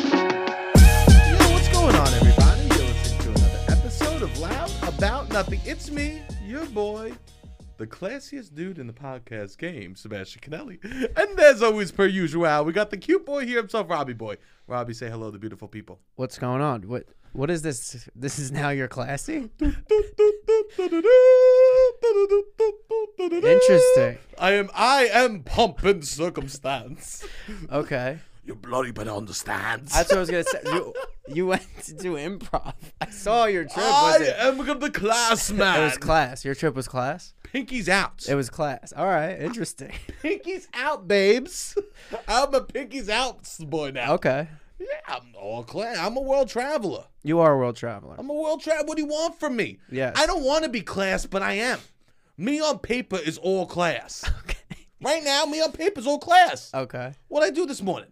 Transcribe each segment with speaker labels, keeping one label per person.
Speaker 1: Yo, what's going on, everybody? You're listening to another episode of Loud About Nothing. It's me, your boy, the classiest dude in the podcast game, Sebastian Canelli. And as always, per usual, we got the cute boy here himself, Robbie Boy. Robbie, say hello to the beautiful people.
Speaker 2: What's going on? What what is this? This is now your classy?
Speaker 1: Interesting. I am I am pumping circumstance.
Speaker 2: Okay.
Speaker 1: You bloody but understands.
Speaker 2: That's what I was gonna say. You, you went to do improv. I saw your trip.
Speaker 1: I
Speaker 2: Was it?
Speaker 1: am the class
Speaker 2: It
Speaker 1: man.
Speaker 2: was class. Your trip was class.
Speaker 1: Pinky's out.
Speaker 2: It was class. All right. Interesting.
Speaker 1: pinky's out, babes. I'm a pinky's out boy now.
Speaker 2: Okay.
Speaker 1: Yeah, I'm all class. I'm a world traveler.
Speaker 2: You are a world traveler.
Speaker 1: I'm a world traveler. What do you want from me?
Speaker 2: Yes.
Speaker 1: I don't want to be class, but I am. Me on paper is all class.
Speaker 2: Okay.
Speaker 1: Right now, me on paper is all class.
Speaker 2: Okay.
Speaker 1: What I do this morning?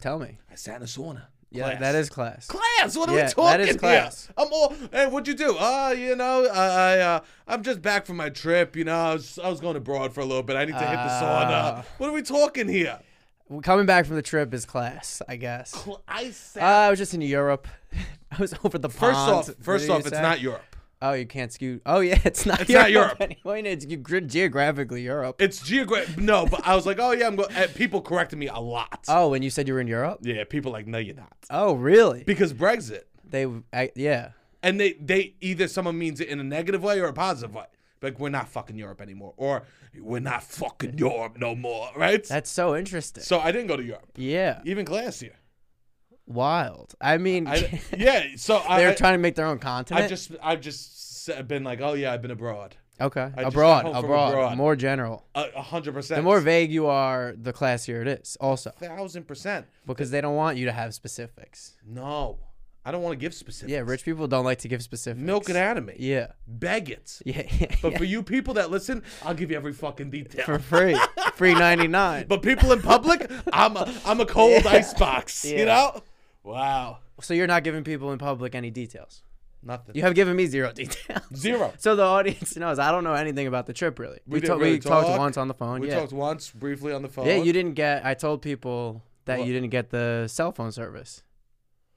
Speaker 2: Tell me.
Speaker 1: I sat in a sauna.
Speaker 2: Yeah,
Speaker 1: Class.
Speaker 2: that is class.
Speaker 1: class. What are
Speaker 2: Yeah,
Speaker 1: we
Speaker 2: that
Speaker 1: talking
Speaker 2: is
Speaker 1: here?
Speaker 2: class.
Speaker 1: I'm all. Hey, what'd you do? Uh, you know, I, I uh, I'm just back from my trip. You know, I was, I was going abroad for a little bit. I need to hit the sauna.
Speaker 2: Ah.
Speaker 1: What are we talking here?
Speaker 2: Coming back from the trip is class, I guess.
Speaker 1: Cl- I said.
Speaker 2: Uh, I was just in Europe. I was over the
Speaker 1: first
Speaker 2: pond.
Speaker 1: off,
Speaker 2: What did
Speaker 1: first
Speaker 2: you
Speaker 1: off, it's
Speaker 2: say?
Speaker 1: not Europe.
Speaker 2: Oh, you can't scoot. Oh, yeah, it's not.
Speaker 1: It's
Speaker 2: Europe
Speaker 1: not Europe.
Speaker 2: anyway. It's ge- geographically Europe.
Speaker 1: It's geographic. no, but I was like, oh yeah, I'm going. People corrected me a lot.
Speaker 2: oh, and you said you were in Europe.
Speaker 1: yeah, people like, no, you're not,
Speaker 2: Oh, really?
Speaker 1: because Brexit,
Speaker 2: They, I, yeah.
Speaker 1: and they they either someone means it in a negative way or a positive way. Like we're not fucking Europe anymore, or we're not fucking Europe no more, right?
Speaker 2: That's so interesting.
Speaker 1: so I didn't go to Europe.
Speaker 2: yeah,
Speaker 1: even classier.
Speaker 2: wild. I mean,
Speaker 1: I, yeah, so I,
Speaker 2: they're
Speaker 1: I,
Speaker 2: trying to make their own continent.
Speaker 1: I just I've just s- been like, oh yeah, I've been abroad,
Speaker 2: okay,
Speaker 1: I just got
Speaker 2: abroad,
Speaker 1: home from
Speaker 2: abroad,
Speaker 1: abroad.
Speaker 2: more general.
Speaker 1: a a hundred percent.
Speaker 2: The more vague you are, the classier it is. Also,
Speaker 1: thousand percent.
Speaker 2: because they don't want you to have specifics.
Speaker 1: No, I don't want to give specifics.
Speaker 2: Yeah, rich people don't like to give specifics.
Speaker 1: milk it out of me,
Speaker 2: Yeah,
Speaker 1: beg it.
Speaker 2: yeah, yeah.
Speaker 1: But for you people that listen, I'll give you every fucking detail.
Speaker 2: for free, free ninety nine.
Speaker 1: but people in public, I'm a I'm a cold ice box.
Speaker 2: Yeah.
Speaker 1: You know? Wow.
Speaker 2: So you're not giving people in public any details.
Speaker 1: Nothing.
Speaker 2: You have given me zero details.
Speaker 1: Zero.
Speaker 2: So the audience knows I don't know anything about the trip really. We,
Speaker 1: didn't
Speaker 2: ta-
Speaker 1: really
Speaker 2: we talked
Speaker 1: talk.
Speaker 2: once on the phone.
Speaker 1: We
Speaker 2: yeah.
Speaker 1: talked once briefly on the phone.
Speaker 2: Yeah, you didn't get. I told people that
Speaker 1: What?
Speaker 2: you didn't get the cell phone service,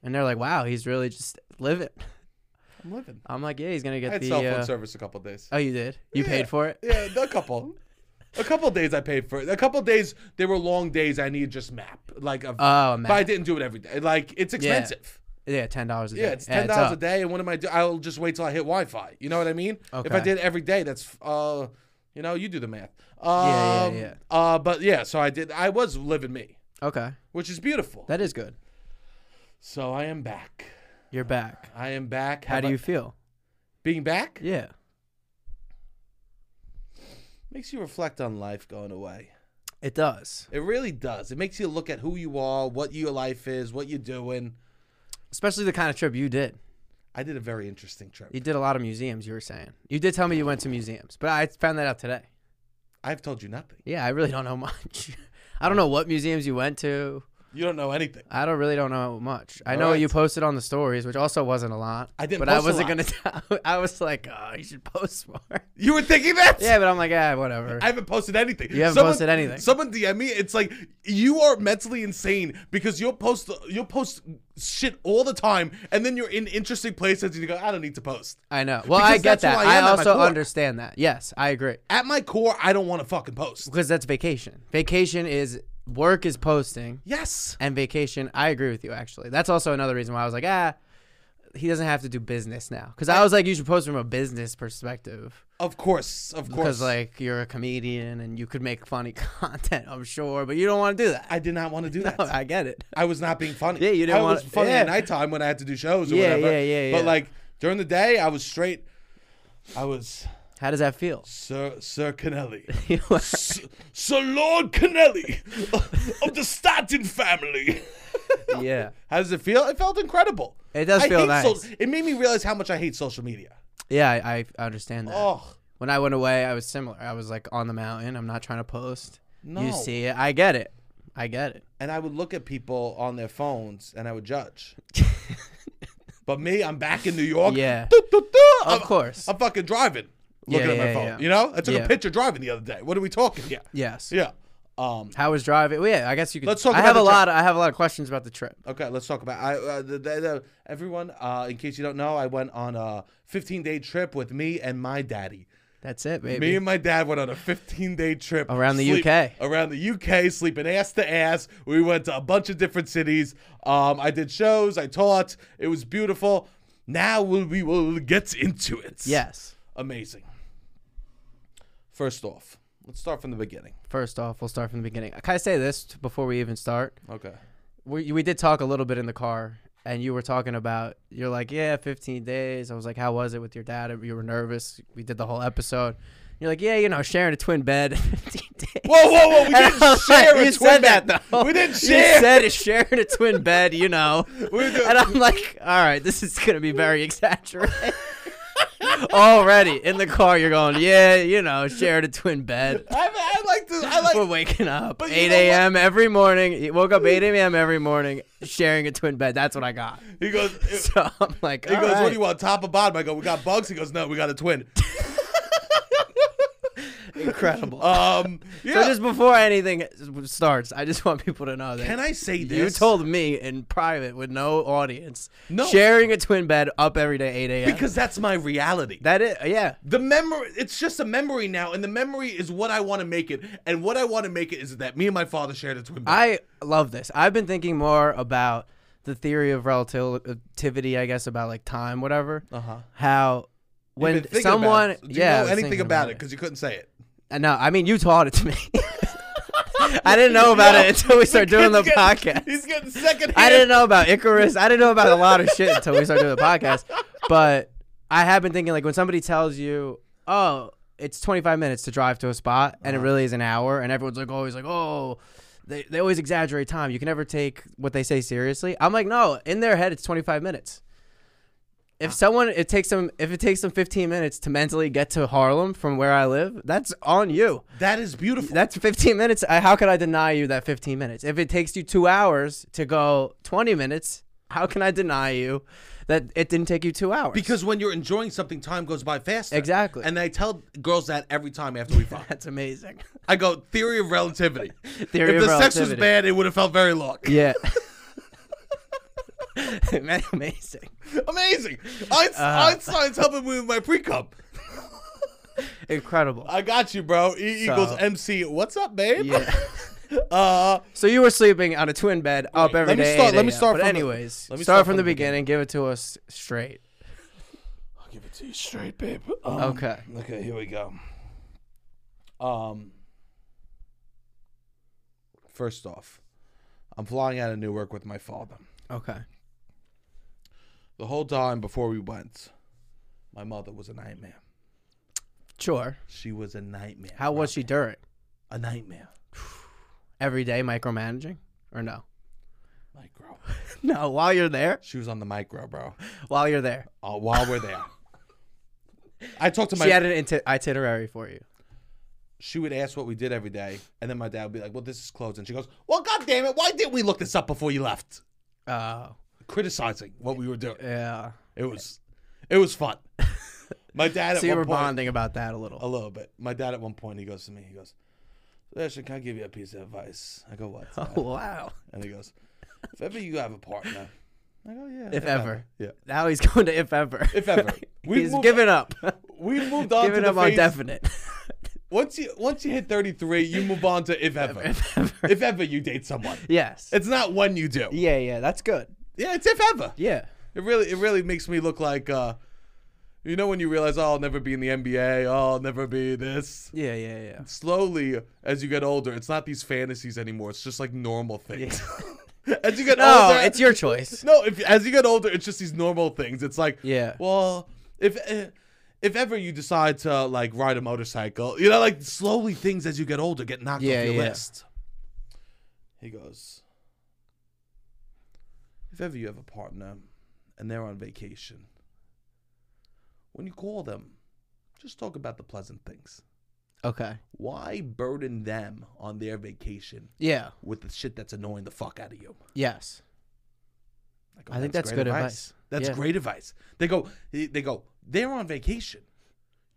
Speaker 2: and they're like, "Wow, he's really just living."
Speaker 1: I'm living.
Speaker 2: I'm like, "Yeah, he's gonna get
Speaker 1: I had
Speaker 2: the."
Speaker 1: cell phone
Speaker 2: uh,
Speaker 1: service a couple days.
Speaker 2: Oh, you did. You
Speaker 1: Yeah.
Speaker 2: paid for it.
Speaker 1: Yeah, a couple. A couple days I paid for it. A couple days they were long days. I needed just map like a.
Speaker 2: Oh
Speaker 1: but I
Speaker 2: man.
Speaker 1: didn't do it every day. Like it's expensive.
Speaker 2: Yeah, ten dollars a day.
Speaker 1: Yeah, it's ten dollars a
Speaker 2: up.
Speaker 1: day, and what am I do? I'll just wait till I hit Wi-Fi. You know what I mean? If I
Speaker 2: Okay.
Speaker 1: did it every day, that's uh, you know, you do the math. Um,
Speaker 2: yeah, yeah.
Speaker 1: Uh, but yeah, so I did. I was living me,
Speaker 2: Okay,
Speaker 1: which is beautiful.
Speaker 2: that is good.
Speaker 1: so I am back.
Speaker 2: You're back.
Speaker 1: I am back.
Speaker 2: How
Speaker 1: Have
Speaker 2: do
Speaker 1: I-
Speaker 2: you feel?
Speaker 1: being back
Speaker 2: Yeah.
Speaker 1: makes you reflect on life going away.
Speaker 2: It does,
Speaker 1: It really does. It makes you look at who you are, what your life is, what you're doing.
Speaker 2: especially the kind of trip you did.
Speaker 1: I did a very interesting trip.
Speaker 2: You did a lot of museums. You were saying you did tell me you went to museums, but I found that out today.
Speaker 1: I've told you nothing.
Speaker 2: Yeah, I really don't know much. I don't know what museums you went to.
Speaker 1: You don't know anything.
Speaker 2: I don't really don't know much. I know
Speaker 1: All
Speaker 2: what you
Speaker 1: right.
Speaker 2: posted on the stories, which also wasn't a lot.
Speaker 1: I didn't
Speaker 2: but
Speaker 1: post a
Speaker 2: I
Speaker 1: lot.
Speaker 2: wasn't gonna. Tell, I was like, oh, you should post more.
Speaker 1: You were thinking that?
Speaker 2: yeah, but I'm like, ah, whatever.
Speaker 1: I haven't posted anything.
Speaker 2: You haven't posted anything.
Speaker 1: Someone DM me. It's like you are mentally insane because you'll post you'll post shit all the time, and then you're in interesting places, and you go, I don't need to post.
Speaker 2: I know. Well,
Speaker 1: Because
Speaker 2: I get
Speaker 1: that's who
Speaker 2: that.
Speaker 1: I
Speaker 2: I,
Speaker 1: am at my
Speaker 2: also
Speaker 1: core.
Speaker 2: understand that. Yes, I agree.
Speaker 1: At my core, I don't want to fucking post.
Speaker 2: Because that's vacation. Vacation is work is posting,
Speaker 1: Yes.
Speaker 2: and vacation. I agree with you. Actually, that's also another reason why I was like, ah, he doesn't have to do business now. Because I was like, you should post from a business perspective.
Speaker 1: Of course. Of course.
Speaker 2: Because like you're a comedian and you could make funny content, I'm sure, but you don't want to do that.
Speaker 1: I did not want to do that.
Speaker 2: No, I get it.
Speaker 1: I was not being funny.
Speaker 2: Yeah, you didn't
Speaker 1: I
Speaker 2: wanna-
Speaker 1: was funny
Speaker 2: yeah.
Speaker 1: at nighttime when I had to do shows or
Speaker 2: Yeah,
Speaker 1: whatever.
Speaker 2: yeah, yeah,
Speaker 1: But
Speaker 2: yeah.
Speaker 1: like during the day, I was straight. I was
Speaker 2: How does that feel?
Speaker 1: Sir Sir Canelli.
Speaker 2: You were-
Speaker 1: S- Sir Lord Canelli of the Staten family.
Speaker 2: yeah.
Speaker 1: How does it feel? It felt incredible.
Speaker 2: It does
Speaker 1: I
Speaker 2: feel
Speaker 1: hate so-
Speaker 2: nice.
Speaker 1: it made me realize how much I hate social media.
Speaker 2: Yeah, I, I understand that.
Speaker 1: Oh,
Speaker 2: When I went away, I was similar. I was like on the mountain. I'm not trying to post.
Speaker 1: No.
Speaker 2: You see it. I get it. I get it.
Speaker 1: and I would look at people on their phones and I would judge. But me, I'm back in New York.
Speaker 2: Yeah.
Speaker 1: Doo, doo, doo.
Speaker 2: Of
Speaker 1: I'm,
Speaker 2: course.
Speaker 1: I'm fucking driving, looking
Speaker 2: Yeah,
Speaker 1: at my
Speaker 2: yeah,
Speaker 1: phone.
Speaker 2: yeah.
Speaker 1: You know, I took
Speaker 2: Yeah.
Speaker 1: a picture driving the other day. What are we talking here?
Speaker 2: yes.
Speaker 1: Yeah. Um.
Speaker 2: How was driving? Well, yeah, I guess you could.
Speaker 1: Let's talk
Speaker 2: I
Speaker 1: about
Speaker 2: have
Speaker 1: the
Speaker 2: a
Speaker 1: trip.
Speaker 2: lot. I have a lot of questions about the trip.
Speaker 1: Okay, let's talk about I uh, the, the, the, everyone. Uh, in case you don't know, I went on a 15 day trip with me and my daddy.
Speaker 2: That's it, baby.
Speaker 1: Me and my dad went on a 15 day trip
Speaker 2: Around the
Speaker 1: sleep-
Speaker 2: UK.
Speaker 1: Around the UK, sleeping ass to ass. We went to a bunch of different cities. Um, I did shows. I taught. It was beautiful. Now we we will get into it.
Speaker 2: yes.
Speaker 1: amazing. First off, let's start from the beginning.
Speaker 2: First off, we'll start from the beginning. Can I say this t- before we even start?
Speaker 1: Okay.
Speaker 2: We we did talk a little bit in the car, and you were talking about you're like, yeah, 15 days. I was like, how was it with your dad? You were nervous. We did the whole episode. You're like, yeah, you know, sharing a twin bed, 15 days.
Speaker 1: Whoa, whoa, whoa! We
Speaker 2: And I
Speaker 1: didn't
Speaker 2: was like,
Speaker 1: share a
Speaker 2: Oh, you
Speaker 1: twin
Speaker 2: said
Speaker 1: bed.
Speaker 2: that though.
Speaker 1: We didn't
Speaker 2: You
Speaker 1: share.
Speaker 2: said it's sharing a twin bed, you know.
Speaker 1: We did-
Speaker 2: and I'm like, all right, this is gonna be very exaggerated. Already in the car, you're going, yeah, you know, shared a twin bed.
Speaker 1: I, I like to. I like.
Speaker 2: We're waking up
Speaker 1: But you
Speaker 2: 8
Speaker 1: know what?
Speaker 2: a.m. every morning. Woke up 8 a.m. every morning, sharing a twin bed. That's what I got.
Speaker 1: He goes. He
Speaker 2: So I'm like,
Speaker 1: goes.
Speaker 2: "All
Speaker 1: What
Speaker 2: right."
Speaker 1: do you want, top or bottom? I go. We got bugs. He goes. No, we got a twin.
Speaker 2: incredible.
Speaker 1: Um. Yeah.
Speaker 2: so just before anything starts, I just want people to know that
Speaker 1: Can I say this?
Speaker 2: You told me in private with no audience,
Speaker 1: No.
Speaker 2: sharing a twin bed up every day, 8 a.m.
Speaker 1: because that's my reality.
Speaker 2: that is, yeah,
Speaker 1: the memory. It's just a memory now, and the memory is what I want to make it. And what I want to make it is that me and my father shared a twin bed.
Speaker 2: I love this. I've been thinking more about the theory of relativity, I guess, about like time, whatever.
Speaker 1: uh huh.
Speaker 2: How when someone,
Speaker 1: Do you
Speaker 2: yeah, I
Speaker 1: know
Speaker 2: was
Speaker 1: anything
Speaker 2: thinking
Speaker 1: about it? Because you couldn't say it.
Speaker 2: Uh, No, I mean you taught it to me. I didn't know about it until we started doing the
Speaker 1: He's getting-
Speaker 2: podcast.
Speaker 1: He's getting second.
Speaker 2: I didn't know about Icarus. I didn't know about a lot of shit until we started doing the podcast. But I have been thinking like when somebody tells you, "Oh, it's 25 minutes to drive to a spot," and it really is an hour, and everyone's like always like, "Oh." They, they always exaggerate time. You can never take what they say seriously. I'm like, no, in their head, it's 25 minutes. If someone it takes them if it takes them 15 minutes to mentally get to Harlem from where I live, that's on you.
Speaker 1: That is beautiful.
Speaker 2: That's 15 minutes. I, how could I deny you that 15 minutes? If it takes you two hours to go 20 minutes, how can I deny you that it didn't take you two hours?
Speaker 1: Because when you're enjoying something, time goes by faster.
Speaker 2: Exactly.
Speaker 1: And I tell girls that every time after we fuck.
Speaker 2: that's amazing.
Speaker 1: I go theory of relativity.
Speaker 2: Theory
Speaker 1: if
Speaker 2: of
Speaker 1: the sex was
Speaker 2: relativity.
Speaker 1: bad, it would have felt very long.
Speaker 2: Yeah. Man, amazing.
Speaker 1: Amazing. Einst-
Speaker 2: Uh-huh.
Speaker 1: Einstein's helping me with my pre cup.
Speaker 2: Incredible.
Speaker 1: I got you, bro. E
Speaker 2: So-
Speaker 1: equals MC. What's up, babe?
Speaker 2: Yeah.
Speaker 1: Uh,
Speaker 2: So you were sleeping on a twin bed up
Speaker 1: Wait,
Speaker 2: every
Speaker 1: let me
Speaker 2: day.
Speaker 1: start-
Speaker 2: 8
Speaker 1: let me
Speaker 2: a.m.
Speaker 1: start
Speaker 2: But
Speaker 1: from the-
Speaker 2: anyways,
Speaker 1: let me
Speaker 2: start, from the beginning. Give it to us straight.
Speaker 1: I'll give it to you straight, babe. Um,
Speaker 2: Okay.
Speaker 1: Okay, here we go. Um, first off, I'm flying out of Newark with my father.
Speaker 2: Okay.
Speaker 1: The whole time before we went, my mother was a nightmare.
Speaker 2: Sure.
Speaker 1: She was a nightmare.
Speaker 2: How
Speaker 1: bro.
Speaker 2: was she during?
Speaker 1: a nightmare?
Speaker 2: Every day micromanaging or no?
Speaker 1: Micro.
Speaker 2: No, while you're there.
Speaker 1: She was on the micro, bro.
Speaker 2: While you're there.
Speaker 1: Uh, while we're there, I talked to my.
Speaker 2: she had an iti- itinerary for you.
Speaker 1: she would ask what we did every day, and then my dad would be like, "Well, this is closed," and she goes, "Well, god damn it, why didn't we look this up before you left?"
Speaker 2: Oh,
Speaker 1: Criticizing what we were doing.
Speaker 2: yeah.
Speaker 1: It was, it was fun. My dad at
Speaker 2: So you
Speaker 1: one
Speaker 2: were
Speaker 1: point,
Speaker 2: bonding about that
Speaker 1: a
Speaker 2: a little.
Speaker 1: little bit. My dad at one point, he goes to me, he goes, "Sebastian, can I give you a piece of advice?" I go, "What?" Dad?"
Speaker 2: Oh, wow.
Speaker 1: And he goes, "If ever you have a partner," I go, "Yeah."
Speaker 2: If ever.
Speaker 1: yeah.
Speaker 2: Now he's going to if ever.
Speaker 1: If ever. We
Speaker 2: he's
Speaker 1: moved-
Speaker 2: giving up.
Speaker 1: We moved on
Speaker 2: giving
Speaker 1: to
Speaker 2: up
Speaker 1: the
Speaker 2: on
Speaker 1: phase-
Speaker 2: definite.
Speaker 1: Once you once you hit thirty three, you move on to if ever.
Speaker 2: if ever.
Speaker 1: if ever you date someone.
Speaker 2: Yes.
Speaker 1: It's not when you do.
Speaker 2: yeah, yeah. That's good.
Speaker 1: Yeah, it's if ever.
Speaker 2: Yeah.
Speaker 1: It really it really makes me look like uh you know when you realize oh, I'll never be in the NBA, oh, I'll never be this.
Speaker 2: Yeah, yeah, yeah.
Speaker 1: Slowly as you get older, it's not these fantasies anymore. It's just like normal things. as you get
Speaker 2: No,
Speaker 1: older,
Speaker 2: it's your choice.
Speaker 1: No, if as you get older, it's just these normal things. It's like
Speaker 2: Yeah.
Speaker 1: Well, if eh, if ever you decide to like ride a motorcycle, you know, like slowly things as you get older get knocked
Speaker 2: Yeah,
Speaker 1: off your
Speaker 2: yeah.
Speaker 1: list. He goes, if ever you have a partner and they're on vacation, when you call them, just talk about the pleasant things.
Speaker 2: Okay.
Speaker 1: Why burden them on their vacation
Speaker 2: Yeah.
Speaker 1: with the shit oh, that's annoying the fuck out of you?
Speaker 2: Yes.
Speaker 1: go,
Speaker 2: I think that's
Speaker 1: great
Speaker 2: good advice.
Speaker 1: That's
Speaker 2: Yeah.
Speaker 1: great advice. They go, they go, they're on vacation.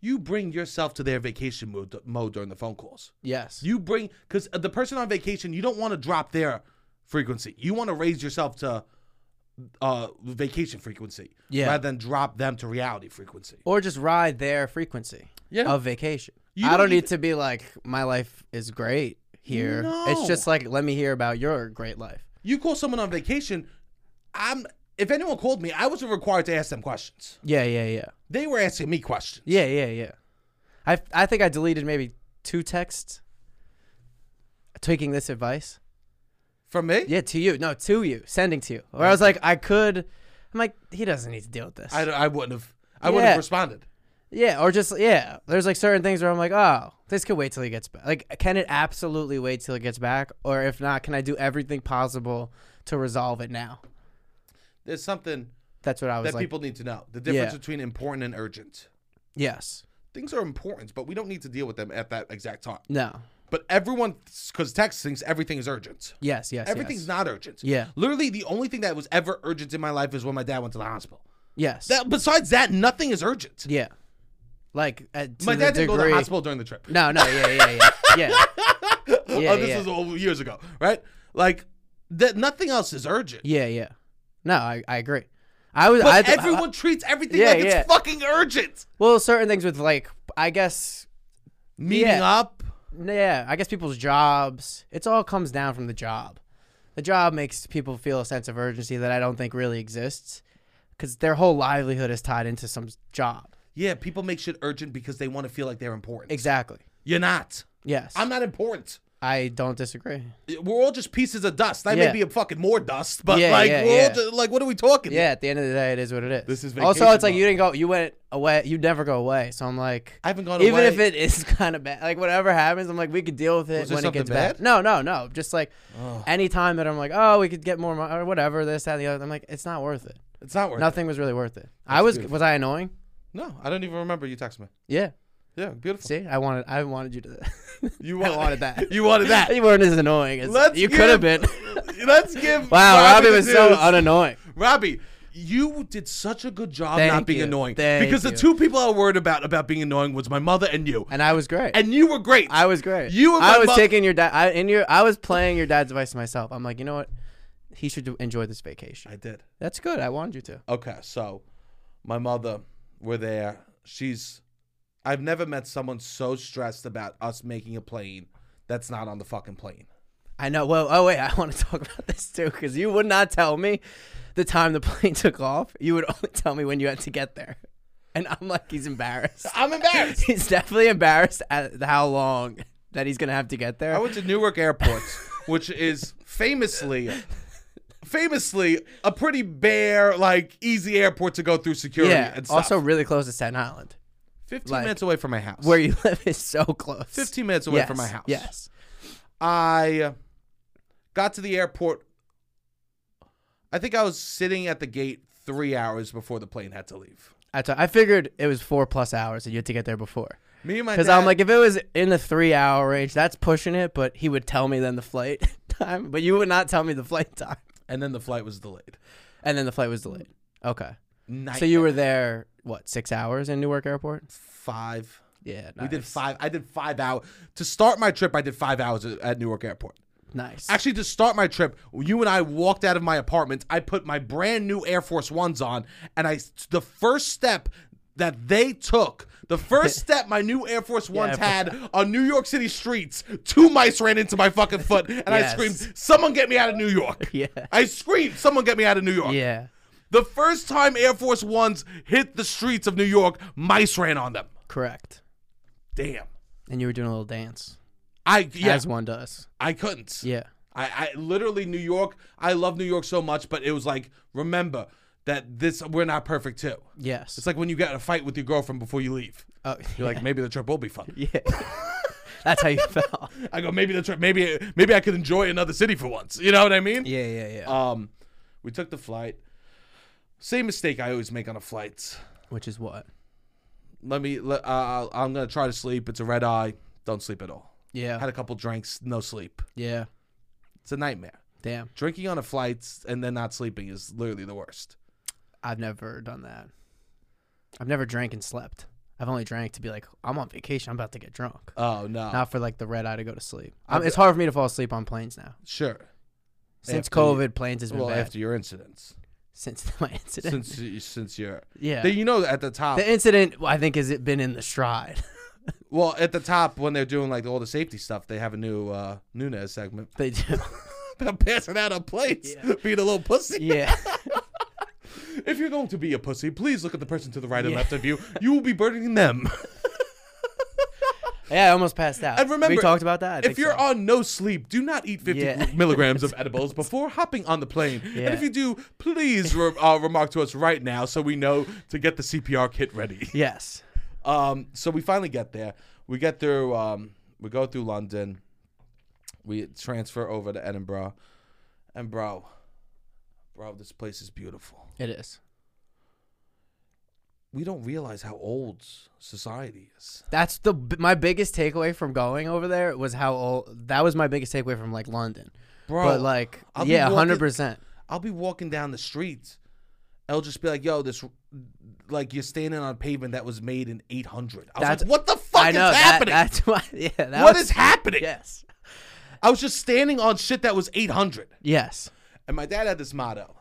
Speaker 1: You bring yourself to their vacation mode, mode during the phone calls.
Speaker 2: Yes.
Speaker 1: You bring because the person on vacation, you don't want to drop their frequency. You want to raise yourself to uh, vacation frequency,
Speaker 2: Yeah.
Speaker 1: rather than drop them to reality frequency.
Speaker 2: or just ride their frequency
Speaker 1: Yeah.
Speaker 2: of vacation.
Speaker 1: You
Speaker 2: I
Speaker 1: don't
Speaker 2: don't
Speaker 1: even-
Speaker 2: need to be like my life is great here.
Speaker 1: No.
Speaker 2: It's just like let me hear about your great life.
Speaker 1: You call someone on vacation, I'm. If anyone called me, I wasn't required to ask them questions.
Speaker 2: Yeah, yeah, yeah,
Speaker 1: They were asking me questions.
Speaker 2: yeah, yeah, yeah. I I think I deleted maybe two texts. Taking this advice,
Speaker 1: From me?
Speaker 2: yeah, to you, no, to you, sending to you. Where I was like, I could, I'm like, he doesn't need to deal with this.
Speaker 1: I, I wouldn't have. I wouldn't
Speaker 2: Yeah.
Speaker 1: have responded.
Speaker 2: Yeah, or just yeah. There's like certain things where I'm like, oh, this could wait till he gets back. Like, can it absolutely wait till he gets back? Or if not, can I do everything possible to resolve it now?
Speaker 1: There's something
Speaker 2: That's what I was
Speaker 1: that
Speaker 2: like.
Speaker 1: people need to know. The difference
Speaker 2: Yeah.
Speaker 1: between important and urgent.
Speaker 2: yes.
Speaker 1: Things are important, but we don't need to deal with them at that exact time.
Speaker 2: No.
Speaker 1: But everyone, because text thinks everything is urgent.
Speaker 2: Yes. Yes.
Speaker 1: Everything's
Speaker 2: yes.
Speaker 1: not urgent.
Speaker 2: Yeah.
Speaker 1: Literally, the only thing that was ever urgent in my life is when my dad went to the hospital.
Speaker 2: Yes.
Speaker 1: That, besides that, nothing is urgent.
Speaker 2: yeah. Like at, to
Speaker 1: My
Speaker 2: the
Speaker 1: dad didn't
Speaker 2: degree.
Speaker 1: go to the hospital during the trip.
Speaker 2: No. No. Yeah. Yeah. Yeah. Yeah. Yeah,
Speaker 1: oh, this
Speaker 2: yeah.
Speaker 1: was all years ago, right? Like that. Nothing else is urgent.
Speaker 2: yeah. Yeah. No, I, I agree. I was.
Speaker 1: But
Speaker 2: I,
Speaker 1: everyone treats everything
Speaker 2: Yeah,
Speaker 1: like
Speaker 2: yeah.
Speaker 1: it's fucking urgent.
Speaker 2: well, certain things with like I guess
Speaker 1: Meeting
Speaker 2: Yeah.
Speaker 1: up.
Speaker 2: Yeah, I guess people's jobs. It's all comes down from the job. The job makes people feel a sense of urgency that I don't think really exists because their whole livelihood is tied into some job.
Speaker 1: Yeah, people make shit urgent because they want to feel like they're important.
Speaker 2: Exactly.
Speaker 1: You're not.
Speaker 2: Yes.
Speaker 1: I'm not important.
Speaker 2: I don't disagree.
Speaker 1: We're all just pieces of dust. I
Speaker 2: Yeah.
Speaker 1: may be a fucking more dust, but
Speaker 2: Yeah,
Speaker 1: like,
Speaker 2: yeah,
Speaker 1: we're
Speaker 2: yeah.
Speaker 1: All just, like, what are we talking?
Speaker 2: Yeah, at the end of the day, it is what it is.
Speaker 1: This is
Speaker 2: also,
Speaker 1: vacation
Speaker 2: it's like you
Speaker 1: mode.
Speaker 2: didn't go, you went away, you never go away. So I'm like,
Speaker 1: I haven't gone
Speaker 2: even
Speaker 1: away.
Speaker 2: if it is kind of bad, like whatever happens, I'm like, we could deal with it
Speaker 1: Was there
Speaker 2: when it
Speaker 1: something
Speaker 2: gets bad.
Speaker 1: bad?
Speaker 2: No, no, no. Just like any time that I'm like, oh, we could get more mo- or whatever, this, that, and the other. I'm like, it's not worth it.
Speaker 1: it's not worth.
Speaker 2: Nothing was really worth it. I was
Speaker 1: beautiful.
Speaker 2: was I annoying?
Speaker 1: it. No, I don't even remember you texted me.
Speaker 2: Yeah.
Speaker 1: Yeah, beautiful.
Speaker 2: See, I wanted I wanted you to.
Speaker 1: You
Speaker 2: I wanted that.
Speaker 1: you wanted that.
Speaker 2: you weren't as annoying as
Speaker 1: Let's
Speaker 2: you could have
Speaker 1: give-
Speaker 2: been.
Speaker 1: Let's give.
Speaker 2: wow,
Speaker 1: Robbie
Speaker 2: Robbie
Speaker 1: the
Speaker 2: was so
Speaker 1: news.
Speaker 2: unannoying.
Speaker 1: Robbie, you did such a good job
Speaker 2: Thank
Speaker 1: not being
Speaker 2: you.
Speaker 1: annoying.
Speaker 2: Thank
Speaker 1: because the
Speaker 2: you.
Speaker 1: two people I worried about about being annoying was my mother and you.
Speaker 2: And I was great.
Speaker 1: And you were great.
Speaker 2: I was great.
Speaker 1: You and my
Speaker 2: I was
Speaker 1: mo-
Speaker 2: taking your dad. I and your. I was playing your dad's advice to myself. I'm like, you know what? He should do- enjoy this vacation.
Speaker 1: I did.
Speaker 2: That's good. I wanted you to.
Speaker 1: Okay, so my mother, we're there. She's. I've never met someone so stressed about us making a plane that's not on the fucking plane.
Speaker 2: I know. Well, oh wait, I want to talk about this too because you would not tell me the time the plane took off. You would only tell me when you had to get there, and I'm like, he's embarrassed.
Speaker 1: I'm embarrassed.
Speaker 2: he's definitely embarrassed at how long that he's gonna have to get there.
Speaker 1: I went to Newark Airport, which is famously, famously a pretty bare, like easy airport to go through security
Speaker 2: yeah.
Speaker 1: and stuff.
Speaker 2: Also, really close to Staten Island,
Speaker 1: 15
Speaker 2: like,
Speaker 1: minutes away from my house.
Speaker 2: where you live, is so close.
Speaker 1: 15 minutes away from my
Speaker 2: Yes,
Speaker 1: house.
Speaker 2: Yes.
Speaker 1: I got to the airport. I think I was sitting at the gate three hours before the plane had to leave.
Speaker 2: I t- I figured it was four plus hours and you had to get there before.
Speaker 1: Me and my
Speaker 2: Because
Speaker 1: dad,
Speaker 2: I'm like, if it was in the three hour range, that's pushing it, but he would tell me then the flight time, but you would not tell me the flight time.
Speaker 1: and then the flight was delayed.
Speaker 2: And then the flight was delayed.
Speaker 1: Mm-hmm.
Speaker 2: Okay.
Speaker 1: Night
Speaker 2: So you were there, what, six hours in Newark Airport?
Speaker 1: five.
Speaker 2: Yeah. Nice.
Speaker 1: We did five. I did five hours to start my trip. I did five hours at- at Newark Airport.
Speaker 2: Nice.
Speaker 1: Actually, to start my trip, you and I walked out of my apartment. I put my brand new Air Force Ones on, and I the first step that they took, the first step my new Air Force Ones
Speaker 2: Air
Speaker 1: had on New York City streets, two mice ran into my fucking foot, and I
Speaker 2: Yes.
Speaker 1: screamed, "Someone get me out of New York!"
Speaker 2: Yeah.
Speaker 1: I screamed, "Someone get me out of New York!"
Speaker 2: Yeah.
Speaker 1: The first time Air Force Ones hit the streets of New York, mice ran on them.
Speaker 2: Correct.
Speaker 1: Damn.
Speaker 2: And you were doing a little dance,
Speaker 1: I yeah,
Speaker 2: as one does.
Speaker 1: I couldn't.
Speaker 2: Yeah.
Speaker 1: I, I literally New York. I love New York so much, but it was like remember that this we're not perfect too.
Speaker 2: Yes.
Speaker 1: It's like when you got in a fight with your girlfriend before you leave.
Speaker 2: oh,
Speaker 1: You're like maybe the trip will be fun.
Speaker 2: yeah. that's how you felt.
Speaker 1: I go maybe the trip maybe maybe I could enjoy another city for once. You know what I mean?
Speaker 2: Yeah, yeah, yeah.
Speaker 1: Um, we took the flight. Same mistake I always make on a flight.
Speaker 2: Which is what?
Speaker 1: Let me. Let, uh, I'm gonna try to sleep. It's a red eye. Don't sleep at all.
Speaker 2: Yeah.
Speaker 1: Had a couple drinks. No sleep.
Speaker 2: Yeah.
Speaker 1: It's a nightmare.
Speaker 2: Damn,
Speaker 1: Drinking on a flight and then not sleeping is literally the worst.
Speaker 2: I've never done that. I've never drank and slept. I've only drank to be like, I'm on vacation. I'm about to get drunk.
Speaker 1: Oh no,
Speaker 2: Not for like the red eye to go to sleep.
Speaker 1: I've-
Speaker 2: Um, it's hard for me to fall asleep on planes now.
Speaker 1: sure.
Speaker 2: Since
Speaker 1: After you-
Speaker 2: COVID, planes has been
Speaker 1: Well,
Speaker 2: bad.
Speaker 1: after your incidents,
Speaker 2: Since my incident,
Speaker 1: since you- since your,
Speaker 2: yeah,
Speaker 1: you know, at the top,
Speaker 2: the incident I think has it been in the stride.
Speaker 1: well, at the top when they're doing like all the safety stuff, they have a new uh, Nunez segment
Speaker 2: they do,
Speaker 1: about passing out on plates,
Speaker 2: Yeah.
Speaker 1: being a little pussy.
Speaker 2: yeah.
Speaker 1: If you're going to be a pussy, please look at the person to the right and
Speaker 2: Yeah.
Speaker 1: left of you. You will be burdening them.
Speaker 2: Yeah, I almost passed out.
Speaker 1: And remember,
Speaker 2: we talked about that. I
Speaker 1: if
Speaker 2: think
Speaker 1: you're
Speaker 2: so.
Speaker 1: on no sleep, do not eat 50
Speaker 2: Yeah.
Speaker 1: gl- milligrams of edibles before hopping on the plane. And
Speaker 2: Yeah.
Speaker 1: if you do, please re- uh, remark to us right now so we know to get the CPR kit ready.
Speaker 2: yes,
Speaker 1: Um, so we finally get there. We get through. Um, we go through London. We transfer over to Edinburgh, and bro, bro, this place is beautiful.
Speaker 2: it is.
Speaker 1: We don't realize how old society is.
Speaker 2: That's the my biggest takeaway from going over there was how old. That was my biggest takeaway from like London.
Speaker 1: Bro,
Speaker 2: but like,
Speaker 1: I'll be
Speaker 2: yeah,
Speaker 1: walking-
Speaker 2: hundred percent.
Speaker 1: I'll be walking down the streets. I'll just be like, "Yo, this, like, you're standing on pavement that was made in 800." I was
Speaker 2: That's-
Speaker 1: like, "What the fuck
Speaker 2: I know
Speaker 1: is
Speaker 2: that,
Speaker 1: happening? What is
Speaker 2: That's why. Yeah, that was,
Speaker 1: happening?"
Speaker 2: yes,
Speaker 1: I was just standing on shit that was 800.
Speaker 2: yes.
Speaker 1: And my dad had this motto: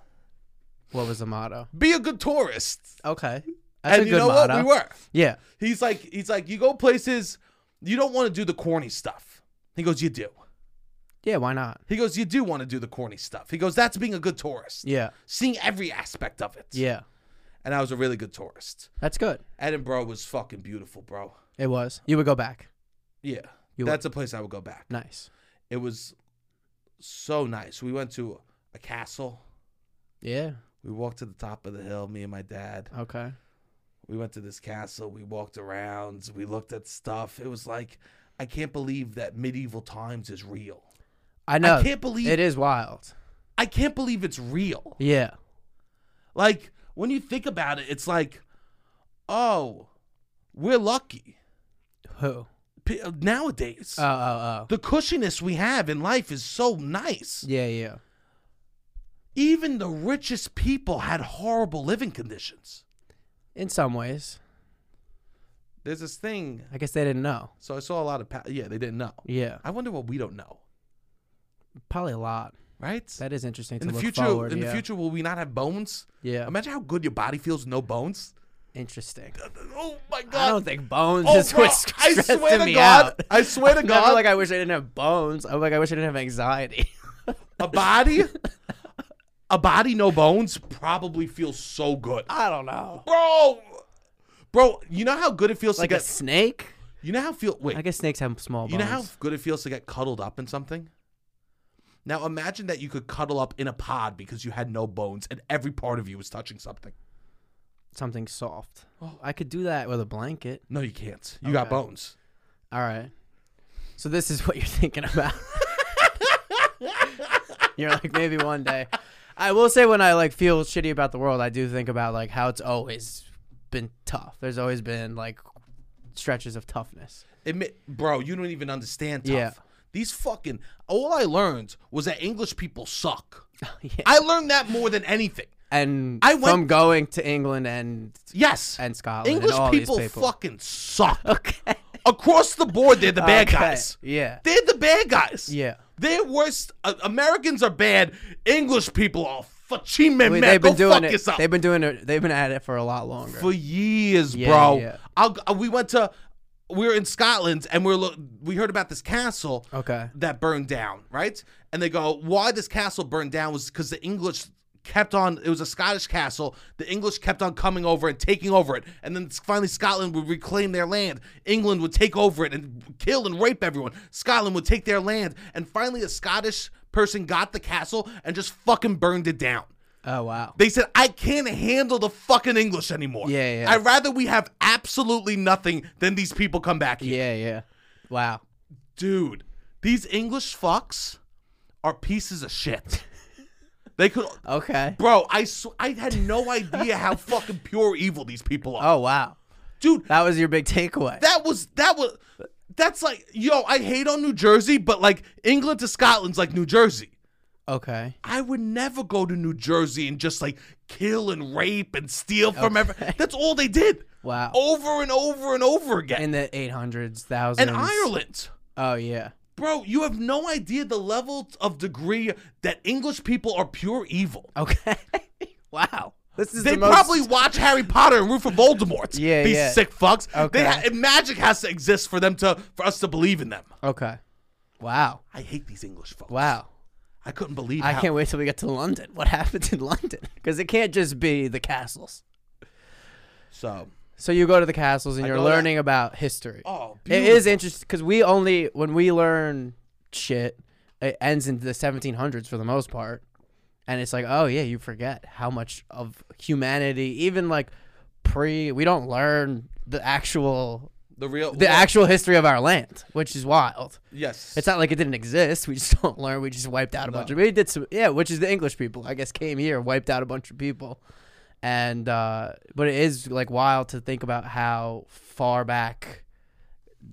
Speaker 2: What was the motto? "Be
Speaker 1: "Be a good tourist."
Speaker 2: Okay, that's
Speaker 1: and
Speaker 2: a
Speaker 1: you
Speaker 2: good
Speaker 1: know
Speaker 2: motto.
Speaker 1: what? We were.
Speaker 2: Yeah,
Speaker 1: He's like, he's like, you go places, you don't want to do the corny stuff. He goes, you do.
Speaker 2: yeah. Why not?
Speaker 1: He goes, you do want to do the corny stuff. He goes, that's being a good tourist,
Speaker 2: Yeah,
Speaker 1: seeing every aspect of it.
Speaker 2: yeah.
Speaker 1: And I was a really good tourist.
Speaker 2: That's good.
Speaker 1: Edinburgh was fucking beautiful, bro.
Speaker 2: It was. You would go back.
Speaker 1: Yeah,
Speaker 2: You
Speaker 1: that's a place I would go back.
Speaker 2: Nice.
Speaker 1: It was so nice. We went to a castle.
Speaker 2: Yeah.
Speaker 1: We walked to the top of the hill. Me and my dad.
Speaker 2: Okay.
Speaker 1: We went to this castle. We walked around. We looked at stuff. It was like, I can't believe that medieval times is real.
Speaker 2: I know.
Speaker 1: I can't believe
Speaker 2: it is wild.
Speaker 1: I can't believe it's real.
Speaker 2: Yeah.
Speaker 1: Like when you think about it, it's like, oh, we're lucky
Speaker 2: Who?
Speaker 1: P- nowadays.
Speaker 2: Oh, oh, oh.
Speaker 1: the cushiness we have in life is so nice.
Speaker 2: Yeah, yeah.
Speaker 1: Even the richest people had horrible living conditions.
Speaker 2: In some ways,
Speaker 1: There's this thing.
Speaker 2: I guess they didn't know.
Speaker 1: So I saw a lot of. Pa- yeah, they didn't know.
Speaker 2: Yeah,
Speaker 1: I wonder what we don't know,
Speaker 2: probably a lot.
Speaker 1: right?
Speaker 2: That is interesting
Speaker 1: in
Speaker 2: to
Speaker 1: the
Speaker 2: look
Speaker 1: future,
Speaker 2: forward.
Speaker 1: in
Speaker 2: yeah.
Speaker 1: the future, will we not have bones?
Speaker 2: yeah.
Speaker 1: Imagine how good your body feels no bones.
Speaker 2: interesting.
Speaker 1: Oh my god!
Speaker 2: I don't think bones
Speaker 1: Oh,
Speaker 2: is
Speaker 1: bro,
Speaker 2: what's
Speaker 1: I
Speaker 2: stressing
Speaker 1: swear to
Speaker 2: me
Speaker 1: God.
Speaker 2: out.
Speaker 1: I swear to
Speaker 2: I'm
Speaker 1: God.
Speaker 2: Never like I wish I didn't have bones. I'm like I wish I didn't have anxiety.
Speaker 1: a body a body no bones probably feels so good Ah,
Speaker 2: I don't know.
Speaker 1: bro bro you know how good it feels
Speaker 2: Like
Speaker 1: to
Speaker 2: a
Speaker 1: get
Speaker 2: snake.
Speaker 1: you know how feel wait
Speaker 2: I guess snakes have small bones.
Speaker 1: you know how good it feels to get cuddled up in something now imagine that you could cuddle up in a pod because you had no bones and every part of you was touching something
Speaker 2: something soft.
Speaker 1: Oh.
Speaker 2: I could do that with a blanket.
Speaker 1: no you can't you got
Speaker 2: Okay.
Speaker 1: bones
Speaker 2: All right. So this is what you're thinking about. you're like maybe one day. I will say when I like feel shitty about the world, I do think about like how it's always been tough. There's always been like stretches of toughness.
Speaker 1: Admit, bro, you don't even understand tough.
Speaker 2: Yeah.
Speaker 1: These fucking all I learned was that English people suck.
Speaker 2: Yeah.
Speaker 1: I learned that more than anything.
Speaker 2: And
Speaker 1: I went-
Speaker 2: from going to England and
Speaker 1: Yes.
Speaker 2: and Scotland,
Speaker 1: English
Speaker 2: and all
Speaker 1: people,
Speaker 2: these people.
Speaker 1: fucking suck.
Speaker 2: okay.
Speaker 1: Across the board, they're the bad
Speaker 2: Okay.
Speaker 1: guys.
Speaker 2: Yeah.
Speaker 1: They're the bad guys.
Speaker 2: Yeah.
Speaker 1: They're worse. Uh, Americans are bad. English people are fucking man.
Speaker 2: I mean, they've been
Speaker 1: Go
Speaker 2: doing
Speaker 1: fuck
Speaker 2: it.
Speaker 1: yourself.
Speaker 2: They've been doing it. They've been at it for a lot longer.
Speaker 1: For years,
Speaker 2: Yeah,
Speaker 1: bro.
Speaker 2: yeah.
Speaker 1: I'll, g- we went to. We were in Scotland and we are lo- we heard about this castle
Speaker 2: Okay.
Speaker 1: that burned down, right? And they go, why this castle burned down was because the English kept on. It was a Scottish castle. The English kept on coming over and taking over it, and then finally Scotland would reclaim their land. England would take over it and kill and rape everyone. Scotland would take their land, and finally a Scottish person got the castle and just fucking burned it down.
Speaker 2: Oh wow.
Speaker 1: They said, I can't handle the fucking English anymore.
Speaker 2: Yeah, yeah.
Speaker 1: I'd rather we have absolutely nothing than these people come back here.
Speaker 2: Yeah, yeah. Wow.
Speaker 1: Dude, these English fucks are pieces of shit. they could.
Speaker 2: Okay.
Speaker 1: Bro, I, sw- I had no idea how fucking pure evil these people are.
Speaker 2: Oh wow.
Speaker 1: Dude,
Speaker 2: That was your big takeaway.
Speaker 1: that was. That was. That's like, yo, I hate on New Jersey, but like England to Scotland's like New Jersey.
Speaker 2: Okay.
Speaker 1: I would never go to New Jersey and just like kill and rape and steal from
Speaker 2: Okay.
Speaker 1: every. That's all they did
Speaker 2: Wow.
Speaker 1: over and over and over again.
Speaker 2: In the eight hundreds, thousands.
Speaker 1: Oh. And Ireland.
Speaker 2: Oh yeah.
Speaker 1: Bro, you have no idea the level of degree that English people are pure evil.
Speaker 2: Okay. wow. This is
Speaker 1: They
Speaker 2: the most-
Speaker 1: probably watch Harry Potter and root for Voldemort.
Speaker 2: Yeah,
Speaker 1: these
Speaker 2: yeah.
Speaker 1: sick fucks.
Speaker 2: Okay.
Speaker 1: They ha- magic has to exist for them to for us to believe in them.
Speaker 2: Okay. Wow.
Speaker 1: I hate these English folks.
Speaker 2: Wow.
Speaker 1: I couldn't believe.
Speaker 2: I
Speaker 1: how-
Speaker 2: can't wait till we get to London. What happens in London? Because it can't just be the castles.
Speaker 1: So,
Speaker 2: So you go to the castles and you're
Speaker 1: go to-
Speaker 2: learning about history.
Speaker 1: oh,
Speaker 2: it
Speaker 1: beautiful.
Speaker 2: is interesting because we only when we learn shit, it ends in the 1700s for the most part, and it's like, oh yeah, you forget how much of humanity, even like pre, we don't learn the actual
Speaker 1: the real.
Speaker 2: the actual history of our land, which is wild.
Speaker 1: yes.
Speaker 2: It's not like it didn't exist. We just don't learn. We just wiped out a bunch of. We did some, yeah, which is the English people, I guess, came here, wiped out a bunch of people, and uh, but it is like wild to think about how far back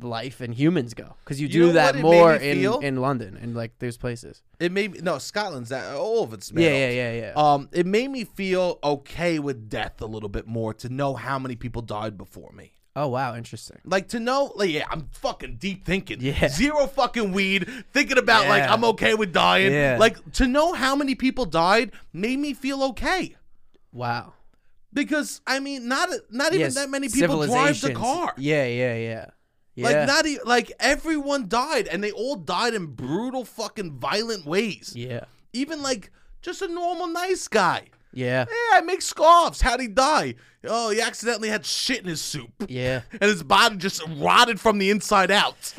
Speaker 2: life and humans go because you,
Speaker 1: You
Speaker 2: do
Speaker 1: know what it
Speaker 2: that
Speaker 1: made
Speaker 2: more
Speaker 1: me
Speaker 2: in
Speaker 1: feel?
Speaker 2: in London and like those places.
Speaker 1: it made me no Scotland's that all of it's.
Speaker 2: Yeah,
Speaker 1: metal.
Speaker 2: yeah, yeah, yeah.
Speaker 1: Um, it made me feel okay with death a little bit more to know how many people died before me.
Speaker 2: oh wow, interesting.
Speaker 1: Like to know, like yeah, I'm fucking deep thinking.
Speaker 2: Yeah.
Speaker 1: Zero fucking weed. Thinking about like
Speaker 2: Yeah.
Speaker 1: I'm okay with dying.
Speaker 2: Yeah.
Speaker 1: Like to know how many people died made me feel okay.
Speaker 2: Wow.
Speaker 1: Because I mean, not not even
Speaker 2: Yes,
Speaker 1: that many people drive the
Speaker 2: civilizations.
Speaker 1: car.
Speaker 2: Yeah, yeah, yeah. Yeah.
Speaker 1: Like not e- like everyone died, and they all died in brutal, fucking, violent ways.
Speaker 2: yeah.
Speaker 1: Even like just a normal, nice guy.
Speaker 2: Yeah.
Speaker 1: Hey, I make scarves. How'd he die? Oh, he accidentally had shit in his soup.
Speaker 2: Yeah.
Speaker 1: And his body just rotted from the inside out.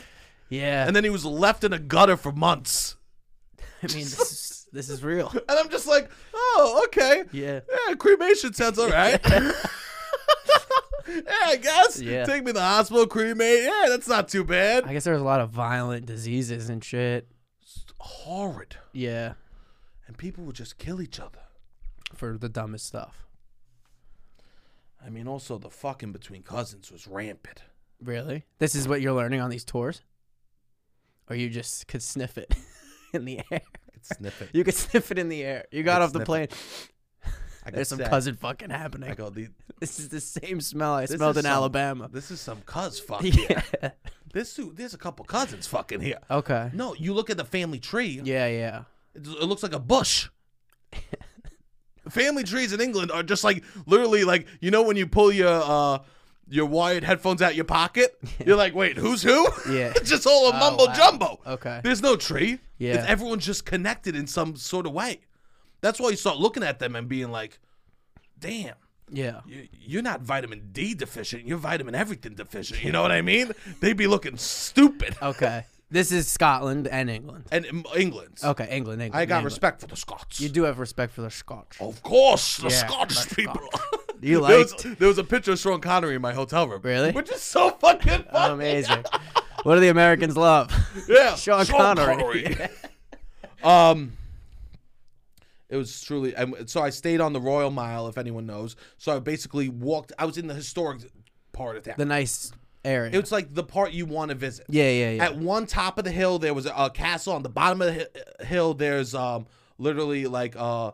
Speaker 2: Yeah.
Speaker 1: And then he was left in a gutter for months.
Speaker 2: I mean, this is, this is real.
Speaker 1: And I'm just like, oh, okay.
Speaker 2: Yeah.
Speaker 1: Yeah, cremation sounds all right. yeah, I guess.
Speaker 2: Yeah.
Speaker 1: Take me to the hospital, cremate. Yeah, that's not too bad.
Speaker 2: I guess there was a lot of violent diseases and shit.
Speaker 1: Horrid.
Speaker 2: Yeah,
Speaker 1: And people would just kill each other.
Speaker 2: for the dumbest stuff.
Speaker 1: I mean, also, the fucking between cousins was rampant.
Speaker 2: Really? This is what you're learning on these tours? Or you just could sniff it in the air?
Speaker 1: Sniff it.
Speaker 2: You could sniff it in the air. You got
Speaker 1: could
Speaker 2: off the
Speaker 1: sniff it.
Speaker 2: plane.
Speaker 1: I
Speaker 2: There's some
Speaker 1: said-
Speaker 2: cousin fucking happening.
Speaker 1: I go, "The-
Speaker 2: This is the same smell I
Speaker 1: this
Speaker 2: smelled
Speaker 1: is
Speaker 2: in
Speaker 1: some-
Speaker 2: Alabama.
Speaker 1: This is some cuz fuck here.
Speaker 2: Yeah.
Speaker 1: This dude, there's a couple cousins fucking here.
Speaker 2: Okay.
Speaker 1: No, you look at the family tree.
Speaker 2: Yeah, yeah.
Speaker 1: It, it looks like a bush. family trees in England are just like literally like you know when you pull your uh your wired headphones out your pocket. You're like, wait, who's who?
Speaker 2: Yeah.
Speaker 1: it's just all a
Speaker 2: Oh,
Speaker 1: mumbo
Speaker 2: wow.
Speaker 1: jumbo.
Speaker 2: Okay.
Speaker 1: There's no tree.
Speaker 2: Yeah.
Speaker 1: It's- everyone's just connected in some sort of way. That's why you start looking at them and being like, damn.
Speaker 2: Yeah.
Speaker 1: you- you're not vitamin D deficient. You're vitamin everything deficient. You know what I mean? They'd be looking stupid.
Speaker 2: Okay. this is Scotland and England.
Speaker 1: And in England,
Speaker 2: Okay, England, England.
Speaker 1: I got
Speaker 2: Oh, England.
Speaker 1: respect for the Scots.
Speaker 2: You do have respect for the Scotch.
Speaker 1: of course, the
Speaker 2: Yeah,
Speaker 1: Scottish
Speaker 2: the
Speaker 1: people.
Speaker 2: You
Speaker 1: there, was,
Speaker 2: liked-
Speaker 1: there was a picture of Sean Connery in my hotel room.
Speaker 2: Really? Uh,
Speaker 1: Which is so fucking funny.
Speaker 2: Amazing. what do the Americans love?
Speaker 1: yeah,
Speaker 2: Sean Connery.
Speaker 1: um, it was truly. and So I stayed on the Royal Mile, if anyone knows. So I basically walked. I was in the historic part of town.
Speaker 2: the nice area.
Speaker 1: it was like the part you want to visit.
Speaker 2: yeah, yeah, yeah.
Speaker 1: At one top of the hill, there was a, a castle. On the bottom of the hi- uh, hill, there's um literally like uh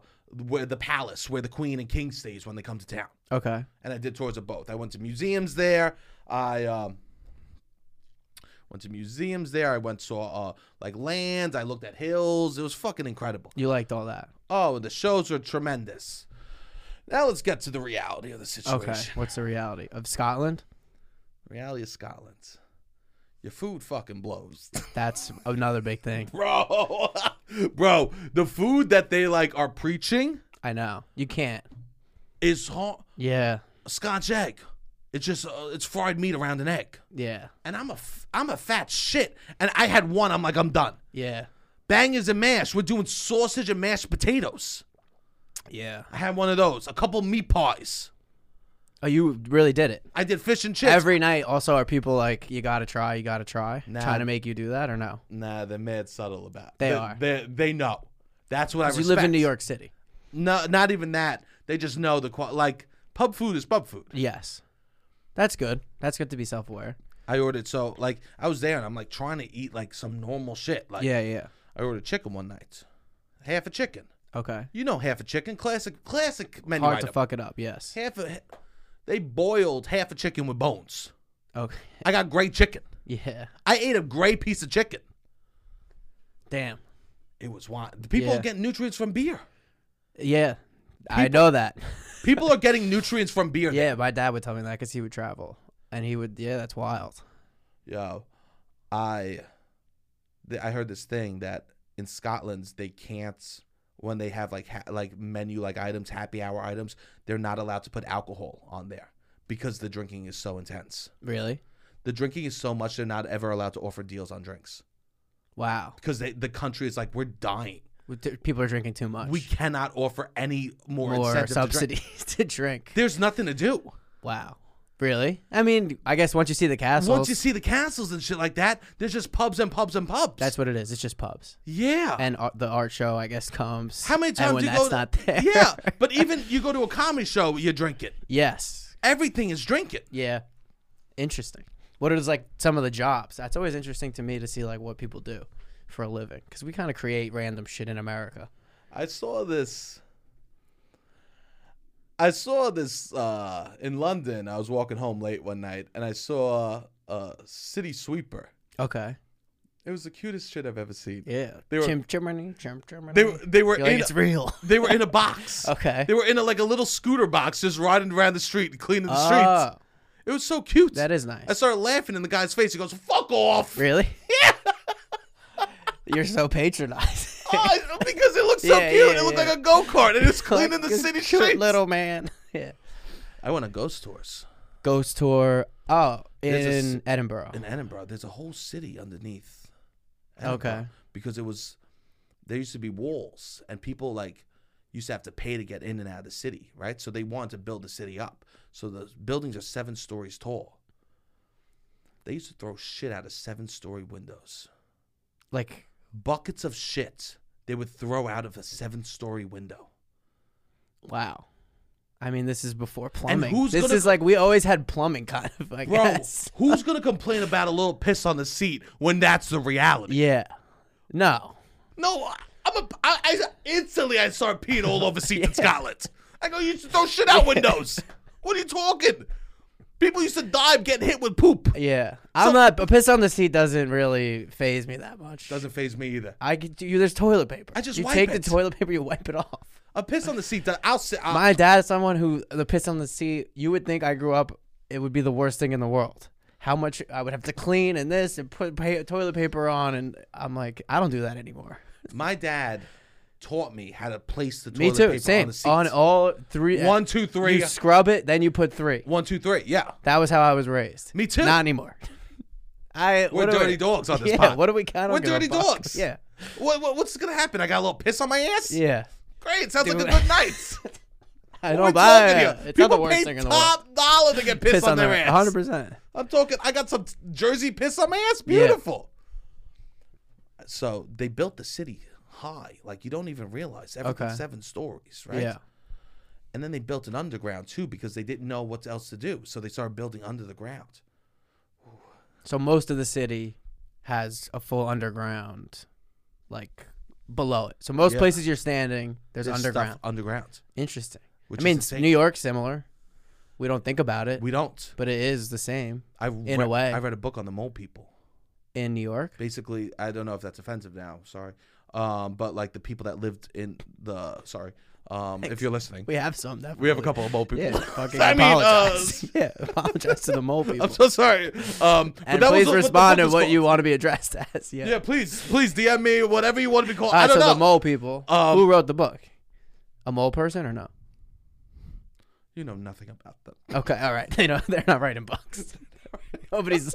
Speaker 1: where the palace where the queen and king stays when they come to town.
Speaker 2: okay.
Speaker 1: And I did tours of both. I went to museums there. I um went to museums there. I went saw uh like lands. I looked at hills. It was fucking incredible.
Speaker 2: You liked all that.
Speaker 1: Oh, the shows were tremendous. Now let's get to the reality of the situation.
Speaker 2: Okay. What's the reality of Scotland?
Speaker 1: Reality of Scotland. Your food fucking blows.
Speaker 2: That's another big thing.
Speaker 1: bro bro the food that they like are preaching
Speaker 2: I know. You can't.
Speaker 1: is ho-
Speaker 2: Yeah.
Speaker 1: scotch egg it's just uh, it's fried meat around an egg
Speaker 2: Yeah.
Speaker 1: and i'm a f- i'm a fat shit and i had one i'm like i'm done
Speaker 2: Yeah.
Speaker 1: bangers and mash we're doing sausage and mashed potatoes
Speaker 2: Yeah.
Speaker 1: i had one of those a couple meat pies
Speaker 2: Oh, you really did it.
Speaker 1: i did fish and chips
Speaker 2: Every night, also, are people like, you gotta try, you gotta try?
Speaker 1: Nah.
Speaker 2: Trying to make you do that or no?
Speaker 1: nah they're mad subtle about
Speaker 2: They
Speaker 1: they
Speaker 2: are.
Speaker 1: they, they know that's what i
Speaker 2: 'Cause You
Speaker 1: respect.
Speaker 2: live in New York City.
Speaker 1: no not even that they just know the qual- like pub food is pub food
Speaker 2: Yes. That's good. That's good to be self aware.
Speaker 1: I ordered so like
Speaker 2: Uh,
Speaker 1: I was there and I'm like trying to eat like some normal shit. Like
Speaker 2: Yeah, yeah.
Speaker 1: I ordered chicken one night. half a chicken.
Speaker 2: Okay.
Speaker 1: You know half a chicken, classic classic menu
Speaker 2: Hard to
Speaker 1: item.
Speaker 2: fuck it up. Yes.
Speaker 1: half a they boiled half a chicken with bones.
Speaker 2: Okay.
Speaker 1: I got gray chicken.
Speaker 2: Yeah.
Speaker 1: I ate a gray piece of chicken.
Speaker 2: Damn.
Speaker 1: It was wild. The People
Speaker 2: Yeah.
Speaker 1: are getting nutrients from beer.
Speaker 2: Yeah. I know that.
Speaker 1: People are getting nutrients from beer.
Speaker 2: yeah, my dad would tell me that because he would travel and he would. Yeah, that's wild.
Speaker 1: Yo, I, th- I heard this thing that in Scotland they can't when they have like ha- like menu like items, happy hour items, they're not allowed to put alcohol on there because the drinking is so intense.
Speaker 2: Really?
Speaker 1: The drinking is so much they're not ever allowed to offer deals on drinks
Speaker 2: Wow.
Speaker 1: because they, the country is like we're dying.
Speaker 2: We- th- People are drinking too much.
Speaker 1: We cannot offer any more,
Speaker 2: more
Speaker 1: incentive to drink.
Speaker 2: subsidies to drink.
Speaker 1: There's nothing to do.
Speaker 2: Wow. Really? I mean, I guess once you see the castles,
Speaker 1: Once you see the castles and shit like that, there's just pubs and pubs and pubs.
Speaker 2: that's what it is. It's just pubs.
Speaker 1: yeah.
Speaker 2: And ar- the art show, I guess, comes.
Speaker 1: How many
Speaker 2: and
Speaker 1: times
Speaker 2: when
Speaker 1: do you
Speaker 2: that's
Speaker 1: go? to-
Speaker 2: not there?
Speaker 1: Yeah, but even you go to a comedy show, you drink it.
Speaker 2: yes.
Speaker 1: Everything is drinking.
Speaker 2: Yeah. Interesting. What is like some of the jobs? That's always interesting to me to see like what people do for a living because we kind of create random shit in America.
Speaker 1: I saw this. I saw this uh, in London. I was walking home late one night, and I saw a city sweeper.
Speaker 2: Okay.
Speaker 1: It was the cutest shit I've ever seen.
Speaker 2: Yeah.
Speaker 1: They were-
Speaker 2: Chim chimney, chim chimney.
Speaker 1: They were they were
Speaker 2: You're like,
Speaker 1: in
Speaker 2: it's real.
Speaker 1: they were in a box.
Speaker 2: okay.
Speaker 1: They were in a, like a little scooter box, just riding around the street, cleaning the streets.
Speaker 2: Oh,
Speaker 1: It was so cute.
Speaker 2: that is nice.
Speaker 1: I started laughing in the guy's face. He goes, "Fuck off!"
Speaker 2: really? You're so patronizing.
Speaker 1: Oh, because it looked so
Speaker 2: Yeah,
Speaker 1: cute.
Speaker 2: yeah,
Speaker 1: it looked
Speaker 2: yeah.
Speaker 1: like a go kart, and it's cleaning
Speaker 2: Like,
Speaker 1: the
Speaker 2: this
Speaker 1: city
Speaker 2: cute
Speaker 1: streets.
Speaker 2: little man. Yeah.
Speaker 1: I went on ghost tours
Speaker 2: Ghost tour. Oh,
Speaker 1: There's a
Speaker 2: in Edinburgh.
Speaker 1: in Edinburgh. There's a whole city underneath.
Speaker 2: Okay.
Speaker 1: Because it was there used to be walls, and people like used to have to pay to get in and out of the city, right? So they wanted to build the city up. So the buildings are seven stories tall. They used to throw shit out of seven story windows.
Speaker 2: like,
Speaker 1: Buckets of shit they would throw out of a seven story window.
Speaker 2: wow. I mean, this is before plumbing.
Speaker 1: who's
Speaker 2: this
Speaker 1: gonna
Speaker 2: is like we always had plumbing, kind of. I
Speaker 1: Bro,
Speaker 2: guess.
Speaker 1: who's gonna complain about a little piss on the seat when that's the reality?
Speaker 2: Yeah. No.
Speaker 1: No, I'm a. I, I instantly I start peeing all over seats in Scotland. I go, you should throw shit out windows. What are you talking? People used to die getting hit with poop.
Speaker 2: Yeah. I'm not. A piss on the seat doesn't really phase me that much.
Speaker 1: Doesn't phase me either.
Speaker 2: I could do. There's toilet paper.
Speaker 1: I just
Speaker 2: you
Speaker 1: wipe
Speaker 2: take
Speaker 1: it.
Speaker 2: the toilet paper, you wipe it off.
Speaker 1: A piss on the seat. That I'll sit. I'll,
Speaker 2: My dad is someone who the piss on the seat. You would think I grew up, it would be the worst thing in the world. How much I would have to clean and this and put pa- toilet paper on, and I'm like, I don't do that anymore.
Speaker 1: my dad taught me how to place the toilet
Speaker 2: Me too.
Speaker 1: paper on
Speaker 2: Same
Speaker 1: the seat.
Speaker 2: on, oh. all three. uh,
Speaker 1: One, two, three.
Speaker 2: You scrub it, then you put three.
Speaker 1: One, two, three. Yeah,
Speaker 2: That was how I was raised.
Speaker 1: Me too.
Speaker 2: Not anymore. I
Speaker 1: we're
Speaker 2: what do
Speaker 1: dirty
Speaker 2: we-
Speaker 1: dogs on this
Speaker 2: Yeah.
Speaker 1: pod.
Speaker 2: What do we count?
Speaker 1: We're
Speaker 2: on giving a
Speaker 1: dirty
Speaker 2: fuck?
Speaker 1: dogs.
Speaker 2: Yeah.
Speaker 1: What, what, what's gonna happen? I got a little piss on my ass.
Speaker 2: Yeah.
Speaker 1: Great. Sounds
Speaker 2: Dude.
Speaker 1: like a good night.
Speaker 2: I
Speaker 1: We're
Speaker 2: don't buy
Speaker 1: talking
Speaker 2: it.
Speaker 1: here.
Speaker 2: It's not
Speaker 1: People
Speaker 2: the worst
Speaker 1: pay
Speaker 2: thing in the world.
Speaker 1: top dollar to get pissed
Speaker 2: Piss on
Speaker 1: their,
Speaker 2: there.
Speaker 1: ass.
Speaker 2: 100. percent
Speaker 1: I'm talking. I got some Jersey piss on my ass. Beautiful. So they built the city high, like you don't even realize. Everything's
Speaker 2: Okay.
Speaker 1: seven stories, right?
Speaker 2: Yeah.
Speaker 1: And then they built an underground too because they didn't know what else to do, so they started building under the ground.
Speaker 2: So most of the city has a full underground, like below it. So most
Speaker 1: Yeah.
Speaker 2: places you're standing, there's,
Speaker 1: There's
Speaker 2: underground.
Speaker 1: stuff underground.
Speaker 2: Interesting.
Speaker 1: Which
Speaker 2: I
Speaker 1: is
Speaker 2: mean,
Speaker 1: insane.
Speaker 2: New York's similar. We don't think about it,
Speaker 1: We don't.
Speaker 2: but it is the same
Speaker 1: I
Speaker 2: a
Speaker 1: in
Speaker 2: way.
Speaker 1: I read a book on the mole people.
Speaker 2: in New York.
Speaker 1: basically i don't know if that's offensive now sorry um but like the people that lived in the sorry um if you're listening
Speaker 2: We have some. Definitely.
Speaker 1: we have a couple of mole people
Speaker 2: Yeah, fucking
Speaker 1: I mean, uh,
Speaker 2: apologize. yeah, apologize to the mole people.
Speaker 1: i'm so sorry um but
Speaker 2: and
Speaker 1: that was
Speaker 2: please
Speaker 1: what the book
Speaker 2: respond to
Speaker 1: was
Speaker 2: what
Speaker 1: called.
Speaker 2: you want to be addressed as. Yeah.
Speaker 1: yeah please please dm me whatever you want to be called
Speaker 2: All right,
Speaker 1: i don't
Speaker 2: so
Speaker 1: know
Speaker 2: the mole people.
Speaker 1: Um,
Speaker 2: who wrote the book? A mole person or no?
Speaker 1: you know nothing about them
Speaker 2: Okay, all right. They don't, they're not writing books. Nobody's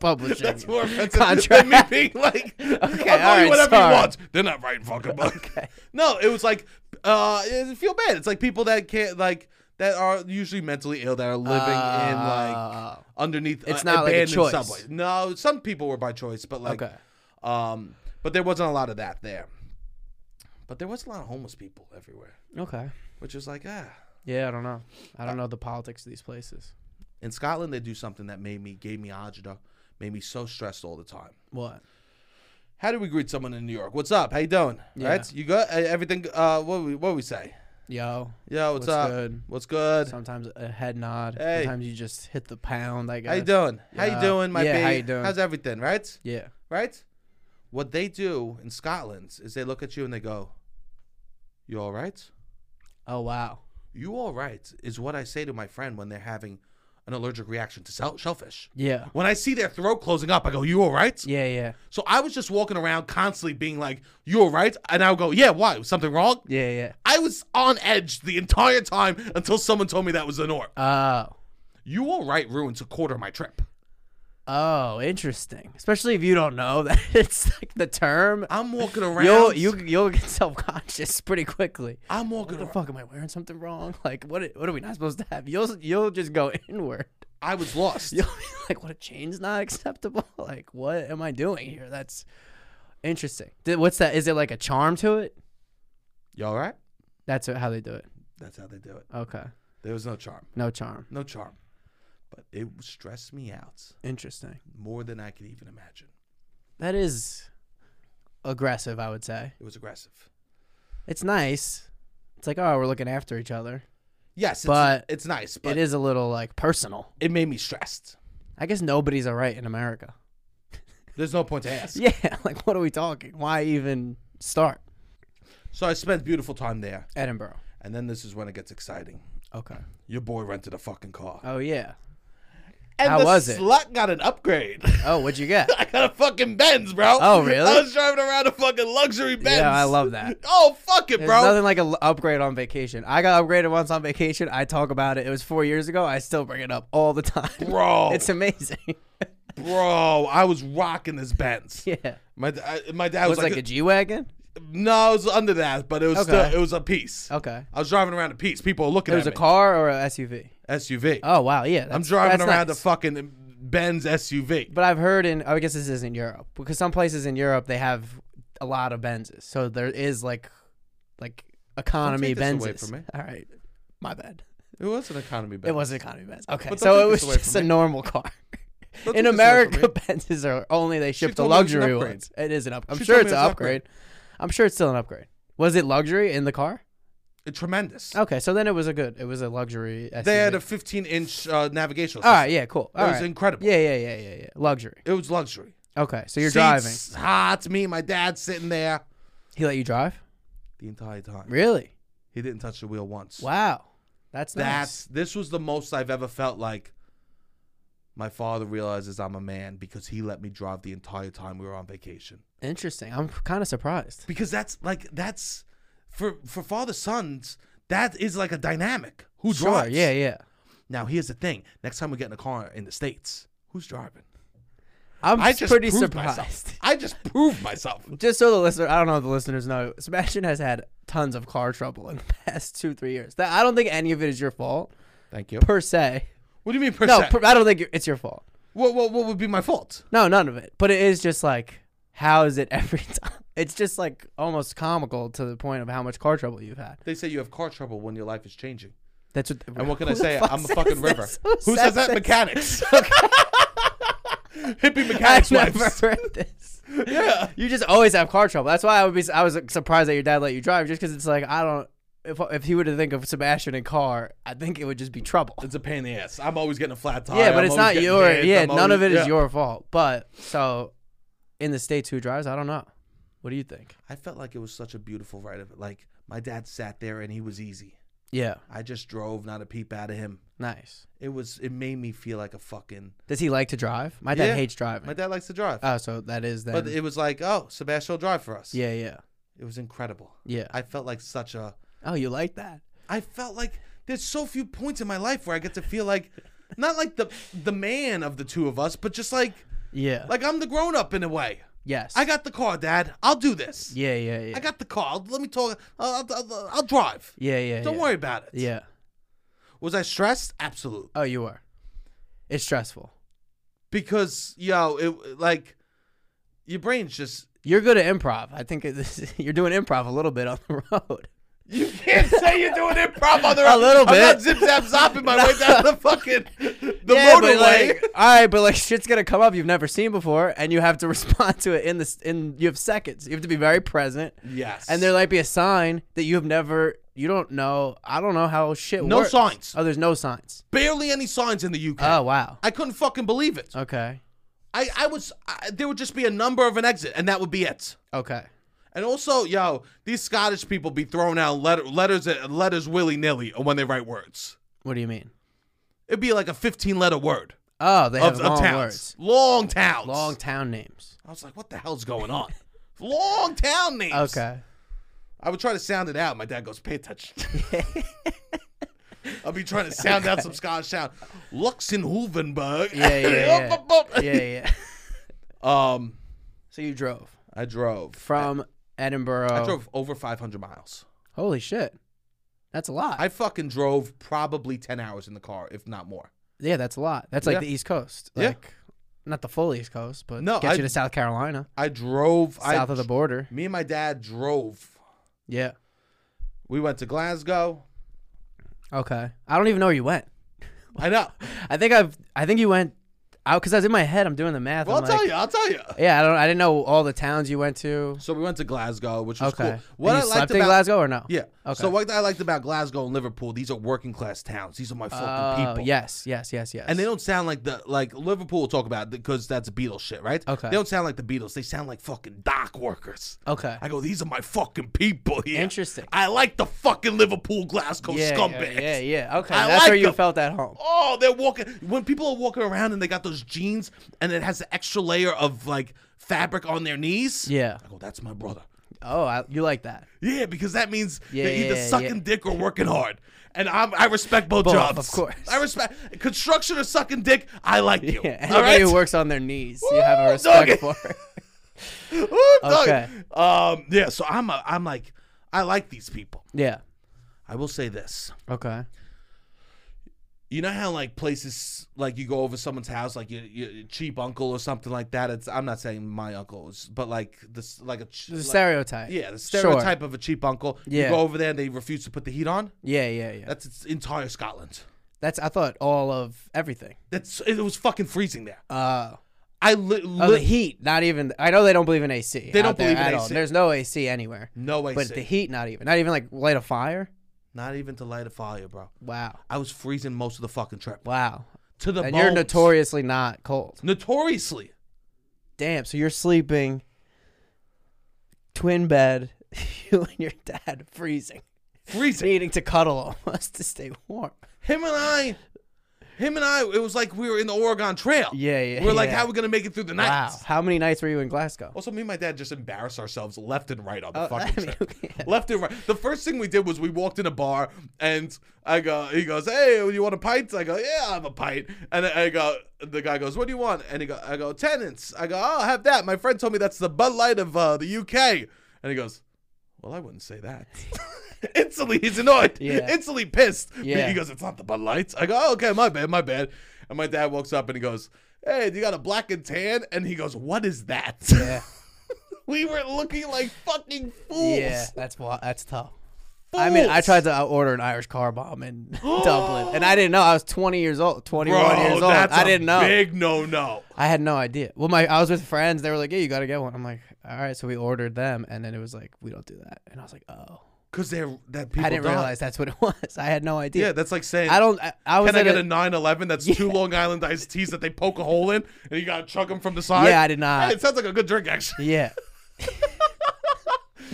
Speaker 2: publishing.
Speaker 1: that's more offensive than me
Speaker 2: Contract.
Speaker 1: being like okay I'll call
Speaker 2: all
Speaker 1: you
Speaker 2: right,
Speaker 1: whatever
Speaker 2: sorry.
Speaker 1: you want they're not writing fucking book
Speaker 2: Okay.
Speaker 1: no it was like uh I feel bad it's like people that can't like that are usually mentally ill that are living in like
Speaker 2: Oh.
Speaker 1: underneath.
Speaker 2: It's
Speaker 1: a-
Speaker 2: not like a
Speaker 1: abandoned
Speaker 2: choice.
Speaker 1: Subway. No, some people were by choice, but like,
Speaker 2: okay.
Speaker 1: um, but there wasn't a lot of that there. But there was a lot of homeless people everywhere,
Speaker 2: Okay.
Speaker 1: which is like ah.
Speaker 2: Yeah, I don't know. I don't know the politics of these places.
Speaker 1: In Scotland, they do something that made me gave me agita, made me so stressed all the time.
Speaker 2: What?
Speaker 1: How do we greet someone in New York? What's up? How you doing?
Speaker 2: Yeah.
Speaker 1: Right? You got uh, everything. Uh, what we what we say?
Speaker 2: Yo,
Speaker 1: Yo, what's,
Speaker 2: What's
Speaker 1: up?
Speaker 2: good?
Speaker 1: What's good?
Speaker 2: sometimes a head nod.
Speaker 1: Hey.
Speaker 2: Sometimes you just hit the pound. I guess.
Speaker 1: How you doing? How you
Speaker 2: Yeah.
Speaker 1: doing, my
Speaker 2: Yeah,
Speaker 1: baby?
Speaker 2: how you doing?
Speaker 1: How's everything? Right?
Speaker 2: Yeah.
Speaker 1: Right? What they do in Scotland is they look at you and they go, "You all right?
Speaker 2: Oh wow.
Speaker 1: You all right?" Is what I say to my friend when they're having an allergic reaction to shell- shellfish.
Speaker 2: Yeah.
Speaker 1: When I see their throat closing up, I go, "You all right?"
Speaker 2: Yeah. Yeah.
Speaker 1: So I was just walking around constantly being like, "You all right?" And I would go, "Yeah, why? Was something wrong?"
Speaker 2: Yeah. Yeah.
Speaker 1: I was on edge the entire time until someone told me that was an orb.
Speaker 2: Oh.
Speaker 1: You all right? Ruins a quarter of my trip.
Speaker 2: Oh, interesting. Especially if you don't know that it's like the term.
Speaker 1: I'm walking
Speaker 2: You'll
Speaker 1: around.
Speaker 2: you you'll get self conscious pretty quickly.
Speaker 1: I'm walking.
Speaker 2: What the
Speaker 1: Around.
Speaker 2: fuck am I wearing something wrong? Like what? i- What are we not supposed to have? You'll you'll just go inward.
Speaker 1: I was lost.
Speaker 2: You'll be like, what a chain's not acceptable. Like what am I doing here? That's interesting. Did, what's that? Is it like a charm to it?
Speaker 1: You all right?
Speaker 2: That's how they do it.
Speaker 1: That's how they do it.
Speaker 2: Okay,
Speaker 1: There was no charm.
Speaker 2: no charm.
Speaker 1: No charm. But it stressed me out
Speaker 2: Interesting.
Speaker 1: more than I could even imagine.
Speaker 2: That is aggressive. I would say
Speaker 1: It was aggressive.
Speaker 2: it's nice. It's like oh, we're looking after each other.
Speaker 1: Yes, it's,
Speaker 2: But
Speaker 1: it's nice, but
Speaker 2: it
Speaker 1: it,
Speaker 2: is a little like personal.
Speaker 1: made me stressed.
Speaker 2: I guess nobody's all right in America.
Speaker 1: There's no point to ask.
Speaker 2: Yeah, like what are we talking? Why even start?
Speaker 1: So I spent beautiful time there,
Speaker 2: Edinburgh.
Speaker 1: and then this is when it gets exciting.
Speaker 2: Okay.
Speaker 1: Your boy rented a fucking car.
Speaker 2: Oh yeah.
Speaker 1: Uh, And
Speaker 2: How
Speaker 1: the
Speaker 2: was it?
Speaker 1: slut got an upgrade.
Speaker 2: Oh, what'd you get?
Speaker 1: I got a fucking Benz, bro.
Speaker 2: Oh, really?
Speaker 1: I was driving around a fucking luxury Benz.
Speaker 2: Yeah, I love that.
Speaker 1: Oh, fuck it,
Speaker 2: There's
Speaker 1: bro.
Speaker 2: nothing like an upgrade on vacation. I got upgraded once on vacation. I talk about it. It was four years ago. I still bring it up all the time.
Speaker 1: Bro,
Speaker 2: It's amazing.
Speaker 1: bro, I was rocking this Benz.
Speaker 2: yeah. It
Speaker 1: My I, my dad was,
Speaker 2: was it like, a G wagon.
Speaker 1: no, it was under that, but it was
Speaker 2: Okay.
Speaker 1: still, it was a piece.
Speaker 2: Okay.
Speaker 1: I was driving around a piece. People are looking
Speaker 2: It was a
Speaker 1: at me.
Speaker 2: car or a SUV.
Speaker 1: SUV.
Speaker 2: Oh wow, yeah.
Speaker 1: I'm
Speaker 2: that's-
Speaker 1: driving
Speaker 2: that's
Speaker 1: around
Speaker 2: nice.
Speaker 1: a fucking Benz SUV.
Speaker 2: But I've heard in I guess this is in Europe because some places in Europe they have a lot of Benzes, so there is like like economy
Speaker 1: take this
Speaker 2: Benzes.
Speaker 1: away from me.
Speaker 2: All right, my bad.
Speaker 1: It was an economy Benz.
Speaker 2: It was economy Benz. Okay,
Speaker 1: But don't
Speaker 2: so
Speaker 1: take
Speaker 2: it
Speaker 1: this
Speaker 2: was
Speaker 1: away from
Speaker 2: just a
Speaker 1: me.
Speaker 2: normal car.
Speaker 1: Don't take this away
Speaker 2: in
Speaker 1: from
Speaker 2: America,
Speaker 1: me.
Speaker 2: Benzes are only they ship the
Speaker 1: told me it was an
Speaker 2: luxury
Speaker 1: upgrade.
Speaker 2: ones. It is an upgrade. I'm
Speaker 1: She
Speaker 2: sure
Speaker 1: told
Speaker 2: it's
Speaker 1: me
Speaker 2: an
Speaker 1: it was an
Speaker 2: upgrade. I'm sure it's still an upgrade. Was it luxury in the car?
Speaker 1: tremendous.
Speaker 2: Okay, so then it was a good. It was a luxury. SUV.
Speaker 1: They had a 15 inch uh, navigational.
Speaker 2: All
Speaker 1: system.
Speaker 2: right, yeah, cool. All
Speaker 1: it
Speaker 2: right.
Speaker 1: was incredible.
Speaker 2: Yeah, yeah, yeah, yeah, yeah. Luxury.
Speaker 1: It was luxury.
Speaker 2: Okay, so you're driving.
Speaker 1: Seats Hot. Me and my dad sitting there
Speaker 2: He let you drive?
Speaker 1: the entire time.
Speaker 2: Really?
Speaker 1: He didn't touch the wheel once.
Speaker 2: Wow. That's nice.
Speaker 1: That's this was the most I've ever felt like my father realizes I'm a man because he let me drive the entire time we were on vacation.
Speaker 2: interesting. I'm kind of surprised.
Speaker 1: Because that's like that's for for father sons that is like a dynamic. Who
Speaker 2: Sure.
Speaker 1: drives?
Speaker 2: Yeah, yeah.
Speaker 1: Now here's the thing: next time we get in a car in the states, who's driving?
Speaker 2: I'm
Speaker 1: I just
Speaker 2: pretty
Speaker 1: proved
Speaker 2: surprised.
Speaker 1: Myself. I just proved myself.
Speaker 2: Just so the listener, I don't know if the listeners know, Sebastian has had tons of car trouble in the past two, three years. That I don't think any of it is your fault
Speaker 1: Thank you.
Speaker 2: per se.
Speaker 1: what do you mean per
Speaker 2: No,
Speaker 1: se?
Speaker 2: per, I don't think it's your fault.
Speaker 1: what, what what would be my fault?
Speaker 2: No, none of it. But it is just like, how is it every time? It's just like almost comical to the point of how much car trouble you've had.
Speaker 1: They say you have car trouble when your life is changing.
Speaker 2: That's what.
Speaker 1: And what can
Speaker 2: who
Speaker 1: I
Speaker 2: the
Speaker 1: say?
Speaker 2: fuck
Speaker 1: I'm a
Speaker 2: says
Speaker 1: fucking
Speaker 2: that?
Speaker 1: river.
Speaker 2: Who
Speaker 1: Who says that?
Speaker 2: this?
Speaker 1: Mechanics. Hippie
Speaker 2: I
Speaker 1: mechanics
Speaker 2: never
Speaker 1: wives.
Speaker 2: heard this.
Speaker 1: Yeah.
Speaker 2: You just always have car trouble. That's why I would be. I was surprised that your dad let you drive, just because it's like I don't. If if he were to think of Sebastian and car, I think it would just be trouble.
Speaker 1: It's a pain in the ass. I'm always getting a flat tire.
Speaker 2: yeah, but
Speaker 1: I'm
Speaker 2: it's
Speaker 1: always
Speaker 2: not
Speaker 1: getting
Speaker 2: your.
Speaker 1: hit.
Speaker 2: yeah,
Speaker 1: I'm
Speaker 2: none of it
Speaker 1: always-
Speaker 2: is
Speaker 1: yeah.
Speaker 2: your fault. But so, in the states, who drives? I don't know. What do you think?
Speaker 1: I felt like it was such a beautiful ride of it. Like my dad sat there and he was easy.
Speaker 2: Yeah,
Speaker 1: I just drove, not a peep out of him.
Speaker 2: nice.
Speaker 1: It was. It made me feel like a fucking.
Speaker 2: Does he like to drive? My dad
Speaker 1: Yeah.
Speaker 2: hates driving.
Speaker 1: My dad likes to drive,
Speaker 2: oh, so that is then.
Speaker 1: but it was like, oh, Sebastian will drive for us.
Speaker 2: yeah, yeah,
Speaker 1: it was incredible.
Speaker 2: yeah.
Speaker 1: I felt like such a.
Speaker 2: oh, you like that?
Speaker 1: I felt like there's so few points in my life where I get to feel like, not like the the man of the two of us, but just like
Speaker 2: Yeah.
Speaker 1: like I'm the grown up in a way.
Speaker 2: yes.
Speaker 1: I got the car, Dad. I'll do this.
Speaker 2: Yeah, yeah, yeah.
Speaker 1: I got the car. I'll- Let me talk. I'll, I'll, I'll- I'll drive.
Speaker 2: yeah, yeah.
Speaker 1: Don't
Speaker 2: yeah.
Speaker 1: worry about it.
Speaker 2: Yeah.
Speaker 1: Was I stressed? Absolutely.
Speaker 2: Oh, you are. It's stressful.
Speaker 1: Because yo, it like your brain's just
Speaker 2: You're good at improv. I think it, this, you're doing improv a little bit on the road.
Speaker 1: You can't say you're doing improv on the
Speaker 2: A little
Speaker 1: I'm not
Speaker 2: bit.
Speaker 1: zip zap zopping my way down the fucking the
Speaker 2: yeah, but
Speaker 1: motorway.
Speaker 2: like, all right, but like shit's gonna come up you've never seen before, and you have to respond to it in this. In you have seconds. You have to be very present,
Speaker 1: yes.
Speaker 2: and there might be a sign that you have never. You don't know. I don't know how shit
Speaker 1: no
Speaker 2: works.
Speaker 1: signs.
Speaker 2: Oh, there's no signs.
Speaker 1: Barely any signs in the UK.
Speaker 2: Oh wow.
Speaker 1: I couldn't fucking believe it.
Speaker 2: Okay.
Speaker 1: I, I was I, there would just be a number of an exit and that would be it.
Speaker 2: Okay.
Speaker 1: And also, yo, these Scottish people be throwing out letter, letters uh, letters willy nilly when they write words.
Speaker 2: What do you mean?
Speaker 1: It'd be like a 15 letter word
Speaker 2: Oh, they have
Speaker 1: of,
Speaker 2: long
Speaker 1: of towns,
Speaker 2: words,
Speaker 1: long towns.
Speaker 2: long town names.
Speaker 1: I was like, what the hell's going on? long town names.
Speaker 2: Okay.
Speaker 1: I would try to sound it out. My dad goes, pay attention. I'll be trying to sound out some Scottish sound. Luxenhovenberg.
Speaker 2: Yeah, yeah, yeah. yeah, yeah.
Speaker 1: Um,
Speaker 2: So you drove
Speaker 1: I drove.
Speaker 2: from Edinburgh.
Speaker 1: I drove over 500 miles.
Speaker 2: Holy shit, that's a lot.
Speaker 1: I fucking drove probably 10 hours in the car, if not more.
Speaker 2: yeah, that's a lot. That's like
Speaker 1: Yeah.
Speaker 2: the East Coast.
Speaker 1: Yeah.
Speaker 2: Like, Not the full East Coast, but
Speaker 1: No,
Speaker 2: get
Speaker 1: I-
Speaker 2: you to South Carolina,
Speaker 1: I drove.
Speaker 2: south
Speaker 1: I,
Speaker 2: of the border.
Speaker 1: Me and my dad drove.
Speaker 2: Yeah.
Speaker 1: We went to Glasgow.
Speaker 2: Okay. I don't even know where you went.
Speaker 1: I know.
Speaker 2: I think I've. I think you went out because I was in my head. I'm doing the math.
Speaker 1: Well,
Speaker 2: I'm
Speaker 1: I'll tell
Speaker 2: like,
Speaker 1: you. I'll tell you.
Speaker 2: Yeah, I don't. I didn't know all the towns you went to.
Speaker 1: So we went to Glasgow, which was
Speaker 2: Okay.
Speaker 1: cool. What
Speaker 2: and
Speaker 1: I
Speaker 2: you
Speaker 1: liked
Speaker 2: slept
Speaker 1: about
Speaker 2: in Glasgow or no?
Speaker 1: yeah.
Speaker 2: Okay.
Speaker 1: So what I liked about Glasgow and Liverpool, these are working class towns. These are my fucking
Speaker 2: Oh,
Speaker 1: people.
Speaker 2: Yes. Yes. Yes. Yes.
Speaker 1: And they don't sound like the like Liverpool will talk about because that's Beatles shit, right?
Speaker 2: Okay.
Speaker 1: They don't sound like the Beatles. They sound like fucking dock workers.
Speaker 2: Okay.
Speaker 1: I go, these are my fucking people here.
Speaker 2: Interesting.
Speaker 1: I like the fucking Liverpool Glasgow
Speaker 2: yeah,
Speaker 1: scumbags.
Speaker 2: yeah. Yeah. yeah. Okay.
Speaker 1: I
Speaker 2: That's
Speaker 1: like
Speaker 2: where you
Speaker 1: them.
Speaker 2: felt at home.
Speaker 1: Oh, they're walking. When people are walking around and they got those jeans and it has an extra layer of like fabric on their knees.
Speaker 2: Yeah.
Speaker 1: I go, that's my brother.
Speaker 2: Oh, I, you like that?
Speaker 1: Yeah, because that means
Speaker 2: Yeah,
Speaker 1: they're either
Speaker 2: yeah,
Speaker 1: sucking
Speaker 2: yeah.
Speaker 1: dick or working hard. And I'm, I respect both,
Speaker 2: Both,
Speaker 1: jobs.
Speaker 2: of course.
Speaker 1: I respect construction or sucking dick. I like you. All
Speaker 2: Yeah. Anybody
Speaker 1: right.
Speaker 2: who works on their knees, you have
Speaker 1: Woo,
Speaker 2: a respect
Speaker 1: doggy.
Speaker 2: for.
Speaker 1: Ooh, dog.
Speaker 2: Okay.
Speaker 1: Um, yeah, so I'm, a, I'm like, I like these people.
Speaker 2: yeah.
Speaker 1: I will say this.
Speaker 2: Okay.
Speaker 1: You know how like places like you go over someone's house like your, your cheap uncle or something like that. It's I'm not saying my uncles, but like this like a ch-
Speaker 2: The
Speaker 1: like-
Speaker 2: stereotype.
Speaker 1: yeah the
Speaker 2: Sure.
Speaker 1: stereotype of a cheap uncle.
Speaker 2: Yeah.
Speaker 1: You go over there and they refuse to put the heat on.
Speaker 2: Yeah. Yeah. Yeah.
Speaker 1: That's its entire Scotland.
Speaker 2: That's. I thought all of everything.
Speaker 1: That's it was fucking freezing there.
Speaker 2: Uh,
Speaker 1: I li-
Speaker 2: oh, the
Speaker 1: li-
Speaker 2: heat. Not even. I know they don't believe in AC.
Speaker 1: They don't
Speaker 2: out there
Speaker 1: believe in
Speaker 2: at all.
Speaker 1: AC.
Speaker 2: There's no AC anywhere.
Speaker 1: no way.
Speaker 2: But the heat, not even. Not even like light a fire.
Speaker 1: Not even to light a fire, bro.
Speaker 2: Wow.
Speaker 1: I was freezing most of the fucking trip
Speaker 2: Wow.
Speaker 1: to the
Speaker 2: and
Speaker 1: bones.
Speaker 2: you're notoriously not cold.
Speaker 1: notoriously.
Speaker 2: Damn. So you're sleeping twin bed, you and your dad freezing,
Speaker 1: Freezing.
Speaker 2: needing to cuddle almost to stay warm.
Speaker 1: Him and I, him and I. It was like we were in the Oregon Trail.
Speaker 2: Yeah, yeah.
Speaker 1: We're like,
Speaker 2: yeah.
Speaker 1: how are we gonna make it through the night?
Speaker 2: Wow. How many nights were you in Glasgow?
Speaker 1: Also, me and my dad just embarrassed ourselves left and right on the
Speaker 2: Oh,
Speaker 1: fucking
Speaker 2: I mean,
Speaker 1: trip.
Speaker 2: yeah.
Speaker 1: Left and right. The first thing we did was we walked in a bar, and I go, he goes, "Hey, you want a pint?" I go, "Yeah, I have a pint." And I I go, the guy goes, "What do you want?" And he go, I go, "Tenants." I go, "Oh, I'll have that." My friend told me that's the Bud Light of uh, the UK, and he goes, "Well, I wouldn't say that." Instantly, he's annoyed.
Speaker 2: Yeah.
Speaker 1: Instantly pissed.
Speaker 2: Yeah.
Speaker 1: He goes, "It's not the Bud Lights." I go, oh, "Okay, my bad, my bad." And my dad walks up and he goes, "Hey, do you got a black and tan?" And he goes, "What is that?"
Speaker 2: Yeah.
Speaker 1: We were looking like fucking fools.
Speaker 2: Yeah, that's why that's tough. I mean, I
Speaker 1: Fools.
Speaker 2: tried to order an Irish car bomb in Dublin, and I didn't know. I was 20 years old, 21
Speaker 1: Bro,
Speaker 2: years old.
Speaker 1: that's
Speaker 2: I
Speaker 1: a
Speaker 2: didn't know.
Speaker 1: Big no no.
Speaker 2: I had no idea. Well, my I was with friends. They were like, "Yeah, you gotta get one." I'm like, "All right." So we ordered them, and then it was like, "We don't do that." And I was like, "Oh,
Speaker 1: Cause they're that people
Speaker 2: I didn't
Speaker 1: die.
Speaker 2: realize that's what it was. I had no idea."
Speaker 1: Yeah, that's like saying
Speaker 2: I don't. I, I was
Speaker 1: Can I
Speaker 2: at
Speaker 1: get
Speaker 2: a-
Speaker 1: a 911 that's two Long Island iced teas that they poke a hole in and you gotta chug them from the side?
Speaker 2: Yeah, I did not.
Speaker 1: Hey, it sounds like a good drink actually.
Speaker 2: yeah.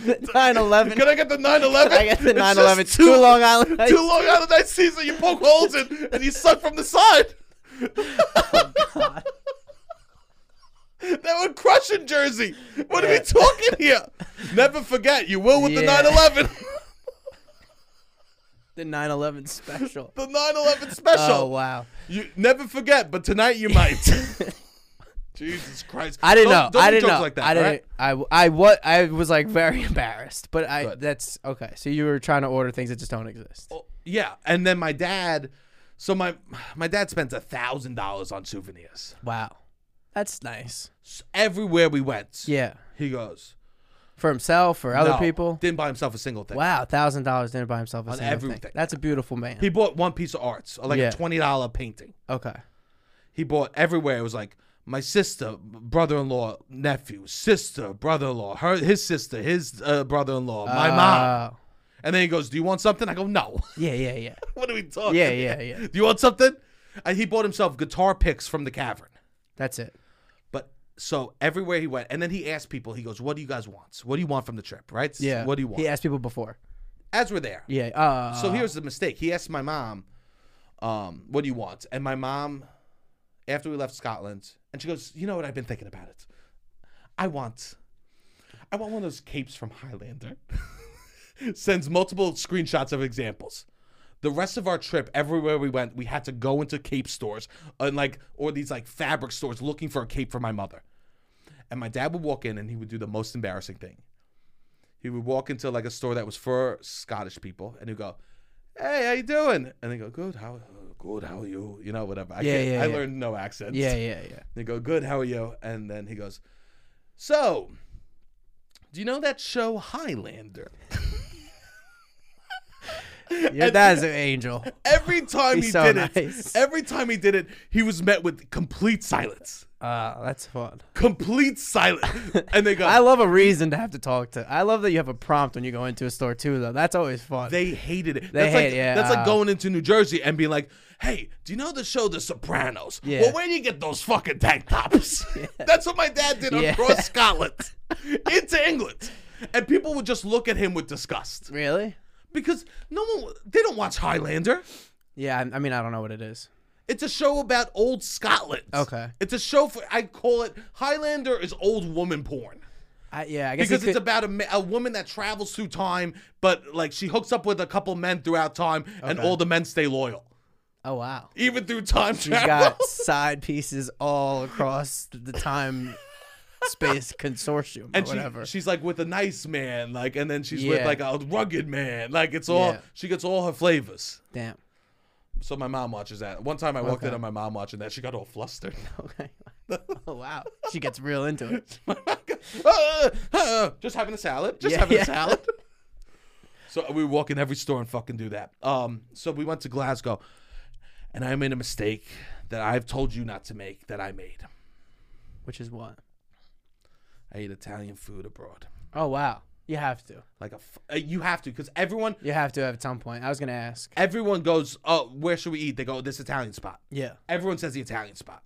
Speaker 2: 911.
Speaker 1: Can I get the 911?
Speaker 2: I get the
Speaker 1: It's just
Speaker 2: 911.
Speaker 1: two-
Speaker 2: Two Long Island.
Speaker 1: Two Long Island iced teas that you poke holes in and you suck from the side.
Speaker 2: Oh, God.
Speaker 1: That would crush in Jersey. What are we talking here? Never forget, you will with the
Speaker 2: Yeah.
Speaker 1: 911.
Speaker 2: The 911 special.
Speaker 1: the 911 special.
Speaker 2: Oh wow.
Speaker 1: You never forget, but tonight you might. Jesus Christ!
Speaker 2: I didn't
Speaker 1: Don't-
Speaker 2: know.
Speaker 1: don't
Speaker 2: I
Speaker 1: do
Speaker 2: didn't
Speaker 1: jokes
Speaker 2: know.
Speaker 1: Like that,
Speaker 2: I
Speaker 1: all
Speaker 2: didn't. e-
Speaker 1: right?
Speaker 2: I, w- I what I was like very embarrassed, but I
Speaker 1: Good.
Speaker 2: that's okay. So you were trying to order things that just don't exist.
Speaker 1: Oh, Yeah, and then my dad. So my my dad spends a thousand dollars on souvenirs
Speaker 2: Wow, that's nice.
Speaker 1: S- everywhere we went.
Speaker 2: Yeah.
Speaker 1: He goes,
Speaker 2: for himself for other
Speaker 1: No,
Speaker 2: people?
Speaker 1: Didn't buy himself a single thing.
Speaker 2: Wow, thousand dollars didn't buy himself a
Speaker 1: On
Speaker 2: single
Speaker 1: everything.
Speaker 2: thing. That's a beautiful man.
Speaker 1: He bought one piece of arts, uh, like
Speaker 2: Yeah.
Speaker 1: a twenty dollar painting.
Speaker 2: okay,
Speaker 1: He bought everywhere. It was like my sister, brother in law, nephew, sister, brother in law, her, his sister, his uh, brother in law, my mom.
Speaker 2: Uh,
Speaker 1: And then he goes, "Do you want something?" I go, "No."
Speaker 2: Yeah, yeah, yeah,
Speaker 1: what are we talking?
Speaker 2: yeah,
Speaker 1: about?
Speaker 2: yeah, yeah.
Speaker 1: Do you want something? And he bought himself guitar picks from the cavern.
Speaker 2: That's it.
Speaker 1: But so everywhere he went, and then he asked people, he goes, What do you guys want? What do you want from the trip? Right?
Speaker 2: Yeah.
Speaker 1: What do you want?
Speaker 2: He asked people before.
Speaker 1: As we're there.
Speaker 2: Yeah. Uh,
Speaker 1: So here's the mistake. He asked my mom, um, what do you want? And my mom, after we left Scotland, and she goes, You know what? I've been thinking about it. I want I want one of those capes from Highlander. Sends multiple screenshots of examples. The rest of our trip, everywhere we went, we had to go into cape stores and like or these like fabric stores looking for a cape for my mother. And my dad would walk in and he would do the most embarrassing thing. He would walk into like a store that was for Scottish people and he'd go, Hey, how you doing? And they go, Good, how good, how are you? You know, whatever. I,
Speaker 2: Yeah,
Speaker 1: can't-
Speaker 2: yeah,
Speaker 1: I
Speaker 2: yeah.
Speaker 1: learned no accents.
Speaker 2: yeah, yeah, yeah.
Speaker 1: They go, Good, how are you? And then he goes, So, do you know that show Highlander?
Speaker 2: Your dad's an angel.
Speaker 1: Every time
Speaker 2: He's
Speaker 1: he
Speaker 2: so
Speaker 1: did
Speaker 2: nice.
Speaker 1: it, every time he did it, he was met with complete silence.
Speaker 2: Uh, that's fun.
Speaker 1: Complete silence. And they go,
Speaker 2: I love a reason to have to talk to. I love that you have a prompt when you go into a store too, though. That's always fun.
Speaker 1: They hated it.
Speaker 2: They
Speaker 1: that's
Speaker 2: hate-
Speaker 1: like,
Speaker 2: yeah,
Speaker 1: That's
Speaker 2: uh,
Speaker 1: like going into New Jersey and being like, "Hey, do you know the show The Sopranos?
Speaker 2: Yeah.
Speaker 1: Well, where do you get those fucking tank tops?" that's what my dad did
Speaker 2: Yeah.
Speaker 1: across Scotland into England, and people would just look at him with disgust
Speaker 2: really?
Speaker 1: because no one they don't watch Highlander.
Speaker 2: Yeah. I, I mean, I don't know what it is.
Speaker 1: It's a show about old Scotland.
Speaker 2: Okay.
Speaker 1: It's a show for I call it Highlander is old woman porn.
Speaker 2: I, yeah, I guess
Speaker 1: Because
Speaker 2: it
Speaker 1: it's
Speaker 2: could-
Speaker 1: about a, ma- a woman that travels through time, but like she hooks up with a couple men throughout time, and all the men stay loyal.
Speaker 2: Oh wow.
Speaker 1: even through time
Speaker 2: He's
Speaker 1: travel.
Speaker 2: got side pieces all across the time space consortium
Speaker 1: and
Speaker 2: or
Speaker 1: she,
Speaker 2: whatever.
Speaker 1: she's like with a nice man, like, and then she's with
Speaker 2: Yeah.
Speaker 1: like a rugged man. Like, it's all
Speaker 2: Yeah.
Speaker 1: she gets all her flavors.
Speaker 2: Damn.
Speaker 1: So my mom watches that. One time I walked in
Speaker 2: Okay.
Speaker 1: on my mom watching that. She got all flustered.
Speaker 2: Okay. Oh wow. She gets real into it.
Speaker 1: My mom goes, "Uh, uh, uh, just having a salad. Just
Speaker 2: Yeah,
Speaker 1: having
Speaker 2: yeah.
Speaker 1: a salad. So we walk in every store and fucking do that. Um, so we went to Glasgow, and I made a mistake that I've told you not to make that I made.
Speaker 2: Which is what?
Speaker 1: I ate Italian food abroad.
Speaker 2: Oh wow. You have to.
Speaker 1: Like a, f- uh, you have to because everyone
Speaker 2: You have to at some point. I was gonna ask.
Speaker 1: everyone goes, "Oh, where should we eat?" They go, "This Italian spot."
Speaker 2: Yeah.
Speaker 1: Everyone says the Italian spot.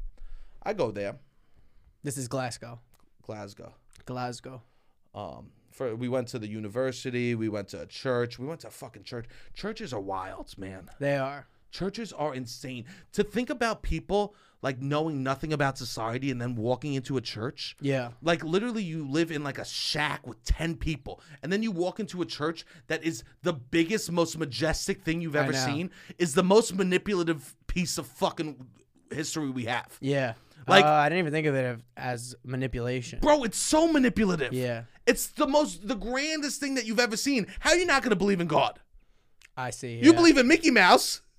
Speaker 1: I go there,
Speaker 2: This is Glasgow.
Speaker 1: Glasgow.
Speaker 2: Glasgow.
Speaker 1: Um, for we went to the university, we went to a church, we went to a fucking church. Churches are wild, man.
Speaker 2: They are.
Speaker 1: Churches are insane. To think about people like knowing nothing about society and then walking into a church.
Speaker 2: Yeah.
Speaker 1: Like literally you live in like a shack with 10 people and then you walk into a church that is the biggest most majestic thing you've ever
Speaker 2: know.
Speaker 1: seen is the most manipulative piece of fucking history we have.
Speaker 2: Yeah. Like
Speaker 1: Like-
Speaker 2: I didn't even think of it av- as manipulation.
Speaker 1: Bro, it's so manipulative.
Speaker 2: Yeah.
Speaker 1: It's the most the grandest thing that you've ever seen. How are you not going to believe in God?
Speaker 2: I see.
Speaker 1: You
Speaker 2: yeah.
Speaker 1: believe in Mickey Mouse?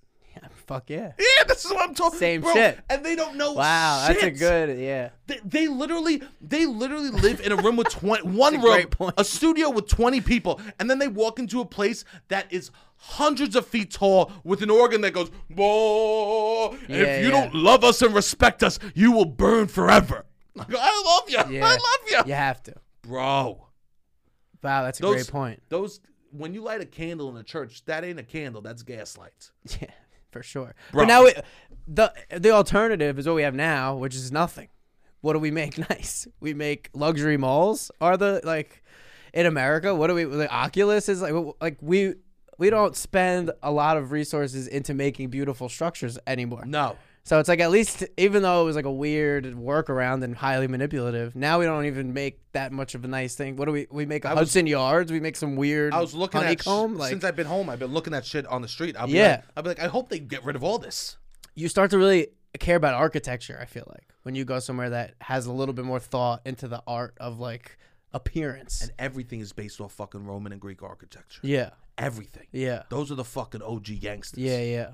Speaker 2: Fuck yeah.
Speaker 1: Yeah, this is what I'm talking.
Speaker 2: Same
Speaker 1: bro,
Speaker 2: shit.
Speaker 1: And they don't know.
Speaker 2: Wow, that's a
Speaker 1: shit.
Speaker 2: good yeah.
Speaker 1: They, they literally, they literally live in a room with twenty, one
Speaker 2: a
Speaker 1: room,
Speaker 2: great point.
Speaker 1: a studio with twenty people, and then they walk into a place that is hundreds of feet tall with an organ that goes, "Whoa!
Speaker 2: Yeah,
Speaker 1: if you
Speaker 2: yeah.
Speaker 1: don't love us and respect us, you will burn forever." I go, I love you.
Speaker 2: Yeah.
Speaker 1: I love you,
Speaker 2: You have to.
Speaker 1: bro.
Speaker 2: Wow, that's a
Speaker 1: Those-
Speaker 2: great point.
Speaker 1: Those when you light a candle in a church, that ain't a candle. That's gaslight.
Speaker 2: Yeah, for sure.
Speaker 1: Bro.
Speaker 2: But now it, the the alternative is what we have now, which is nothing. What do we make nice? We make luxury malls. Are the like in America? What do we? The Oculus is like w- like we we don't spend a lot of resources into making beautiful structures anymore.
Speaker 1: No.
Speaker 2: So it's like at least even though it was like a weird workaround and highly manipulative, now we don't even make that much of a nice thing. What do we? We make a Hudson Yards. We make some weird.
Speaker 1: I was looking
Speaker 2: honeycomb.
Speaker 1: at sh-
Speaker 2: like,
Speaker 1: since I've been home. I've been looking at shit on the street. I'll be
Speaker 2: Yeah.
Speaker 1: like, I'll be like, I hope they get rid of all this.
Speaker 2: you start to really care about architecture. I feel like when you go somewhere that has a little bit more thought into the art of like appearance.
Speaker 1: And everything is based off fucking Roman and Greek architecture.
Speaker 2: yeah,
Speaker 1: Everything.
Speaker 2: yeah,
Speaker 1: Those are the fucking OG gangsters.
Speaker 2: yeah, yeah.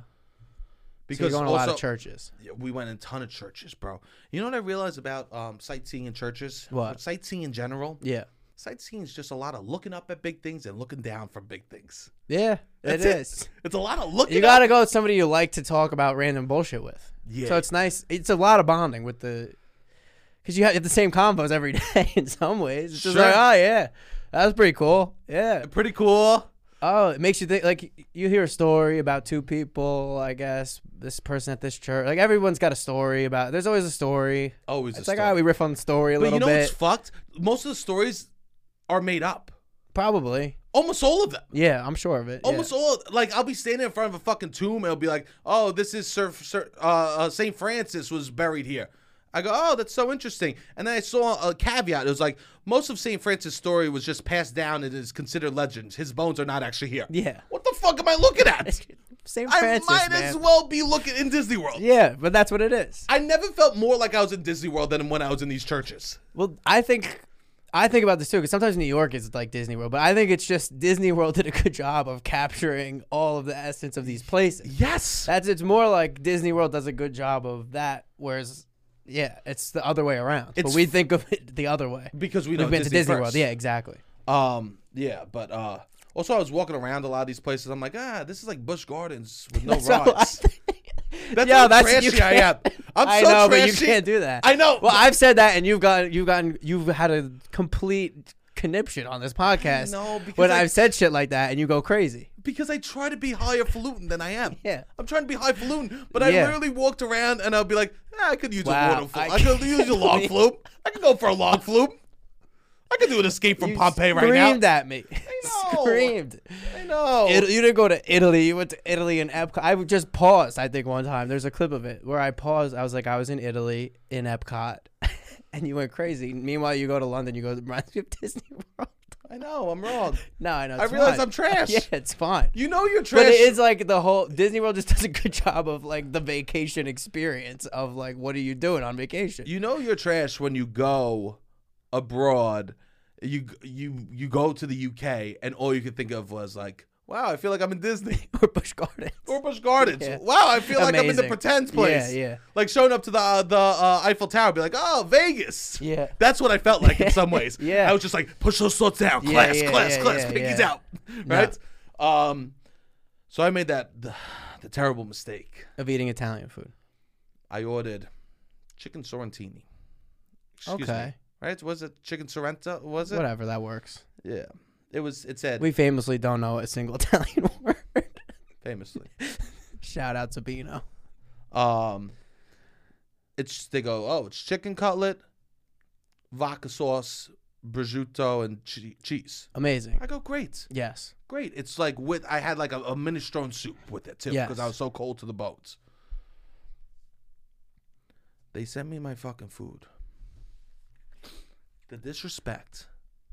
Speaker 2: Because
Speaker 1: Because
Speaker 2: you're going to a lot of
Speaker 1: also-
Speaker 2: churches.
Speaker 1: we went in a ton of churches, bro. You know what I realized about um, sightseeing in churches?
Speaker 2: What?
Speaker 1: Sightseeing in general.
Speaker 2: Yeah,
Speaker 1: Sightseeing is just a lot of looking up at big things and looking down from big things.
Speaker 2: Yeah,
Speaker 1: That's
Speaker 2: it is.
Speaker 1: It's a lot of looking.
Speaker 2: You
Speaker 1: up.
Speaker 2: gotta go with somebody you like to talk about random bullshit with.
Speaker 1: Yeah.
Speaker 2: So it's nice. It's a lot of bonding with the, because you have the same combos every day in some ways. It's just
Speaker 1: Sure.
Speaker 2: like, oh yeah, that was pretty cool. Yeah.
Speaker 1: pretty cool.
Speaker 2: Oh, it makes you think. Like you hear a story about two people. I guess this person at this church. Like everyone's got a story about. There's always a story.
Speaker 1: Always.
Speaker 2: It's
Speaker 1: a
Speaker 2: like,
Speaker 1: story.
Speaker 2: oh, we riff on the story a
Speaker 1: but you
Speaker 2: little
Speaker 1: know what's
Speaker 2: bit.
Speaker 1: fucked? Most of the stories are made up.
Speaker 2: Probably.
Speaker 1: Almost all of them.
Speaker 2: Yeah, I'm sure of it. yeah.
Speaker 1: Almost all. Like I'll be standing in front of a fucking tomb and I'll be like, "Oh, this is Sir, Sir uh, uh, Saint Francis was buried here." I go, "Oh, that's so interesting." And then I saw a caveat. It was like most of Saint Francis' story was just passed down and is considered legends. His bones are not actually here.
Speaker 2: Yeah.
Speaker 1: What the fuck am I looking at?
Speaker 2: Same
Speaker 1: I
Speaker 2: Francis,
Speaker 1: might
Speaker 2: man.
Speaker 1: as well be looking in Disney World.
Speaker 2: Yeah, but that's what it is.
Speaker 1: I never felt more like I was in Disney World than when I was in these churches.
Speaker 2: Well, I think I think about this too because sometimes New York is like Disney World, but I think it's just Disney World did a good job of capturing all of the essence of these places.
Speaker 1: Yes.
Speaker 2: That's it's more like Disney World does a good job of that, whereas yeah, it's the other way around.
Speaker 1: It's
Speaker 2: but we think of it the other way.
Speaker 1: because we know
Speaker 2: We've been
Speaker 1: Disney
Speaker 2: to Disney
Speaker 1: first.
Speaker 2: World, yeah, exactly.
Speaker 1: Um, yeah, but uh, also I was walking around a lot of these places. I'm like, ah, this is like Bush Gardens with no
Speaker 2: So I
Speaker 1: rods.
Speaker 2: think-
Speaker 1: That's
Speaker 2: Yo,
Speaker 1: how
Speaker 2: that's- you
Speaker 1: trashy I am.
Speaker 2: can't-
Speaker 1: I'm
Speaker 2: I
Speaker 1: so
Speaker 2: know,
Speaker 1: trashy.
Speaker 2: but you can't do that.
Speaker 1: I know.
Speaker 2: Well, I've said that, and you've gotten, you've gotten, you've had a complete conniption on this podcast.
Speaker 1: know, because
Speaker 2: when
Speaker 1: I-
Speaker 2: I've said shit like that, and you go crazy.
Speaker 1: because I try to be highfalutin than I am.
Speaker 2: Yeah.
Speaker 1: I'm trying to be highfalutin, but I
Speaker 2: Yeah.
Speaker 1: literally walked around and I'll be like, ah, I could use
Speaker 2: Wow,
Speaker 1: a water float.
Speaker 2: I
Speaker 1: I, could use a
Speaker 2: can't
Speaker 1: log
Speaker 2: believe-
Speaker 1: flume. I could go for a log flume. I could do an escape from
Speaker 2: You
Speaker 1: Pompeii right now.
Speaker 2: screamed at me.
Speaker 1: I know. Oh.
Speaker 2: screamed.
Speaker 1: I know.
Speaker 2: It- you didn't go to Italy. You went to Italy and Epcot. I would just paused. I think one time there's a clip of it where I paused. I was like, I was in Italy in Epcot, and you went crazy. Meanwhile, you go to London. You go reminds me of Disney World.
Speaker 1: I know. I'm wrong.
Speaker 2: No, I know.
Speaker 1: I
Speaker 2: it's
Speaker 1: realize
Speaker 2: fine.
Speaker 1: I'm trash.
Speaker 2: Yeah, it's fine.
Speaker 1: You know you're trash.
Speaker 2: But it is like the whole Disney World just does a good job of like the vacation experience of like what are you doing on vacation?
Speaker 1: you know you're trash when you go abroad you you you go to the UK and all you could think of was like wow I feel like I'm in Disney
Speaker 2: or Busch Gardens.
Speaker 1: or Busch Gardens
Speaker 2: Yeah.
Speaker 1: wow I feel like I'm in the
Speaker 2: Amazing.
Speaker 1: pretend place
Speaker 2: Yeah, yeah.
Speaker 1: like showing up to the uh, the uh, Eiffel Tower be like oh Vegas
Speaker 2: Yeah.
Speaker 1: that's what I felt like in some ways
Speaker 2: Yeah.
Speaker 1: I was just like push those thoughts down
Speaker 2: Yeah,
Speaker 1: class
Speaker 2: yeah,
Speaker 1: class
Speaker 2: yeah,
Speaker 1: class
Speaker 2: yeah,
Speaker 1: pinkies
Speaker 2: yeah.
Speaker 1: out right um so I made that the, the terrible mistake
Speaker 2: Of eating Italian food.
Speaker 1: I ordered chicken sorrentini Excuse me.
Speaker 2: okay.
Speaker 1: right? Was it chicken sorrento? Was it?
Speaker 2: Whatever, that works.
Speaker 1: Yeah. It was. It said
Speaker 2: We famously don't know a single Italian word.
Speaker 1: famously.
Speaker 2: Shout out to Bino.
Speaker 1: Um, it's they go. Oh, it's chicken cutlet, vodka sauce, prosciutto, and che- cheese.
Speaker 2: Amazing.
Speaker 1: I go great,
Speaker 2: Yes.
Speaker 1: great. It's like with I had like a, a minestrone soup with it too
Speaker 2: Yes.
Speaker 1: because I was so cold to the bones. They sent me my fucking food. The disrespect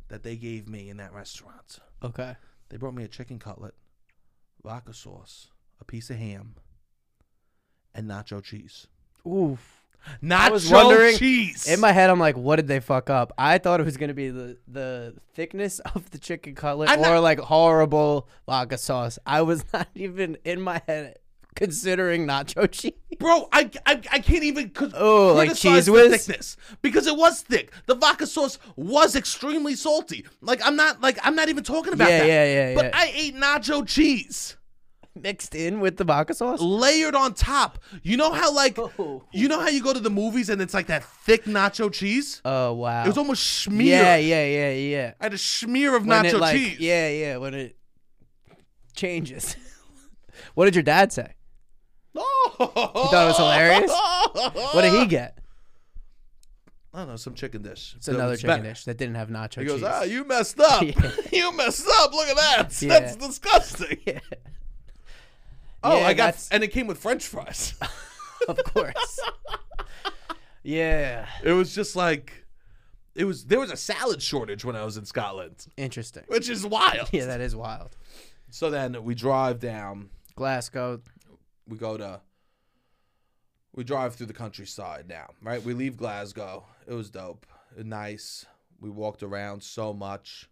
Speaker 1: that they gave me in that restaurant.
Speaker 2: Okay.
Speaker 1: They brought me a chicken cutlet, vodka sauce, a piece of ham, and nacho cheese.
Speaker 2: Oof.
Speaker 1: Nacho
Speaker 2: was wondering-
Speaker 1: cheese.
Speaker 2: In my head, I'm like, what did they fuck up? I thought it was gonna be the the thickness of the chicken cutlet
Speaker 1: I'm
Speaker 2: or
Speaker 1: not-
Speaker 2: like horrible vodka sauce. I was not even in my head considering nacho cheese.
Speaker 1: Bro, I, I I can't even cause
Speaker 2: Oh, like cheese
Speaker 1: the
Speaker 2: whiz?
Speaker 1: thickness because it was thick. The vodka sauce was extremely salty. Like I'm not like I'm not even talking about
Speaker 2: Yeah,
Speaker 1: that.
Speaker 2: yeah, yeah,
Speaker 1: But
Speaker 2: yeah.
Speaker 1: I ate nacho cheese
Speaker 2: Mixed in with the vodka sauce.
Speaker 1: layered on top. You know how like
Speaker 2: Oh.
Speaker 1: you know how you go to the movies and it's like that thick nacho cheese.
Speaker 2: Oh wow.
Speaker 1: It was almost smeared.
Speaker 2: yeah, yeah, yeah, yeah.
Speaker 1: I had a smear of
Speaker 2: When
Speaker 1: nacho
Speaker 2: it, like,
Speaker 1: cheese.
Speaker 2: Yeah, yeah. When it changes. what did your dad say?
Speaker 1: No. You thought
Speaker 2: it was hilarious? What
Speaker 1: Uh,
Speaker 2: did he get?
Speaker 1: I don't know, some chicken dish.
Speaker 2: It's another chicken dish that didn't have nacho
Speaker 1: He
Speaker 2: cheese.
Speaker 1: goes, ah, you messed up.
Speaker 2: Yeah.
Speaker 1: you messed up. Look at that.
Speaker 2: Yeah.
Speaker 1: That's disgusting.
Speaker 2: Yeah.
Speaker 1: Oh,
Speaker 2: Yeah,
Speaker 1: I got,
Speaker 2: that's-
Speaker 1: and it came with French fries.
Speaker 2: of course. yeah.
Speaker 1: it was just like, it was. There was a salad shortage when I was in Scotland,
Speaker 2: Interesting.
Speaker 1: which is wild.
Speaker 2: Yeah, that is wild.
Speaker 1: So then we drive down.
Speaker 2: Glasgow.
Speaker 1: We go to. We drive through the countryside now, right? We leave Glasgow. It was dope. Nice. We walked around so much.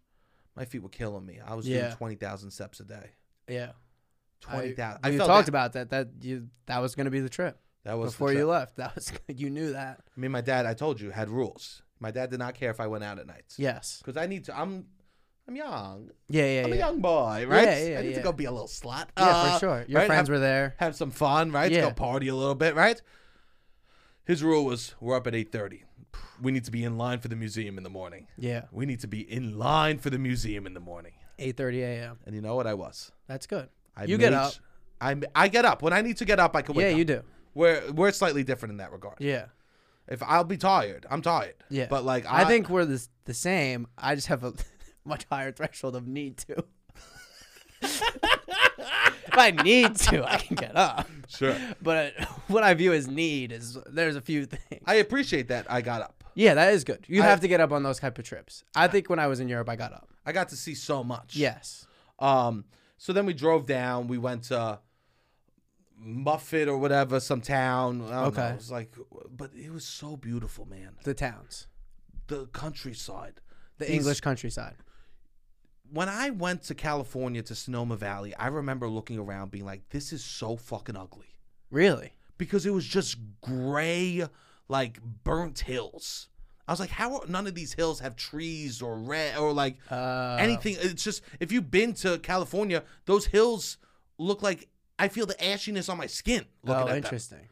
Speaker 1: My feet were killing me. I was doing
Speaker 2: Yeah.
Speaker 1: twenty thousand steps a day.
Speaker 2: Yeah.
Speaker 1: Twenty thousand.
Speaker 2: I,
Speaker 1: I
Speaker 2: we
Speaker 1: felt
Speaker 2: talked
Speaker 1: that.
Speaker 2: about that. That you that was gonna be the trip
Speaker 1: That was the
Speaker 2: before
Speaker 1: trip.
Speaker 2: you left. That was you knew that.
Speaker 1: I mean, my dad, I told you, had rules. My dad did not care if I went out at nights.
Speaker 2: Yes.
Speaker 1: Because I need to. I'm. I'm young.
Speaker 2: Yeah, yeah,
Speaker 1: I'm a
Speaker 2: yeah.
Speaker 1: young boy, right?
Speaker 2: Yeah, yeah,
Speaker 1: I need
Speaker 2: yeah.
Speaker 1: to go be a little slut.
Speaker 2: Yeah,
Speaker 1: Uh,
Speaker 2: for sure. Your
Speaker 1: right?
Speaker 2: friends
Speaker 1: have,
Speaker 2: were there.
Speaker 1: have some fun, right? Let's
Speaker 2: Yeah.
Speaker 1: Go party a little bit, right? His rule was: we're up at eight thirty. We need to be in line for the museum in the morning.
Speaker 2: Yeah.
Speaker 1: We need to be in line for the museum in the morning.
Speaker 2: 8:30 a.m.
Speaker 1: And you know what? I was.
Speaker 2: That's good.
Speaker 1: I
Speaker 2: You get
Speaker 1: made
Speaker 2: up.
Speaker 1: sh- I I get up when I need to get up. I can wake
Speaker 2: yeah,
Speaker 1: up.
Speaker 2: you do.
Speaker 1: We're we're slightly different in that regard.
Speaker 2: Yeah.
Speaker 1: If I'll be tired, I'm tired.
Speaker 2: Yeah.
Speaker 1: But like
Speaker 2: I, think we're the, s- the same. I just have a much higher threshold of need to. if I need to, I can get up.
Speaker 1: sure.
Speaker 2: But what I view as need is there's a few things.
Speaker 1: I appreciate that I got up.
Speaker 2: Yeah, that is good. You
Speaker 1: I-
Speaker 2: have to get up on those type of trips. I think when I was in Europe, I got up.
Speaker 1: I got to see so much.
Speaker 2: Yes.
Speaker 1: Um. So then we drove down. We went to Muffet or whatever, some town. I don't
Speaker 2: Okay.
Speaker 1: Know. It was like, but it was so beautiful, man.
Speaker 2: The towns,
Speaker 1: The countryside.
Speaker 2: the
Speaker 1: These-
Speaker 2: English countryside.
Speaker 1: When I went to California to Sonoma Valley, I remember looking around, being like, "This is so fucking ugly,"
Speaker 2: Really?
Speaker 1: because it was just gray, like burnt hills. I was like, "How are none of these hills have trees or red or like
Speaker 2: Uh,
Speaker 1: anything. It's just if you've been to California, those hills look like I feel the ashiness on my skin looking at
Speaker 2: Oh,
Speaker 1: them.
Speaker 2: interesting.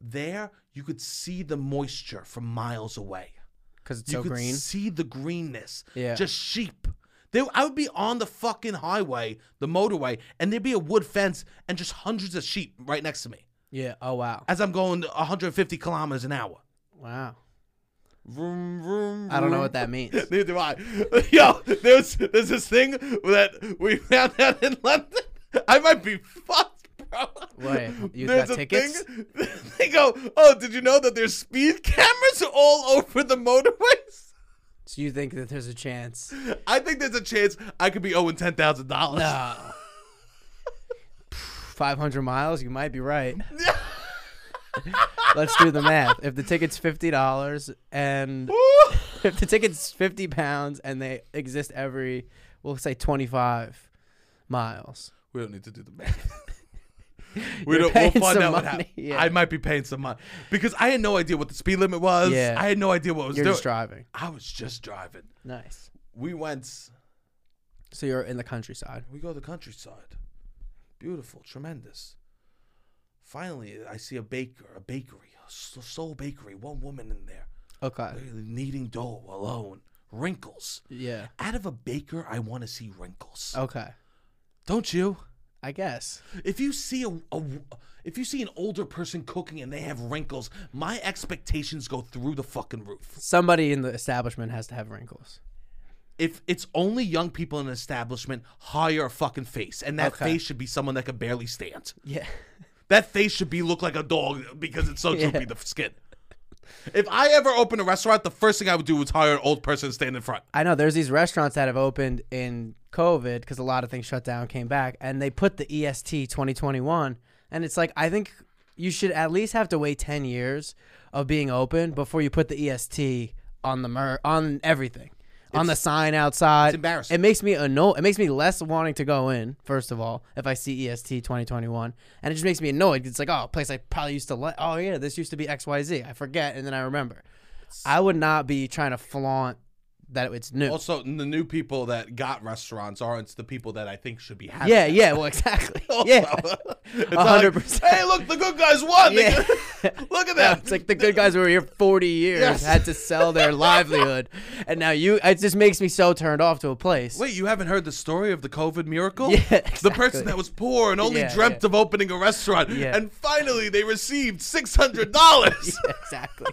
Speaker 1: There, you could see the moisture from miles away.
Speaker 2: Because it's
Speaker 1: You
Speaker 2: so
Speaker 1: could
Speaker 2: green.
Speaker 1: see the greenness.
Speaker 2: Yeah.
Speaker 1: Just sheep. They, I would be on the fucking highway, the motorway, and there'd be a wood fence and just hundreds of sheep right next to me
Speaker 2: Yeah. Oh wow.
Speaker 1: as I'm going 150 kilometers an hour.
Speaker 2: Wow.
Speaker 1: Vroom, vroom,
Speaker 2: I don't know
Speaker 1: vroom.
Speaker 2: what that means.
Speaker 1: Neither do I. Yo, there's there's this thing that we found out in London. I might be fucked, bro.
Speaker 2: Wait, you
Speaker 1: There's
Speaker 2: got
Speaker 1: a
Speaker 2: tickets?
Speaker 1: thing- they go, oh, did you know that there's speed cameras all over the motorways?
Speaker 2: So you think that there's a chance?
Speaker 1: I think there's a chance I could be owing ten thousand dollars.
Speaker 2: No. 500 miles? You might be right. Let's do the math. If the ticket's $50 and if the ticket's 50 pounds and they exist every, we'll say 25 miles.
Speaker 1: We don't need to do the math. We don't,
Speaker 2: You're
Speaker 1: we'll
Speaker 2: paying
Speaker 1: find
Speaker 2: some
Speaker 1: out what
Speaker 2: money,
Speaker 1: happened.
Speaker 2: yeah.
Speaker 1: I might be paying some money because I had no idea what the speed limit was.
Speaker 2: Yeah.
Speaker 1: I had no idea what I was
Speaker 2: You're
Speaker 1: doing.
Speaker 2: just driving.
Speaker 1: I was just driving.
Speaker 2: Nice.
Speaker 1: We went
Speaker 2: So you're in the countryside.
Speaker 1: We go to the countryside. Beautiful, tremendous. Finally, I see a baker, a bakery, a s- sole bakery. One woman in there,
Speaker 2: Okay.
Speaker 1: kneading dough alone. Wrinkles.
Speaker 2: Yeah. Oh.
Speaker 1: Out of a baker, I want to see wrinkles.
Speaker 2: Okay.
Speaker 1: Don't you?
Speaker 2: I guess.
Speaker 1: If you see a, a w- if you see an older person cooking and they have wrinkles, my expectations go through the fucking roof.
Speaker 2: Somebody in the establishment has to have wrinkles.
Speaker 1: If it's only young people in an establishment, hire a fucking face, and that
Speaker 2: Okay.
Speaker 1: face should be someone that could barely stand.
Speaker 2: Yeah.
Speaker 1: That face should be look like a dog because it's so
Speaker 2: Yeah.
Speaker 1: droopy the skin. If I ever opened a restaurant, the first thing I would do was hire an old person to stand in front.
Speaker 2: I know there's these restaurants that have opened in COVID because a lot of things shut down, came back, and they put the E EST 2021. And it's like, I think you should at least have to wait 10 years of being open before you put the EST on the mer- on everything. on the sign outside,
Speaker 1: it's embarrassing.
Speaker 2: It makes me annoyed. It makes me less wanting to go in. First of all, if I see EST twenty twenty one, and it just makes me annoyed. It's like, oh, a place I probably used to like. Oh yeah, this used to be X Y Z. I forget, and then I remember. I would not be trying to flaunt that it's new.
Speaker 1: Also, the new people that got restaurants aren't the people that I think should be having.
Speaker 2: yeah, yeah, well, exactly. yeah,
Speaker 1: it's
Speaker 2: A
Speaker 1: not
Speaker 2: hundred
Speaker 1: like,
Speaker 2: percent.
Speaker 1: hey, look, the good guys won. They-
Speaker 2: Yeah.
Speaker 1: look at that.
Speaker 2: it's like the good guys who were here forty years
Speaker 1: Yes.
Speaker 2: had to sell their livelihood, and now you. It just makes me so turned off to a place.
Speaker 1: Wait, you haven't heard the story of the COVID miracle?
Speaker 2: Yeah,
Speaker 1: The
Speaker 2: exactly.
Speaker 1: person that was poor and only
Speaker 2: Yeah,
Speaker 1: dreamt of opening a restaurant,
Speaker 2: Yeah.
Speaker 1: and finally they received six hundred dollars.
Speaker 2: exactly.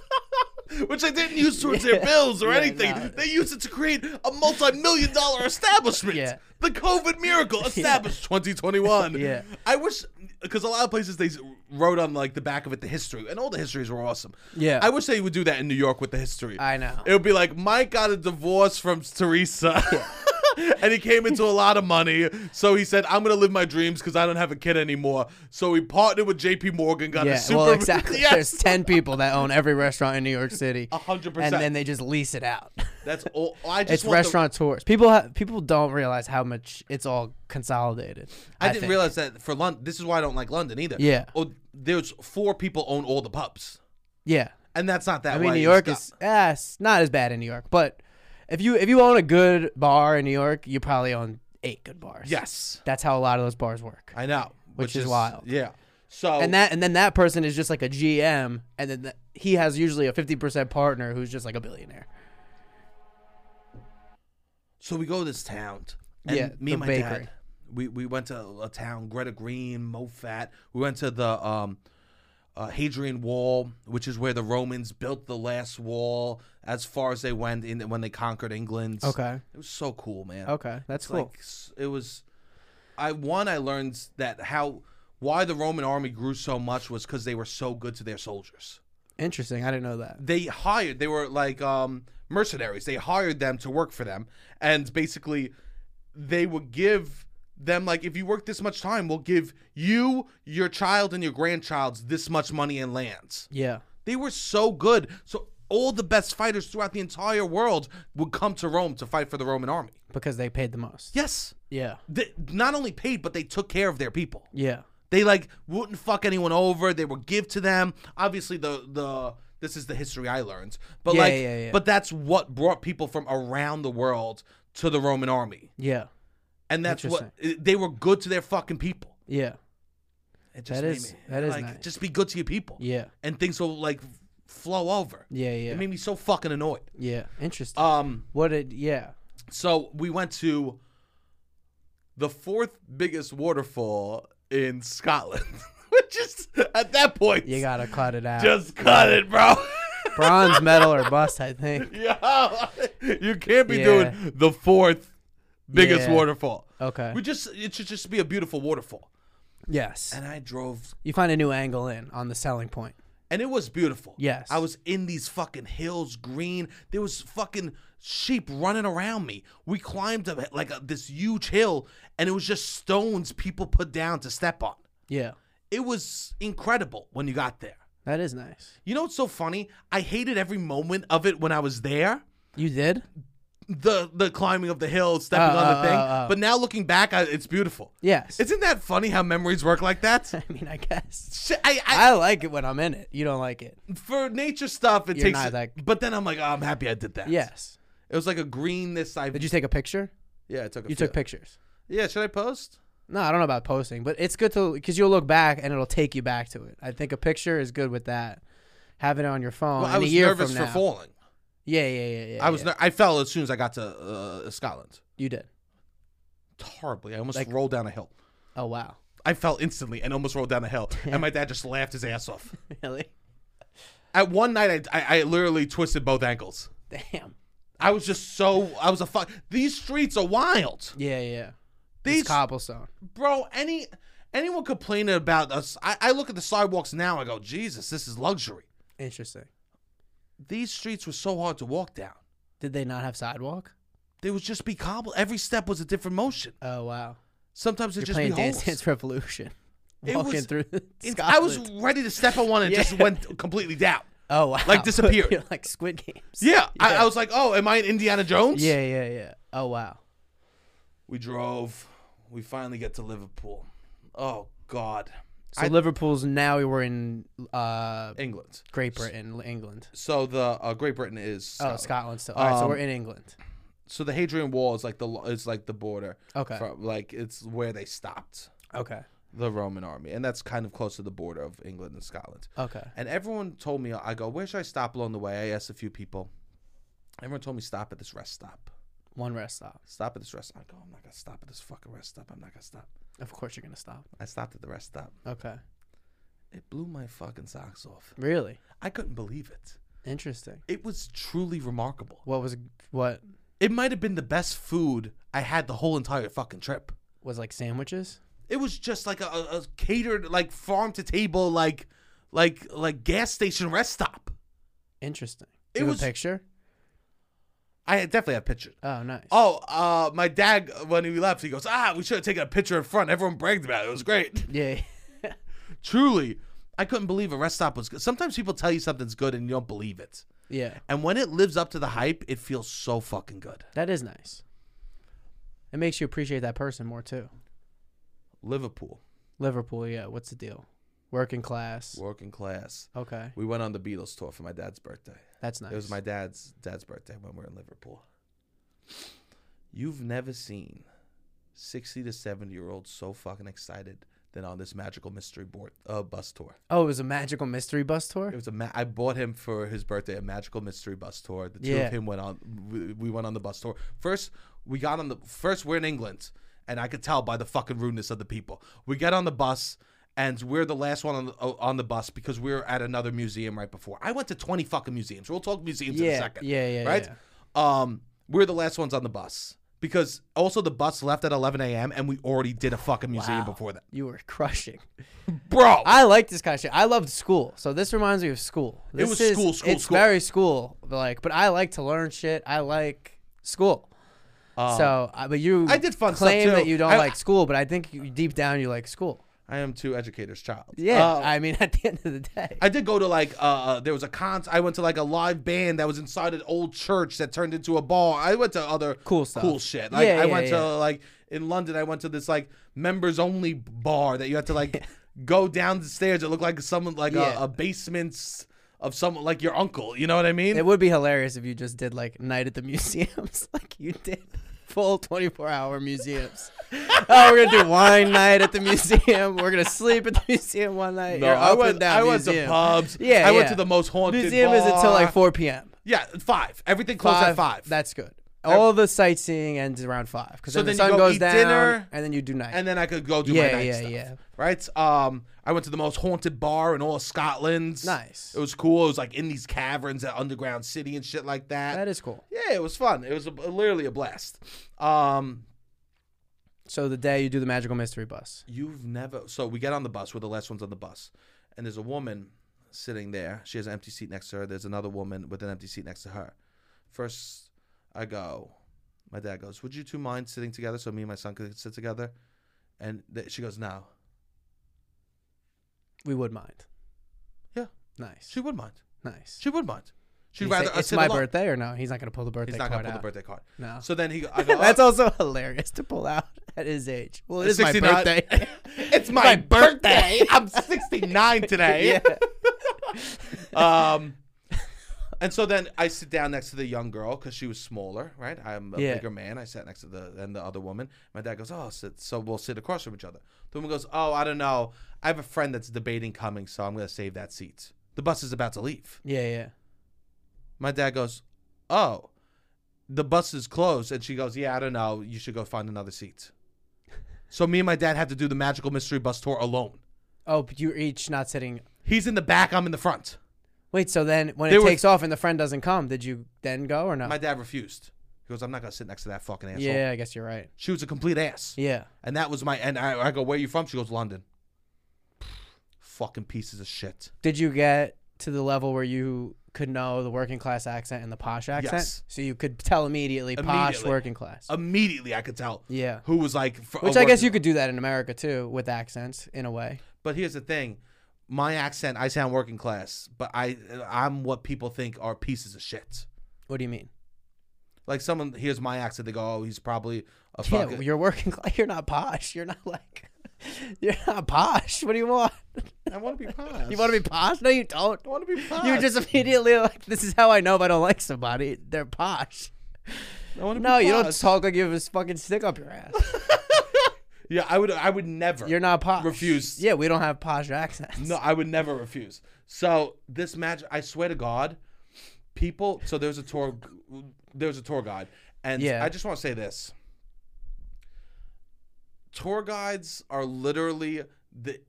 Speaker 1: which they didn't use towards their bills or
Speaker 2: Yeah,
Speaker 1: anything.
Speaker 2: no.
Speaker 1: They used it to create a multi-million dollar establishment.
Speaker 2: Yeah.
Speaker 1: The COVID miracle established 2021.
Speaker 2: Yeah.
Speaker 1: I wish because a lot of places they s- wrote on like the back of it the history, and all the histories were awesome.
Speaker 2: Yeah.
Speaker 1: I wish they would do that in New York with the history.
Speaker 2: I know.
Speaker 1: It would be like Mike got a divorce from Teresa. And he came into a lot of money, so he said, "I'm gonna live my dreams because I don't have a kid anymore." So he partnered with J.P. Morgan, got a
Speaker 2: Yeah,
Speaker 1: super
Speaker 2: well, exactly.
Speaker 1: Yes.
Speaker 2: There's ten people that own every restaurant in New York City,
Speaker 1: A hundred
Speaker 2: and
Speaker 1: percent.
Speaker 2: then they just lease it out.
Speaker 1: That's all. I just
Speaker 2: It's
Speaker 1: want the-
Speaker 2: restaurateurs. People ha- people don't realize how much it's all consolidated.
Speaker 1: I, didn't
Speaker 2: think.
Speaker 1: realize that for London. This is why I don't like London either.
Speaker 2: Yeah.
Speaker 1: Oh, there's four people own all the pubs.
Speaker 2: Yeah,
Speaker 1: and that's not that.
Speaker 2: I mean,
Speaker 1: why
Speaker 2: New
Speaker 1: you
Speaker 2: York
Speaker 1: stop.
Speaker 2: is ah, it's not as bad in New York, but if you if you own a good bar in New York, you probably own eight good bars.
Speaker 1: Yes,
Speaker 2: that's how a lot of those bars work.
Speaker 1: I know,
Speaker 2: Which is wild.
Speaker 1: Yeah. So
Speaker 2: and that and then that person is just like a GM, and then th- he has usually a fifty percent partner who's just like a billionaire.
Speaker 1: So we go to this town. And
Speaker 2: Yeah,
Speaker 1: me
Speaker 2: the
Speaker 1: and my
Speaker 2: bakery.
Speaker 1: dad. We we went to a town, Greta Green, Mofat. We went to the um, uh, Hadrian Wall, which is where the Romans built the last wall as far as they went in when they conquered England.
Speaker 2: Okay,
Speaker 1: it was so cool, man.
Speaker 2: okay, that's
Speaker 1: It's
Speaker 2: cool.
Speaker 1: Like s- it was, I one I learned that how why the Roman army grew so much was because they were so good to their soldiers
Speaker 2: Interesting. I didn't know that.
Speaker 1: they hired they were like um mercenaries they hired them to work for them and basically they would give them like if you work this much time we'll give you your child and your grandchild's this much money and lands
Speaker 2: Yeah,
Speaker 1: they were so good so all the best fighters throughout the entire world would come to rome to fight for the roman army
Speaker 2: because they paid the most.
Speaker 1: yes
Speaker 2: Yeah,
Speaker 1: they not only paid but they took care of their people
Speaker 2: yeah,
Speaker 1: they like wouldn't fuck anyone over. They would give to them. Obviously, the the this is the history I learned, but
Speaker 2: Yeah,
Speaker 1: like,
Speaker 2: yeah, yeah.
Speaker 1: but that's what brought people from around the world to the Roman army,
Speaker 2: yeah,
Speaker 1: and that's what eh, they were good to their fucking people.
Speaker 2: yeah,
Speaker 1: It
Speaker 2: That
Speaker 1: made
Speaker 2: is-
Speaker 1: me-
Speaker 2: that is
Speaker 1: like,
Speaker 2: nice.
Speaker 1: Just be good to your people,
Speaker 2: yeah,
Speaker 1: and things will like flow over.
Speaker 2: yeah, yeah,
Speaker 1: It made me so fucking annoyed.
Speaker 2: yeah. Interesting.
Speaker 1: Um,
Speaker 2: what did? Yeah,
Speaker 1: so we went to the fourth biggest waterfall in Scotland, which is at that point
Speaker 2: you gotta cut it out.
Speaker 1: Just cut it, bro.
Speaker 2: Bronze medal or bust, I think.
Speaker 1: Yo, you can't be
Speaker 2: Yeah.
Speaker 1: doing the fourth biggest
Speaker 2: Yeah.
Speaker 1: waterfall.
Speaker 2: Okay.
Speaker 1: We just it should just be a beautiful waterfall.
Speaker 2: Yes.
Speaker 1: And I drove
Speaker 2: You find a new angle in on the selling point.
Speaker 1: and it was beautiful.
Speaker 2: Yes.
Speaker 1: I was in these fucking hills, green. There was fucking sheep running around me. We climbed up like a, this huge hill and it was just stones people put down to step on.
Speaker 2: Yeah.
Speaker 1: It was incredible when you got there.
Speaker 2: That is nice.
Speaker 1: You know what's so funny? I hated every moment of it when I was there.
Speaker 2: You did?
Speaker 1: the the climbing of the hill, stepping
Speaker 2: Oh,
Speaker 1: on the
Speaker 2: oh,
Speaker 1: thing.
Speaker 2: oh, oh.
Speaker 1: But now looking back, I, it's beautiful.
Speaker 2: Yes.
Speaker 1: Isn't that funny how memories work like that?
Speaker 2: I mean, I guess.
Speaker 1: Shit, I, I,
Speaker 2: I like it when I'm in it. You don't like it.
Speaker 1: for nature stuff, it
Speaker 2: You're
Speaker 1: takes.
Speaker 2: not
Speaker 1: it-
Speaker 2: that-
Speaker 1: But then I'm like, oh, I'm happy I did that.
Speaker 2: Yes.
Speaker 1: it was like a greenness. I
Speaker 2: Did you take a picture?
Speaker 1: yeah, I took. A
Speaker 2: You
Speaker 1: few.
Speaker 2: took pictures.
Speaker 1: Yeah, should I post?
Speaker 2: No, I don't know about posting, but it's good to because you'll look back and it'll take you back to it. I think a picture is good with that. Having it on your phone.
Speaker 1: Well,
Speaker 2: Well,
Speaker 1: I was
Speaker 2: Oh, a year
Speaker 1: nervous
Speaker 2: from
Speaker 1: for
Speaker 2: now.
Speaker 1: falling.
Speaker 2: Yeah, yeah, yeah, yeah.
Speaker 1: I was.
Speaker 2: yeah.
Speaker 1: ner- I fell as soon as I got to uh, Scotland.
Speaker 2: You did.
Speaker 1: Horribly, I almost
Speaker 2: Like-
Speaker 1: rolled down a hill.
Speaker 2: Oh wow.
Speaker 1: I fell instantly and almost rolled down a hill. And my dad just laughed his ass off.
Speaker 2: Really?
Speaker 1: At one night, I, I, I literally twisted both ankles.
Speaker 2: Damn.
Speaker 1: I was just so I was a fuck. These streets are wild.
Speaker 2: Yeah, yeah. These
Speaker 1: These
Speaker 2: it's cobblestone.
Speaker 1: bro, any anyone complaining about us? I, I look at the sidewalks now. I go, Jesus, this is luxury.
Speaker 2: Interesting.
Speaker 1: These streets were so hard to walk down.
Speaker 2: Did they not have sidewalk?
Speaker 1: They would just be cobble. Every step was a different motion.
Speaker 2: Oh wow.
Speaker 1: Sometimes
Speaker 2: You're
Speaker 1: it'd
Speaker 2: playing
Speaker 1: just be
Speaker 2: Dance
Speaker 1: holes.
Speaker 2: Dance Revolution.
Speaker 1: It
Speaker 2: Walking
Speaker 1: was-
Speaker 2: through
Speaker 1: It's-
Speaker 2: Scotland.
Speaker 1: I was ready to step on one and it just
Speaker 2: Yeah.
Speaker 1: went completely down.
Speaker 2: oh wow.
Speaker 1: like, disappeared.
Speaker 2: You're like Squid Games.
Speaker 1: Yeah, I, I was like, oh, am I in Indiana Jones?
Speaker 2: Yeah, yeah, yeah. Oh wow.
Speaker 1: We drove. We finally get to Liverpool. Oh God,
Speaker 2: So
Speaker 1: I-
Speaker 2: Liverpool's now we were in uh,
Speaker 1: England.
Speaker 2: Great Britain, England.
Speaker 1: So the uh, Great Britain is
Speaker 2: Oh, Scotland still. All right, so
Speaker 1: Um,
Speaker 2: we're in England.
Speaker 1: so the Hadrian Wall is like the is like the border.
Speaker 2: Okay.
Speaker 1: From, like it's where they stopped
Speaker 2: Okay.
Speaker 1: the Roman army, and that's kind of close to the border of England and Scotland.
Speaker 2: Okay.
Speaker 1: And everyone told me, I go, where should I stop along the way? I asked a few people. Everyone told me stop at this rest stop.
Speaker 2: One rest stop.
Speaker 1: Stop at this rest. stop. I go, I'm not gonna stop at this fucking rest stop. I'm not gonna stop.
Speaker 2: Of course you're gonna stop.
Speaker 1: I stopped at the rest stop.
Speaker 2: Okay.
Speaker 1: It blew my fucking socks off.
Speaker 2: Really
Speaker 1: I couldn't believe it.
Speaker 2: interesting.
Speaker 1: It was truly remarkable.
Speaker 2: What was what
Speaker 1: It might have been the best food I had the whole entire fucking trip.
Speaker 2: was like sandwiches?
Speaker 1: It was just like a, a a catered, like farm to table, like like like gas station rest stop.
Speaker 2: Interesting.
Speaker 1: It
Speaker 2: It was
Speaker 1: was-
Speaker 2: a picture.
Speaker 1: I had- definitely have pictures.
Speaker 2: Oh, nice.
Speaker 1: Oh, uh, my dad when he left, he goes, "Ah, we should have taken a picture in front." Everyone bragged about it. It was great.
Speaker 2: Yeah.
Speaker 1: Truly, I couldn't believe a rest stop was good. Sometimes people tell you something's good and you don't believe it,
Speaker 2: yeah.
Speaker 1: and when it lives up to the hype, it feels so fucking good.
Speaker 2: That is nice. It makes you appreciate that person more too.
Speaker 1: Liverpool,
Speaker 2: Liverpool, yeah. What's the deal? Working class.
Speaker 1: Working class.
Speaker 2: Okay,
Speaker 1: We went on the Beatles tour for my dad's birthday.
Speaker 2: that's nice.
Speaker 1: It was my dad's dad's birthday when we were in Liverpool. You've never seen sixty to seventy year olds so fucking excited than on this magical mystery board uh, bus tour.
Speaker 2: Oh, it was a magical mystery bus tour.
Speaker 1: It was a ma- I bought him for his birthday a magical mystery bus tour. The two
Speaker 2: Yeah.
Speaker 1: of him went on. We, we went on the bus tour. First, we got on the first. We're in England, and I could tell by the fucking rudeness of the people. We get on the bus, and we're the last one on the, uh, on the bus because we are at another museum right before. I went to twenty fucking museums. We'll talk museums in a
Speaker 2: Yeah,
Speaker 1: second.
Speaker 2: yeah, yeah.
Speaker 1: right.
Speaker 2: yeah.
Speaker 1: Um, we're the last ones on the bus because also the bus left at eleven a.m. and we already did a fucking museum
Speaker 2: Wow.
Speaker 1: before that,
Speaker 2: You were crushing.
Speaker 1: bro.
Speaker 2: I like this kind of shit. I loved school, so this reminds me of school. This
Speaker 1: was
Speaker 2: is-
Speaker 1: school, school,
Speaker 2: It's
Speaker 1: school.
Speaker 2: very school like, but I like to learn shit. I like school.
Speaker 1: Um,
Speaker 2: so, I- but you,
Speaker 1: I did fun stuff,
Speaker 2: claim that
Speaker 1: too.
Speaker 2: you don't
Speaker 1: I-
Speaker 2: like school, but I think you, deep down you like school.
Speaker 1: I am two educators' child.
Speaker 2: Yeah,
Speaker 1: Uh,
Speaker 2: I mean, at the end of the day,
Speaker 1: I did go to like uh, uh there was a con. I went to like a live band that was inside an old church that turned into a bar. I went to other
Speaker 2: Cool stuff.
Speaker 1: cool shit. Like
Speaker 2: Yeah,
Speaker 1: I
Speaker 2: yeah,
Speaker 1: went
Speaker 2: yeah.
Speaker 1: to like in London, I went to this like members only bar that you had to like go down the stairs. It looked like someone like
Speaker 2: Yeah.
Speaker 1: a, a basement of someone like your uncle. You know what I mean?
Speaker 2: it would be hilarious if you just did like night at the museums, like you did. Full 24 hour museums. oh, we're going to do wine night at the museum. We're going to sleep at the museum one night.
Speaker 1: no,
Speaker 2: You're
Speaker 1: I
Speaker 2: up and
Speaker 1: went.
Speaker 2: down
Speaker 1: I went
Speaker 2: museum.
Speaker 1: to pubs.
Speaker 2: Yeah,
Speaker 1: I went
Speaker 2: yeah.
Speaker 1: to the most haunted
Speaker 2: Museum is until like
Speaker 1: bar.
Speaker 2: 4 p.m.
Speaker 1: Yeah, five. Everything closed at five.
Speaker 2: That's good. All the sightseeing ends around five because
Speaker 1: So then
Speaker 2: then,
Speaker 1: you
Speaker 2: the sun
Speaker 1: go
Speaker 2: goes
Speaker 1: eat
Speaker 2: down
Speaker 1: dinner,
Speaker 2: and then you do night.
Speaker 1: and then I could go do my
Speaker 2: yeah,
Speaker 1: night
Speaker 2: yeah,
Speaker 1: stuff.
Speaker 2: yeah.
Speaker 1: right? Um, I went to the most haunted bar in all of Scotland.
Speaker 2: Nice.
Speaker 1: It was cool. It was like in these caverns at Underground City and shit like that.
Speaker 2: That is cool.
Speaker 1: yeah, it was fun. It was a, literally a blast. Um,
Speaker 2: So the day you do the magical mystery bus.
Speaker 1: you've never. So we get on the bus. We're the last ones on the bus, and there's a woman sitting there. She has an empty seat next to her. There's another woman with an empty seat next to her. First, I go. My dad goes, "Would you two mind sitting together so me and my son could sit together?" And th- she goes, "No."
Speaker 2: We would mind.
Speaker 1: Yeah.
Speaker 2: Nice.
Speaker 1: She would mind.
Speaker 2: Nice.
Speaker 1: She would mind. She'd
Speaker 2: You
Speaker 1: rather
Speaker 2: say,
Speaker 1: us
Speaker 2: it's
Speaker 1: sit
Speaker 2: my
Speaker 1: alone."
Speaker 2: birthday or no? He's not gonna pull the birthday
Speaker 1: He's not
Speaker 2: card
Speaker 1: gonna pull
Speaker 2: out.
Speaker 1: the birthday card.
Speaker 2: No.
Speaker 1: So then he, I go,
Speaker 2: That's
Speaker 1: oh,
Speaker 2: also hilarious to pull out at his age. Well, it is my
Speaker 1: 69.
Speaker 2: birthday.
Speaker 1: It's my, birthday. I'm 69 today.
Speaker 2: yeah.
Speaker 1: Um, and so then I sit down next to the young girl because she was smaller, right? I'm a
Speaker 2: Yeah.
Speaker 1: bigger man. I sat next to the and the other woman. My dad goes, oh, sit, so we'll sit across from each other. The woman goes, oh, I don't know. I have a friend that's debating coming, so I'm gonna save that seat. The bus is about to leave.
Speaker 2: Yeah, yeah.
Speaker 1: My dad goes, "Oh, the bus is closed," and she goes, "Yeah, I don't know. You should go find another seat." So me and my dad had to do the magical mystery bus tour alone.
Speaker 2: Oh, but you're each not sitting.
Speaker 1: He's in the back. I'm in the front.
Speaker 2: Wait, so then when
Speaker 1: They
Speaker 2: it
Speaker 1: were-
Speaker 2: takes off and the friend doesn't come, did you then go or no?
Speaker 1: My dad refused. He goes, "I'm not gonna sit next to that fucking asshole."
Speaker 2: yeah, I guess you're right.
Speaker 1: She was a complete ass.
Speaker 2: Yeah.
Speaker 1: And that was my. And I, I go, "Where you from?" She goes, "London." Fucking pieces of shit.
Speaker 2: Did you get to the level where you could know the working class accent and the posh accent?
Speaker 1: Yes.
Speaker 2: So you could tell immediately, posh
Speaker 1: Immediately.
Speaker 2: working class.
Speaker 1: Immediately, I could tell
Speaker 2: yeah.
Speaker 1: who was like. fr-
Speaker 2: Which
Speaker 1: a
Speaker 2: I guess
Speaker 1: working-
Speaker 2: you could do that in America too with accents in a way.
Speaker 1: But here's the thing, my accent, I sound working class, but I, I'm what people think are pieces of shit.
Speaker 2: What do you mean?
Speaker 1: Like someone hears my accent, they go, "Oh, he's probably a
Speaker 2: Yeah,
Speaker 1: fucking."
Speaker 2: you're working class. You're not posh. You're not like. You're not posh. What do you want?
Speaker 1: I want to be posh.
Speaker 2: You want to be posh? No, you don't.
Speaker 1: I want to be posh.
Speaker 2: You just immediately like, this is how I know if I don't like somebody. They're posh.
Speaker 1: I wanna be
Speaker 2: No, you don't
Speaker 1: posh.
Speaker 2: talk like you have a fucking stick up your ass.
Speaker 1: Yeah, I would. I would never.
Speaker 2: You're not posh.
Speaker 1: Refuse.
Speaker 2: Yeah, we don't have posh accents.
Speaker 1: No, I would never refuse. So this match, I swear to God, people. So there's a tour. There's a tour guide, and
Speaker 2: Yeah.
Speaker 1: I just want to say this: tour guides are literally the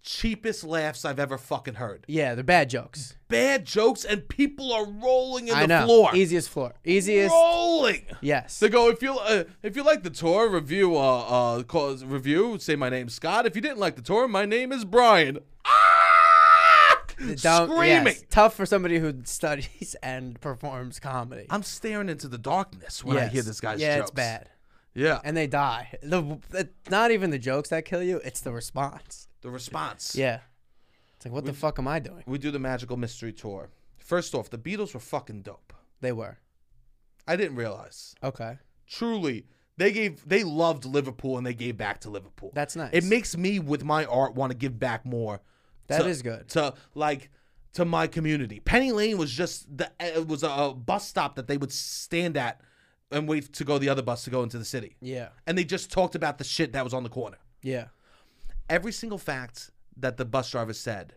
Speaker 1: cheapest laughs I've ever fucking heard.
Speaker 2: Yeah, they're bad jokes.
Speaker 1: Bad jokes, and people are rolling in
Speaker 2: I
Speaker 1: the
Speaker 2: know.
Speaker 1: floor.
Speaker 2: Easiest floor. Easiest.
Speaker 1: rolling.
Speaker 2: Yes.
Speaker 1: They go if you uh, if you like the tour review uh uh cause review say my name's Scott if you didn't like the tour my name is Brian ah!
Speaker 2: The dumb-
Speaker 1: screaming
Speaker 2: yes. Tough for somebody who studies and performs comedy.
Speaker 1: I'm staring into the darkness when I
Speaker 2: Yes.
Speaker 1: hear this guy's
Speaker 2: Yeah,
Speaker 1: jokes
Speaker 2: it's bad.
Speaker 1: yeah
Speaker 2: And they die. The, it's not even the jokes that kill you, it's the response.
Speaker 1: the response
Speaker 2: Yeah. It's like, what the fuck am I doing?
Speaker 1: we do the magical mystery tour first off the Beatles were fucking dope
Speaker 2: They were.
Speaker 1: I didn't realize
Speaker 2: Okay.
Speaker 1: truly they gave they loved Liverpool and they gave back to Liverpool
Speaker 2: That's nice.
Speaker 1: it makes me with my art want to give back more
Speaker 2: That is
Speaker 1: So-
Speaker 2: good.
Speaker 1: to like to my community. Penny Lane was just the it was a, a bus stop that they would stand at and wait to go the other bus to go into the city.
Speaker 2: Yeah.
Speaker 1: And they just talked about the shit that was on the corner.
Speaker 2: Yeah.
Speaker 1: Every single fact that the bus driver said,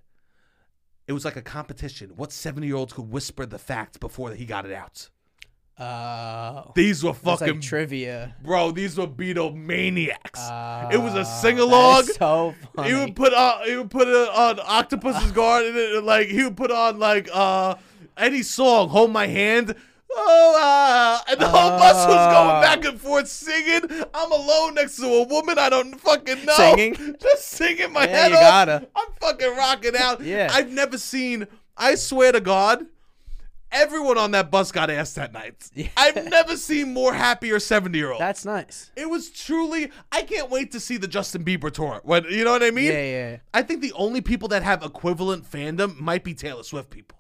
Speaker 1: it was like a competition. What seventy year olds could whisper the fact before he got it out?
Speaker 2: Oh.
Speaker 1: These were
Speaker 2: That's
Speaker 1: fucking
Speaker 2: like trivia.
Speaker 1: bro. These were Beatle maniacs.
Speaker 2: Uh,
Speaker 1: it was a sing along.
Speaker 2: So funny.
Speaker 1: He would put on he would put it on Octopus's Garden and it- like he would put on like uh any song, Hold My Hand. Oh, uh, and the whole bus was going
Speaker 2: Oh.
Speaker 1: back and forth singing. I'm alone next to a woman I don't fucking know.
Speaker 2: Singing?
Speaker 1: just singing my
Speaker 2: Yeah,
Speaker 1: head
Speaker 2: you
Speaker 1: off.
Speaker 2: gotta.
Speaker 1: I'm fucking rocking out.
Speaker 2: Yeah.
Speaker 1: I've never seen. I swear to God, everyone on that bus got ass that night.
Speaker 2: Yeah.
Speaker 1: I've never seen more happier seventy year olds.
Speaker 2: That's nice.
Speaker 1: It was truly. I can't wait to see the Justin Bieber tour. When you know what I mean?
Speaker 2: Yeah, yeah. yeah.
Speaker 1: I think the only people that have equivalent fandom might be Taylor Swift people.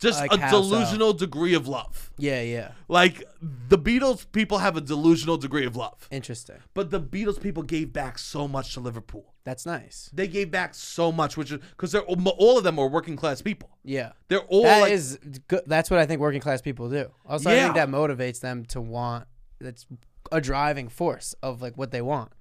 Speaker 1: Just
Speaker 2: Like
Speaker 1: a
Speaker 2: how so?
Speaker 1: delusional degree of love.
Speaker 2: Yeah, yeah.
Speaker 1: Like the Beatles people have a delusional degree of love.
Speaker 2: Interesting.
Speaker 1: But the Beatles people gave back so much to Liverpool.
Speaker 2: That's nice.
Speaker 1: They gave back so much, which is because they're all of them are working class people.
Speaker 2: Yeah.
Speaker 1: They're all
Speaker 2: That
Speaker 1: like,
Speaker 2: is good. That's what I think working class people do. Also, I think
Speaker 1: Yeah.
Speaker 2: that motivates them to want. That's a driving force of like what they want,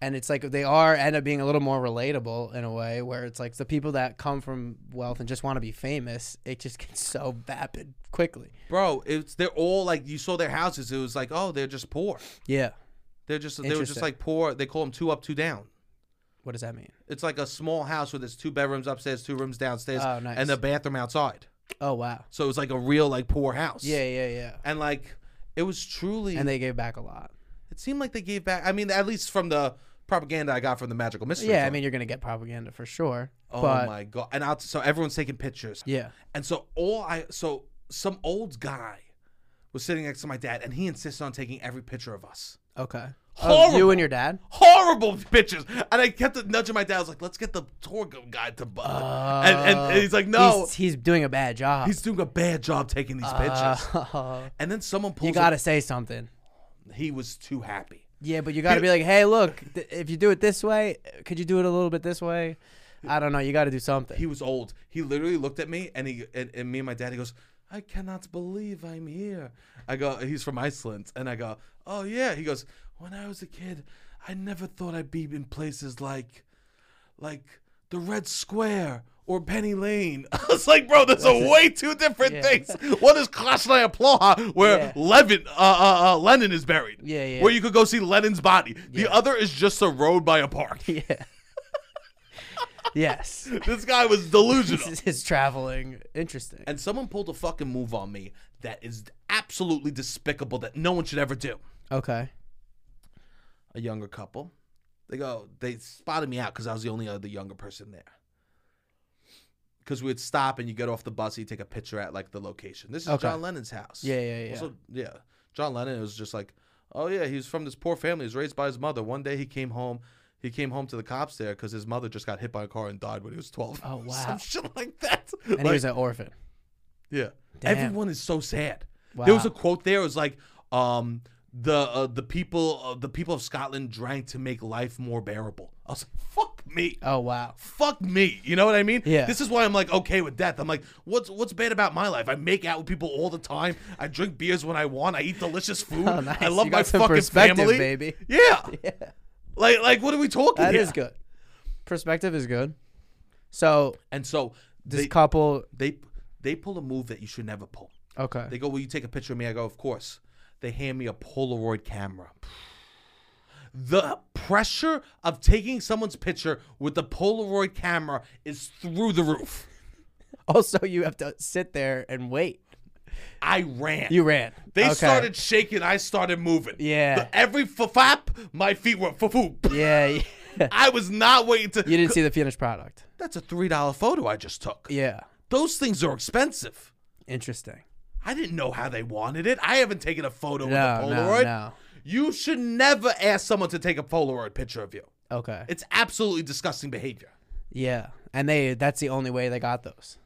Speaker 2: and it's like they are end up being a little more relatable in a way where it's like the people that come from wealth and just want to be famous. It just gets so vapid quickly.
Speaker 1: bro. It's they're all like you saw their houses. It was like, oh, they're just poor.
Speaker 2: Yeah.
Speaker 1: They're just they were just
Speaker 2: Interesting.
Speaker 1: like poor. They call them two up, two down.
Speaker 2: What does that mean?
Speaker 1: It's like a small house with there's two bedrooms upstairs, two rooms downstairs,
Speaker 2: Oh, nice.
Speaker 1: and the bathroom outside.
Speaker 2: Oh wow.
Speaker 1: So it was like a real like poor house.
Speaker 2: Yeah, yeah, yeah.
Speaker 1: And like it was truly
Speaker 2: And they gave back a lot.
Speaker 1: it seemed like they gave back I mean at least from the propaganda I got from the magical mystery.
Speaker 2: Yeah, I
Speaker 1: Tour.
Speaker 2: mean you're gonna get propaganda for sure.
Speaker 1: Oh
Speaker 2: but
Speaker 1: my god. And out so everyone's taking pictures.
Speaker 2: yeah.
Speaker 1: And so all I so some old guy was sitting next to my dad and he insisted on taking every picture of us.
Speaker 2: Okay. Oh, you
Speaker 1: Horrible.
Speaker 2: and your dad.
Speaker 1: horrible pictures. And I kept nudging my dad. I was like, let's get the tour guide to bud. and, and, and he's like, no.
Speaker 2: Uh,
Speaker 1: He's,
Speaker 2: He's, he's doing a bad job.
Speaker 1: doing a bad job taking these pictures.
Speaker 2: Uh,
Speaker 1: And then someone pulls
Speaker 2: you
Speaker 1: up-
Speaker 2: gotta say something.
Speaker 1: He was too happy.
Speaker 2: Yeah, but you gotta be like, hey, look, th- if you do it this way, could you do it a little bit this way? I don't know. You gotta do something.
Speaker 1: He was old. He literally looked at me and he and, and me and my dad, he goes, I cannot believe I'm here. I go, he's from Iceland. And I go, oh yeah. He goes, when I was a kid, I never thought I'd be in places like, like the Red Square or Penny Lane. I was like, bro, there's a way two different
Speaker 2: Yeah.
Speaker 1: things. One is Krasnaya Ploha, where
Speaker 2: Yeah.
Speaker 1: Levin, uh, uh, uh, Lenin is buried.
Speaker 2: Yeah, yeah.
Speaker 1: Where you could go see Lenin's body. The other is just a road by a park.
Speaker 2: yeah. yes.
Speaker 1: this guy was delusional.
Speaker 2: This is his traveling. Interesting.
Speaker 1: and someone pulled a fucking move on me that is absolutely despicable that no one should ever do.
Speaker 2: Okay.
Speaker 1: A younger couple, they go, they spotted me out because I was the only other younger person there. Because we'd stop and you get off the bus, you take a picture at like the location. This is
Speaker 2: Okay.
Speaker 1: John Lennon's house.
Speaker 2: Yeah, yeah, yeah.
Speaker 1: Also, yeah, John Lennon was just like, oh yeah, he was from this poor family. He was raised by his mother. One day he came home. He came home to the cops there because his mother just got hit by a car and died when he was twelve.
Speaker 2: Oh, wow.
Speaker 1: some shit like that.
Speaker 2: and he was an orphan.
Speaker 1: Yeah.
Speaker 2: Damn.
Speaker 1: Everyone is so sad. There was a
Speaker 2: Wow.
Speaker 1: quote there. It was like, um, the uh, the people uh, the people of Scotland drank to make life more bearable. I was like, fuck me.
Speaker 2: Oh wow.
Speaker 1: Fuck me, you know what I mean?
Speaker 2: Yeah.
Speaker 1: This is why I'm like okay with death. I'm like, what's what's bad about my life? I make out with people all the time. I drink beers when I want. I eat delicious food.
Speaker 2: Oh, nice.
Speaker 1: I love
Speaker 2: You got
Speaker 1: my
Speaker 2: some
Speaker 1: fucking
Speaker 2: perspective,
Speaker 1: family,
Speaker 2: baby.
Speaker 1: Yeah.
Speaker 2: Yeah.
Speaker 1: like like what are we talking?
Speaker 2: That is
Speaker 1: here?
Speaker 2: good. Perspective is good. So
Speaker 1: And so
Speaker 2: this
Speaker 1: they,
Speaker 2: couple.
Speaker 1: they they pull a move that you should never pull.
Speaker 2: Okay.
Speaker 1: They go, Will you take a picture of me? I go, Of course. They hand me a Polaroid camera. The pressure of taking someone's picture with the Polaroid camera is through the roof.
Speaker 2: also, you have to sit there and wait.
Speaker 1: I ran.
Speaker 2: You ran.
Speaker 1: they
Speaker 2: Okay.
Speaker 1: started shaking. I started moving.
Speaker 2: Yeah.
Speaker 1: The- every flap, my feet were foop.
Speaker 2: Yeah. yeah.
Speaker 1: I was not waiting to.
Speaker 2: you didn't see the finished product.
Speaker 1: That's a three dollar photo I just took.
Speaker 2: Yeah.
Speaker 1: Those things are expensive.
Speaker 2: Interesting.
Speaker 1: I didn't know how they wanted it. I haven't taken a photo
Speaker 2: No,
Speaker 1: with a
Speaker 2: no,
Speaker 1: Polaroid.
Speaker 2: no.
Speaker 1: You should never ask someone to take a Polaroid picture of you.
Speaker 2: Okay.
Speaker 1: It's absolutely disgusting behavior.
Speaker 2: Yeah. And they that's the only way they got those.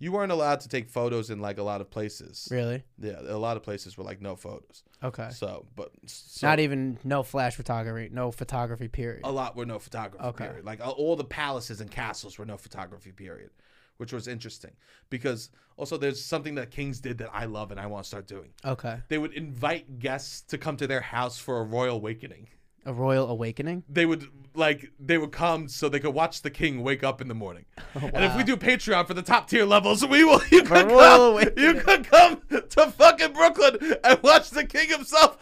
Speaker 1: you weren't allowed to take photos in like a lot of places.
Speaker 2: Really?
Speaker 1: Yeah, a lot of places were like no photos.
Speaker 2: Okay.
Speaker 1: So, but so Oh.
Speaker 2: Not e-, even no flash photography, no photography period.
Speaker 1: a lot were no photography
Speaker 2: Okay.
Speaker 1: period. Like uh, all the palaces and castles were no photography period, which was interesting because also there's something that kings did that I love and I want to start doing.
Speaker 2: Okay.
Speaker 1: They would invite guests to come to their house for a royal awakening.
Speaker 2: A royal awakening?
Speaker 1: They would like they would come so they could watch the king wake up in the morning. And if we do Patreon for the top tier levels, we will you could
Speaker 2: royal
Speaker 1: come,
Speaker 2: awakening.
Speaker 1: you could come to fucking Brooklyn and watch the king himself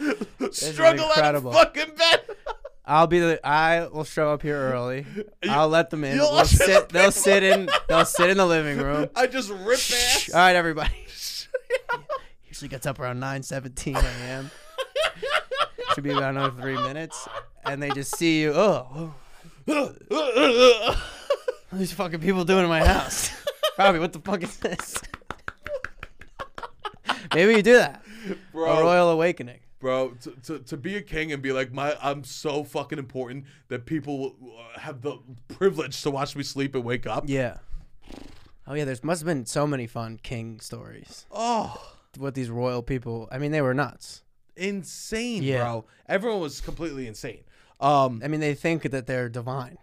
Speaker 1: struggle out of
Speaker 2: incredible.
Speaker 1: fucking bed.
Speaker 2: I'll be the I will show up here early. I'll let them in.
Speaker 1: you'll
Speaker 2: We'll
Speaker 1: usher
Speaker 2: sit,
Speaker 1: the
Speaker 2: they'll
Speaker 1: people
Speaker 2: sit in they'll sit in the living room.
Speaker 1: I just rip ass.
Speaker 2: All right, everybody. Usually gets up around 9:17 a.m. Should be about another three minutes, and they just see you. Oh, what are these fucking people doing in my house? Robbie, what the fuck is this? Maybe you do that. A
Speaker 1: bro,
Speaker 2: royal awakening.
Speaker 1: bro to, to, to be a king and be like, my, I'm so fucking important that people uh, have the privilege to watch me sleep and wake up.
Speaker 2: Yeah. Oh yeah, there's must have been so many fun king stories.
Speaker 1: Oh,
Speaker 2: What these royal people? I mean, they were nuts.
Speaker 1: insane,
Speaker 2: Yeah.
Speaker 1: bro. Everyone was completely insane. Um,
Speaker 2: I mean, they think that they're divine.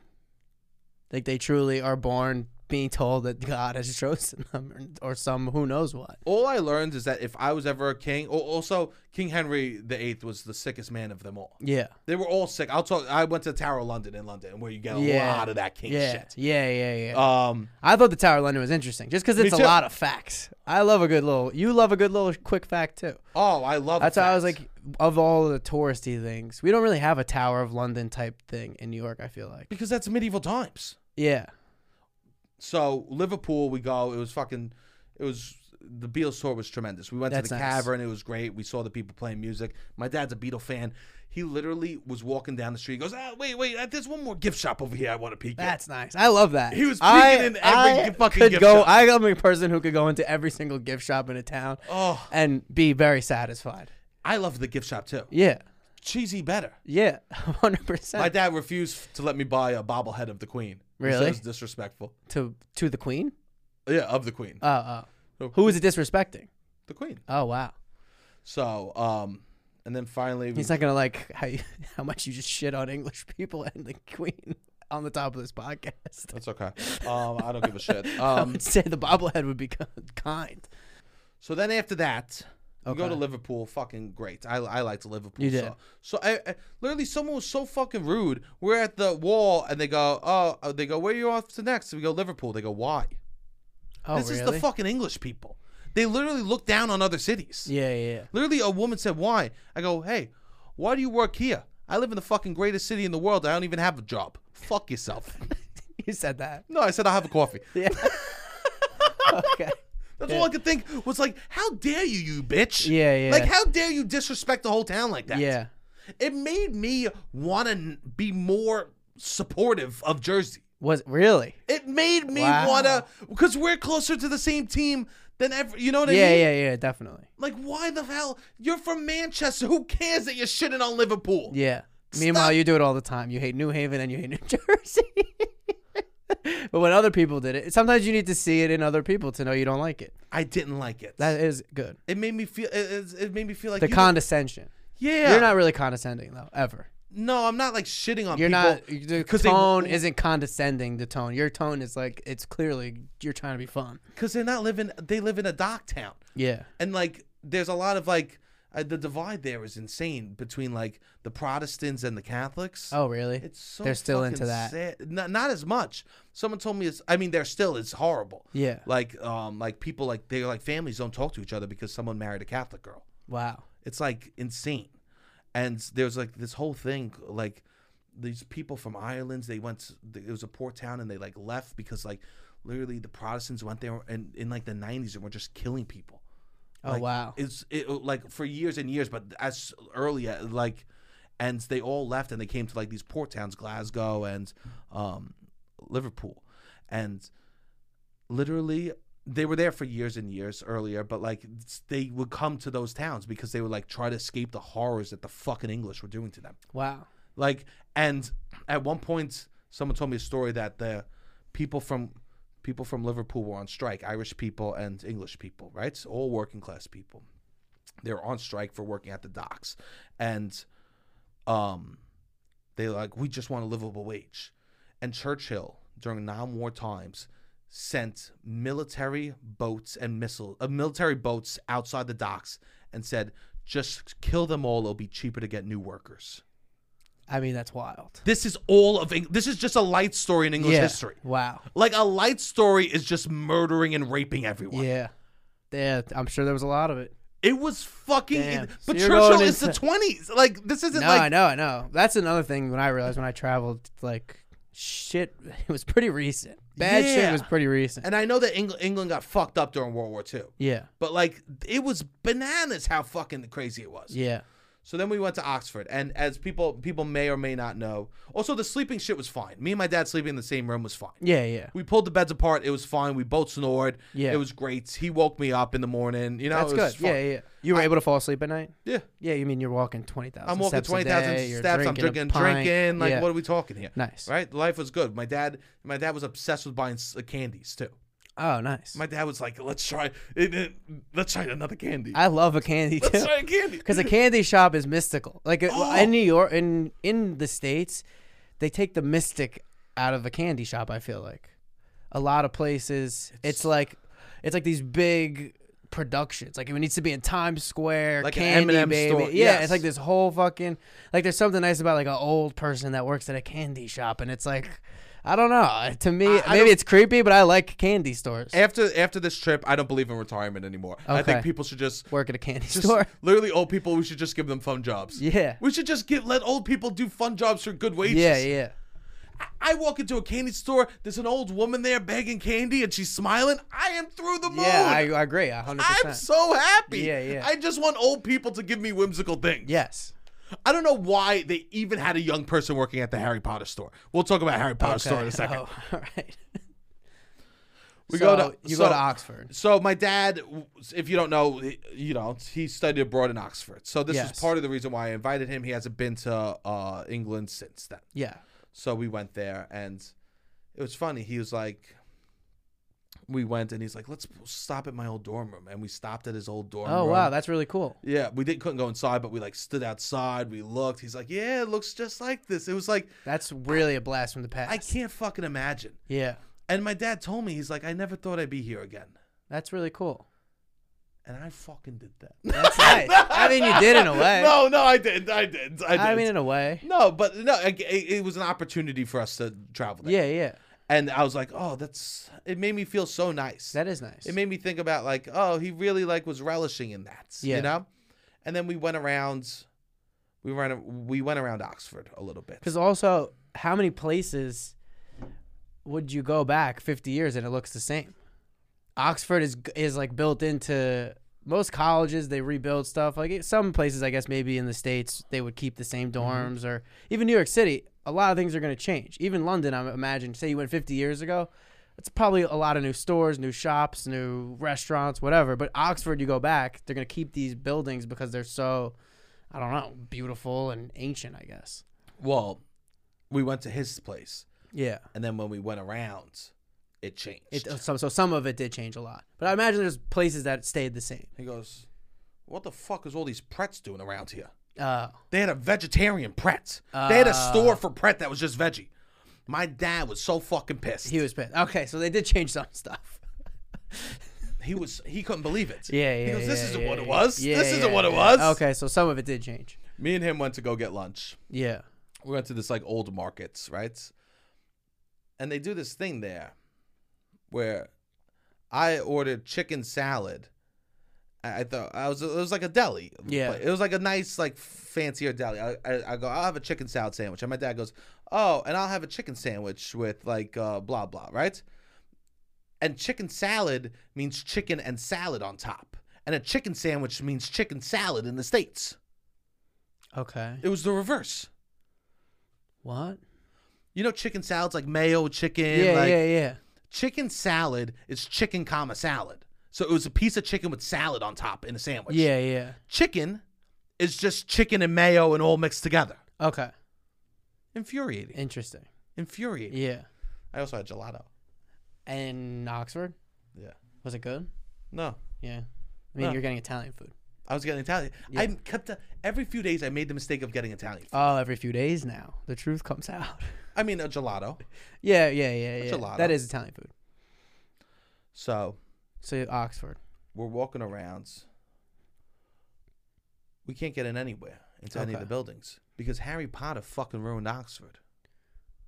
Speaker 2: Like they truly are born being told that God has chosen them or, or some who knows what.
Speaker 1: all I learned is that if I was ever a king, or also King Henry the Eighth was the sickest man of them all.
Speaker 2: Yeah.
Speaker 1: They were all sick. I'll talk. I went to Tower of London in London, where you get a
Speaker 2: Yeah.
Speaker 1: lot of that king
Speaker 2: Yeah.
Speaker 1: shit.
Speaker 2: Yeah, yeah, yeah.
Speaker 1: Um,
Speaker 2: I thought the Tower of London was interesting just because it's a
Speaker 1: too.
Speaker 2: lot of facts. I love a good little, you love a good little quick fact too.
Speaker 1: oh, I love.
Speaker 2: That's how I was
Speaker 1: facts.
Speaker 2: like, of all the touristy things, we don't really have a Tower of London type thing in New York, I feel like.
Speaker 1: because that's medieval times.
Speaker 2: Yeah.
Speaker 1: So Liverpool, we go. It was fucking. It was the Beatles tour was tremendous. We went
Speaker 2: That's
Speaker 1: to the
Speaker 2: nice.
Speaker 1: cavern. It was great. We saw the people playing music. My dad's a Beatle fan. He literally was walking down the street. He goes, ah, wait, wait. uh, There's one more gift shop over here. I want to peek. at."
Speaker 2: That's nice. I love that.
Speaker 1: He was
Speaker 2: I-
Speaker 1: peeking in every
Speaker 2: I
Speaker 1: fucking
Speaker 2: could
Speaker 1: gift
Speaker 2: go,
Speaker 1: shop.
Speaker 2: I am a person who could go into every single gift shop in a town
Speaker 1: Oh,
Speaker 2: and be very satisfied.
Speaker 1: I loved the gift shop too.
Speaker 2: Yeah.
Speaker 1: Cheesy better.
Speaker 2: Yeah. 100%.
Speaker 1: My dad refused to let me buy a bobblehead of the Queen. He said
Speaker 2: Really?
Speaker 1: It was disrespectful.
Speaker 2: to, to the Queen?
Speaker 1: Yeah, of the Queen.
Speaker 2: Oh,
Speaker 1: Oh.
Speaker 2: oh. Who is it disrespecting?
Speaker 1: the Queen.
Speaker 2: Oh, wow.
Speaker 1: So, um, and then finally, we,
Speaker 2: He's not gonna like how you, how much you just shit on English people and the Queen on the top of this podcast.
Speaker 1: that's okay. Um, I don't give a shit.
Speaker 2: I
Speaker 1: Um,
Speaker 2: would say the bobblehead would be ki- kind.
Speaker 1: So then after that, we go
Speaker 2: Okay.
Speaker 1: to Liverpool. Fucking great. I, I liked Liverpool.
Speaker 2: You did.
Speaker 1: So, so I, I- literally, someone was so fucking rude. We're at the wall, and they go, "Oh, uh, they go, where are you off to next?" we go, "Liverpool." They go, "Why?"
Speaker 2: Oh,
Speaker 1: this
Speaker 2: really?
Speaker 1: is the fucking English people. They literally look down on other cities.
Speaker 2: yeah, yeah, yeah.
Speaker 1: Literally, a woman said, "Why?" I go, "Hey, why do you work here? I live in the fucking greatest city in the world. I don't even have a job. Fuck yourself."
Speaker 2: You said that.
Speaker 1: no, I said I'll have a coffee.
Speaker 2: Yeah. okay.
Speaker 1: That's all I could think was like, "How dare you, you bitch!"
Speaker 2: Yeah, yeah.
Speaker 1: Like, how dare you disrespect the whole town like that?
Speaker 2: Yeah.
Speaker 1: It made me want to be more supportive of Jersey.
Speaker 2: Was really?
Speaker 1: It made me
Speaker 2: Wow.
Speaker 1: want to because we're closer to the same team than ever. You know what I
Speaker 2: Yeah,
Speaker 1: mean?
Speaker 2: yeah, yeah. Definitely.
Speaker 1: Like, why the hell? You're from Manchester. Who cares that you're shitting on Liverpool?
Speaker 2: Yeah. Meanwhile, you do it all the time. You hate New Haven and you hate New Jersey. but when other people did it, sometimes you need to see it in other people to know you don't like it.
Speaker 1: I didn't like it.
Speaker 2: That is good.
Speaker 1: it made me feel. It, it- it made me feel like
Speaker 2: The
Speaker 1: you-
Speaker 2: condescension.
Speaker 1: Yeah,
Speaker 2: You're not really condescending though, ever.
Speaker 1: No, I'm not like shitting on. people
Speaker 2: You're not. The
Speaker 1: 'cause they-
Speaker 2: tone isn't condescending. The tone. Your tone is like it's clearly you're trying to be fun.
Speaker 1: because they're not living. They live in a dock town.
Speaker 2: Yeah.
Speaker 1: and like there's a lot of like uh, the divide there is insane between like the Protestants and the Catholics.
Speaker 2: Oh really?
Speaker 1: it's so
Speaker 2: they're still into
Speaker 1: fucking
Speaker 2: that.
Speaker 1: sad. Not, not as much. Someone told me it's. I mean, there still is horrible.
Speaker 2: Yeah.
Speaker 1: Like um like people like they're like families don't talk to each other because someone married a Catholic girl.
Speaker 2: Wow.
Speaker 1: It's like insane, and there's like this whole thing like these people from Ireland. They went. To, it was a poor town, and they like left because like literally the Protestants went there and in like the 90s and were just killing people.
Speaker 2: Oh
Speaker 1: Like,
Speaker 2: wow.
Speaker 1: It's it, uh, like for years and years, but as early as like, and they all left and they came to like these port towns, Glasgow and um, Liverpool, and literally they were there for years and years earlier. But like they would come to those towns because they would like try to escape the horrors that the fucking English were doing to them.
Speaker 2: Wow.
Speaker 1: Like, and at one point, someone told me a story that the people from people from Liverpool were on strike, Irish people and English people, right? It's all working class people. They were on strike for working at the docks. And um, they like, we just want a livable wage. And Churchill, during non-war times, sent military boats and missile uh, military boats outside the docks and said, just kill them all. It'll be cheaper to get new workers.
Speaker 2: I mean, that's wild.
Speaker 1: This is all of Eng- this is just a light story in English
Speaker 2: yeah.
Speaker 1: history.
Speaker 2: Wow.
Speaker 1: Like a light story is just murdering and raping everyone.
Speaker 2: Yeah. Yeah, I'm sure there was a lot of it.
Speaker 1: It was fucking.
Speaker 2: Damn.
Speaker 1: It,
Speaker 2: So
Speaker 1: but
Speaker 2: you're
Speaker 1: Churchill
Speaker 2: going
Speaker 1: is the
Speaker 2: into-
Speaker 1: twenties. Like this isn't
Speaker 2: No,
Speaker 1: like.
Speaker 2: I know, I know. That's another thing when I realized when I traveled, like shit, it was pretty recent. Bad
Speaker 1: Yeah.
Speaker 2: shit was pretty recent.
Speaker 1: And I know that England England got fucked up during World War II,
Speaker 2: yeah,
Speaker 1: but like it was bananas how fucking crazy it was.
Speaker 2: yeah.
Speaker 1: So then we went to Oxford, and as people people may or may not know, also the sleeping shit was fine. Me and my dad sleeping in the same room was fine.
Speaker 2: Yeah, yeah.
Speaker 1: We pulled the beds apart. It was fine. We both snored.
Speaker 2: Yeah.
Speaker 1: it was great. He woke me up in the morning. You know,
Speaker 2: That's
Speaker 1: it was
Speaker 2: good. Yeah,
Speaker 1: fun.
Speaker 2: yeah. You were able to fall asleep at night?
Speaker 1: yeah.
Speaker 2: Yeah, you mean you're walking 20,000
Speaker 1: I'm walking
Speaker 2: steps a
Speaker 1: twenty thousand
Speaker 2: day, you're
Speaker 1: steps. I'm
Speaker 2: a
Speaker 1: drinking,
Speaker 2: pint.
Speaker 1: drinking. Like,
Speaker 2: Yeah.
Speaker 1: what are we talking here?
Speaker 2: Nice.
Speaker 1: Right? Life was good. My dad, my dad was obsessed with buying s- uh, candies too.
Speaker 2: Oh, nice.
Speaker 1: My dad was like, "Let's try, it, it- let's try another candy.
Speaker 2: I love a candy
Speaker 1: let's
Speaker 2: too.
Speaker 1: try a candy."
Speaker 2: Because a candy shop is mystical. Like uh,
Speaker 1: Oh.
Speaker 2: in New York, in in the states, they take the mystic out of a candy shop. I feel like a lot of places, it's, like it's like these big productions. Like it needs to be in Times Square,
Speaker 1: Like an
Speaker 2: candy
Speaker 1: M&M
Speaker 2: baby.
Speaker 1: store,
Speaker 2: Yeah,
Speaker 1: yes.
Speaker 2: it's like this whole fucking like. There's something nice about like an old person that works at a candy shop, and it's like. I don't know. Uh, To me,
Speaker 1: I don't-
Speaker 2: maybe it's creepy, but I like candy stores.
Speaker 1: after after this trip, I don't believe in retirement anymore. I think
Speaker 2: Okay.
Speaker 1: people should just,
Speaker 2: Work at a candy
Speaker 1: just
Speaker 2: store.
Speaker 1: literally old people. We should just give them fun jobs.
Speaker 2: Yeah.
Speaker 1: we should just give let old people do fun jobs for good wages.
Speaker 2: Yeah, yeah.
Speaker 1: I walk into a candy store. There's an old woman there begging candy, and she's smiling. I am through the moon.
Speaker 2: Yeah, I, I agree. 100%.
Speaker 1: I'm so happy.
Speaker 2: Yeah, yeah.
Speaker 1: I just want old people to give me whimsical things.
Speaker 2: yes.
Speaker 1: I don't know why they even had a young person working at the Harry Potter store. We'll talk about Harry Potter store in a second.
Speaker 2: Oh, all right.
Speaker 1: We
Speaker 2: so
Speaker 1: go to
Speaker 2: you
Speaker 1: so,
Speaker 2: go to Oxford.
Speaker 1: So my dad, if you don't know, you know he studied abroad in Oxford. So this is
Speaker 2: Yes.
Speaker 1: part of the reason why I invited him. He hasn't been to uh, England since then.
Speaker 2: Yeah.
Speaker 1: So we went there, and it was funny. He was like, we went, and he's like, let's stop at my old dorm room, and we stopped at his old dorm
Speaker 2: Oh
Speaker 1: room.
Speaker 2: wow, that's really cool.
Speaker 1: Yeah, we didn't couldn't go inside, but we like stood outside. We looked. He's like, "Yeah, it looks just like this." It was like
Speaker 2: That's really a blast from the past.
Speaker 1: I can't fucking imagine.
Speaker 2: yeah,
Speaker 1: And my dad told me he's like, "I never thought I'd be here again,"
Speaker 2: that's really cool.
Speaker 1: and I fucking did that.
Speaker 2: That's nice. I mean, you did in a way.
Speaker 1: No, no, I did, I did, I did.
Speaker 2: I mean, in a way.
Speaker 1: no, but no, I- it, it was an opportunity for us to travel. There.
Speaker 2: Yeah, yeah.
Speaker 1: and I was like, "Oh, that's." It made me feel so nice.
Speaker 2: That is nice.
Speaker 1: it made me think about like, oh, he really like was relishing in that,
Speaker 2: Yeah.
Speaker 1: you know. And then we went around, we ran, we went around Oxford a little bit.
Speaker 2: Because also, how many places would you go back 50 years and it looks the same? Oxford is is like built into most colleges. They rebuild stuff. Like it- some places, I guess maybe in the states they would keep the same dorms, or even New York City. A lot of things are going to change. Even London, I imagine. Say you went 50 years ago, it's probably a lot of new stores, new shops, new restaurants, whatever. But Oxford, you go back, they're going to keep these buildings because they're so, I don't know, beautiful and ancient. I guess.
Speaker 1: Well, we went to his place,
Speaker 2: Yeah.
Speaker 1: and then when we went around, it changed.
Speaker 2: It, some, so some of it did change a lot, but I imagine there's places that stayed the same.
Speaker 1: he goes, "What the fuck is all these pretz doing around here?"
Speaker 2: Uh,
Speaker 1: They had a vegetarian pretz. they had a
Speaker 2: Ah.
Speaker 1: store for pret that was just veggie. My dad was so fucking pissed.
Speaker 2: he was pissed. Okay, so they did change some stuff.
Speaker 1: He was he couldn't believe it.
Speaker 2: Yeah, yeah.
Speaker 1: He goes, "This
Speaker 2: yeah,
Speaker 1: isn't
Speaker 2: yeah,
Speaker 1: what it
Speaker 2: yeah.
Speaker 1: was.
Speaker 2: Yeah,
Speaker 1: this isn't
Speaker 2: yeah,
Speaker 1: what it
Speaker 2: yeah.
Speaker 1: was."
Speaker 2: Okay, so some of it did change.
Speaker 1: Me and him went to go get lunch.
Speaker 2: Yeah.
Speaker 1: we went to this like old markets, right? And they do this thing there where I ordered chicken salad. I I thought I was it was like a deli.
Speaker 2: Yeah.
Speaker 1: It was like a nice like fancier deli. I, I, I go I'll have a chicken salad sandwich, and my dad goes, oh, and I'll have a chicken sandwich with like uh, blah blah, right? And chicken salad means chicken and salad on top, and a chicken sandwich means chicken salad in the states.
Speaker 2: Okay.
Speaker 1: It was the reverse.
Speaker 2: What?
Speaker 1: You know, chicken salad's like mayo chicken.
Speaker 2: yeah,
Speaker 1: like,
Speaker 2: yeah, yeah.
Speaker 1: Chicken salad is chicken, comma salad. So it was a piece of chicken with salad on top in a sandwich.
Speaker 2: Yeah, yeah.
Speaker 1: Chicken is just chicken and mayo and all mixed together.
Speaker 2: Okay.
Speaker 1: Infuriating.
Speaker 2: Interesting.
Speaker 1: Infuriating.
Speaker 2: Yeah.
Speaker 1: I also had gelato.
Speaker 2: in Oxford.
Speaker 1: Yeah.
Speaker 2: Was it good?
Speaker 1: No,
Speaker 2: Yeah. I mean,
Speaker 1: No.
Speaker 2: you're getting Italian food.
Speaker 1: I was getting Italian.
Speaker 2: Yeah.
Speaker 1: I kept every few days. I made the mistake of getting Italian.
Speaker 2: Oh, every few days now, the truth comes out.
Speaker 1: I mean, a gelato.
Speaker 2: yeah, yeah, yeah, yeah.
Speaker 1: gelato.
Speaker 2: That is Italian food.
Speaker 1: So
Speaker 2: So Oxford.
Speaker 1: we're walking around. We can't get in anywhere into any of
Speaker 2: Okay.
Speaker 1: the buildings because Harry Potter fucking ruined Oxford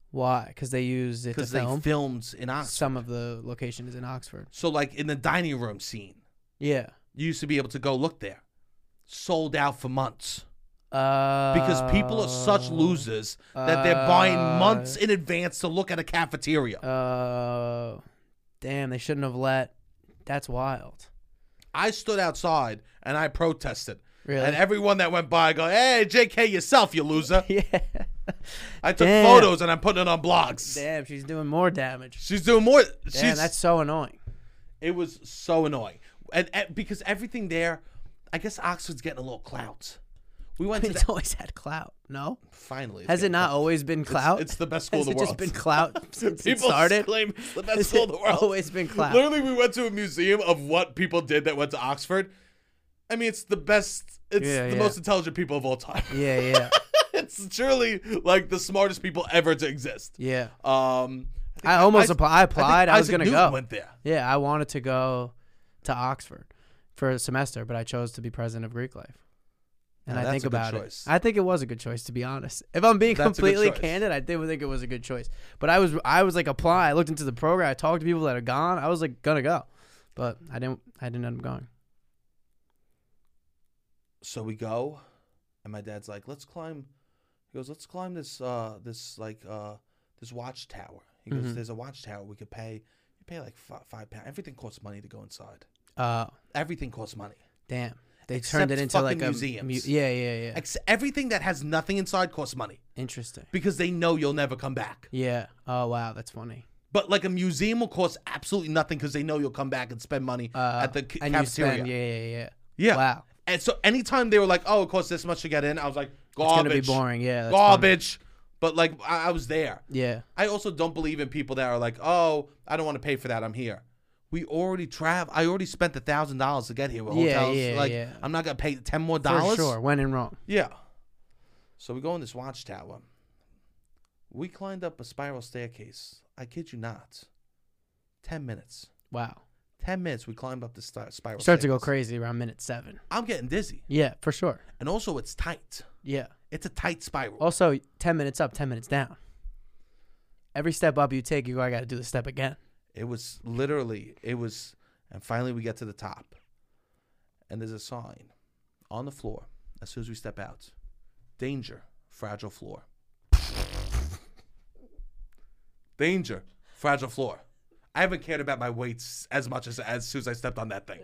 Speaker 2: Why? Because they used it to
Speaker 1: because they
Speaker 2: film.
Speaker 1: filmed in Oxford.
Speaker 2: Some of the location is in Oxford.
Speaker 1: So like in the dining room scene,
Speaker 2: Yeah.
Speaker 1: you used to be able to go look there. Sold out for months
Speaker 2: Uh,
Speaker 1: because people are such
Speaker 2: Oh.
Speaker 1: losers that they're buying months in advance to look at a cafeteria.
Speaker 2: Uh, damn, they shouldn't have let. That's wild.
Speaker 1: I stood outside and I protested.
Speaker 2: Really?
Speaker 1: And everyone that went by go, hey, JK yourself, you loser.
Speaker 2: yeah.
Speaker 1: I took
Speaker 2: Damn.
Speaker 1: photos and I'm putting it on blogs.
Speaker 2: Damn, she's doing more damage.
Speaker 1: She's doing more.
Speaker 2: Damn,
Speaker 1: she's,
Speaker 2: that's so annoying.
Speaker 1: it was so annoying. And, and- because everything there, I guess Oxford's getting a little clout. We went to
Speaker 2: It's
Speaker 1: that.
Speaker 2: always had clout. No,
Speaker 1: Finally. it's
Speaker 2: has it
Speaker 1: getting
Speaker 2: not
Speaker 1: clout.
Speaker 2: always been clout?
Speaker 1: It's the best school
Speaker 2: has
Speaker 1: in
Speaker 2: it
Speaker 1: the world.
Speaker 2: just been clout since it
Speaker 1: People
Speaker 2: started?
Speaker 1: claim it's the best
Speaker 2: Has
Speaker 1: school in
Speaker 2: it
Speaker 1: the world.
Speaker 2: always been clout?
Speaker 1: Literally, we went to a museum of what people did that went to Oxford. I mean, it's the best. It's
Speaker 2: Yeah,
Speaker 1: the
Speaker 2: yeah.
Speaker 1: most intelligent people of all time.
Speaker 2: Yeah, yeah,
Speaker 1: it's truly like the smartest people ever to exist.
Speaker 2: yeah.
Speaker 1: Um,
Speaker 2: I almost
Speaker 1: Isaac-
Speaker 2: appli- I applied. I, was
Speaker 1: Isaac
Speaker 2: gonna
Speaker 1: Newton
Speaker 2: go.
Speaker 1: Went there.
Speaker 2: Yeah, I wanted to go to Oxford for a semester, but I chose to be president of Greek life. And
Speaker 1: Now,
Speaker 2: I
Speaker 1: that's
Speaker 2: think
Speaker 1: a good
Speaker 2: about it.
Speaker 1: choice.
Speaker 2: I think it was a good choice, to be honest. If I'm being
Speaker 1: That's a good
Speaker 2: completely
Speaker 1: choice.
Speaker 2: candid, I did think it was a good choice. But I was, I was like applying. I looked into the program. I talked to people that are gone. I was like gonna go, but I didn't. I didn't end up going.
Speaker 1: So we go, and my dad's like, "Let's climb." He goes, "Let's climb this uh this like uh this watchtower." He goes,
Speaker 2: Mhm.
Speaker 1: "There's a watchtower. We could pay. You pay like five, five pounds. Everything costs money to go inside.
Speaker 2: Uh,
Speaker 1: Everything costs money.
Speaker 2: damn. They
Speaker 1: Except
Speaker 2: turned it into
Speaker 1: fucking
Speaker 2: like a mu-
Speaker 1: museums.
Speaker 2: yeah, yeah, yeah.
Speaker 1: Ex- everything that has nothing inside costs money
Speaker 2: Interesting.
Speaker 1: because they know you'll never come back.
Speaker 2: Yeah. Oh wow, that's funny.
Speaker 1: But like a museum will cost absolutely nothing because they know you'll come back and spend money
Speaker 2: Uh,
Speaker 1: at the c-
Speaker 2: and you
Speaker 1: cafeteria.
Speaker 2: spend, yeah, yeah, yeah.
Speaker 1: Yeah.
Speaker 2: Wow.
Speaker 1: And so anytime they were like, "Oh, it costs this much to get in," I was like,
Speaker 2: It's gonna
Speaker 1: "Garbage,
Speaker 2: be boring. Yeah. that's funny.
Speaker 1: garbage." But like, I, I was there.
Speaker 2: Yeah.
Speaker 1: I also don't believe in people that are like, "Oh, I don't want to pay for that. I'm here." We already travel. I already spent a thousand dollars to get here with
Speaker 2: Yeah,
Speaker 1: hotels.
Speaker 2: yeah,
Speaker 1: like,
Speaker 2: yeah.
Speaker 1: I'm not gonna pay ten more
Speaker 2: For
Speaker 1: dollars.
Speaker 2: sure. When in Rome.
Speaker 1: Yeah. So we go in this watchtower. We climbed up a spiral staircase. I kid you not. Ten minutes.
Speaker 2: Wow.
Speaker 1: Ten minutes. We climbed up the sti- spiral.
Speaker 2: Start to go
Speaker 1: staircase.
Speaker 2: crazy around minute seven.
Speaker 1: I'm getting dizzy,
Speaker 2: Yeah, for sure.
Speaker 1: and also it's tight.
Speaker 2: Yeah.
Speaker 1: It's a tight spiral.
Speaker 2: Also, ten minutes up, ten minutes down. Every step up you take, you go, I gotta do the step again.
Speaker 1: It was literally, it was, and finally we get to the top. And there's a sign on the floor as soon as we step out Danger, fragile floor. Danger, fragile floor. I haven't cared about my weights as much as as soon as I stepped on that thing.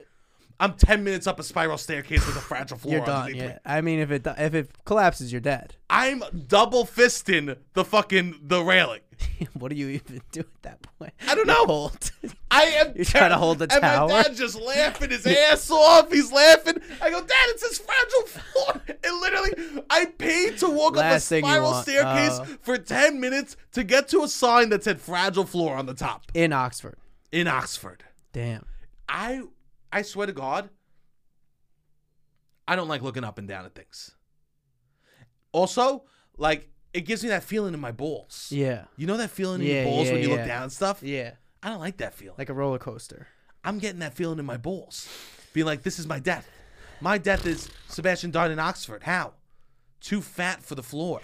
Speaker 1: I'm 10 minutes up a spiral staircase with a fragile floor.
Speaker 2: You're done.
Speaker 1: underneath me.
Speaker 2: Yeah. I mean, if it if it collapses, you're dead.
Speaker 1: I'm double fisting the fucking the railing.
Speaker 2: what do you even do at that point?
Speaker 1: I don't
Speaker 2: You
Speaker 1: know.
Speaker 2: Hold.
Speaker 1: I am.
Speaker 2: You're trying to hold the
Speaker 1: and my
Speaker 2: tower?
Speaker 1: dad just laughing his ass off. He's laughing. I go, Dad, it's his fragile floor. And literally, I paid to walk up a
Speaker 2: Last thing you
Speaker 1: spiral
Speaker 2: want.
Speaker 1: staircase
Speaker 2: Oh.
Speaker 1: for ten minutes to get to a sign that said "fragile floor" on the top
Speaker 2: in Oxford.
Speaker 1: in Oxford.
Speaker 2: Damn.
Speaker 1: I, I swear to God, I don't like looking up and down at things. Also, like it gives me that feeling in my balls.
Speaker 2: Yeah.
Speaker 1: You know that feeling in your
Speaker 2: Yeah,
Speaker 1: balls
Speaker 2: yeah,
Speaker 1: when you look
Speaker 2: yeah.
Speaker 1: down and stuff.
Speaker 2: Yeah.
Speaker 1: I don't like that feeling.
Speaker 2: Like a roller coaster.
Speaker 1: I'm getting that feeling in my balls. Being like, this is my death. My death is Sebastian died in Oxford. How? Too fat for the floor.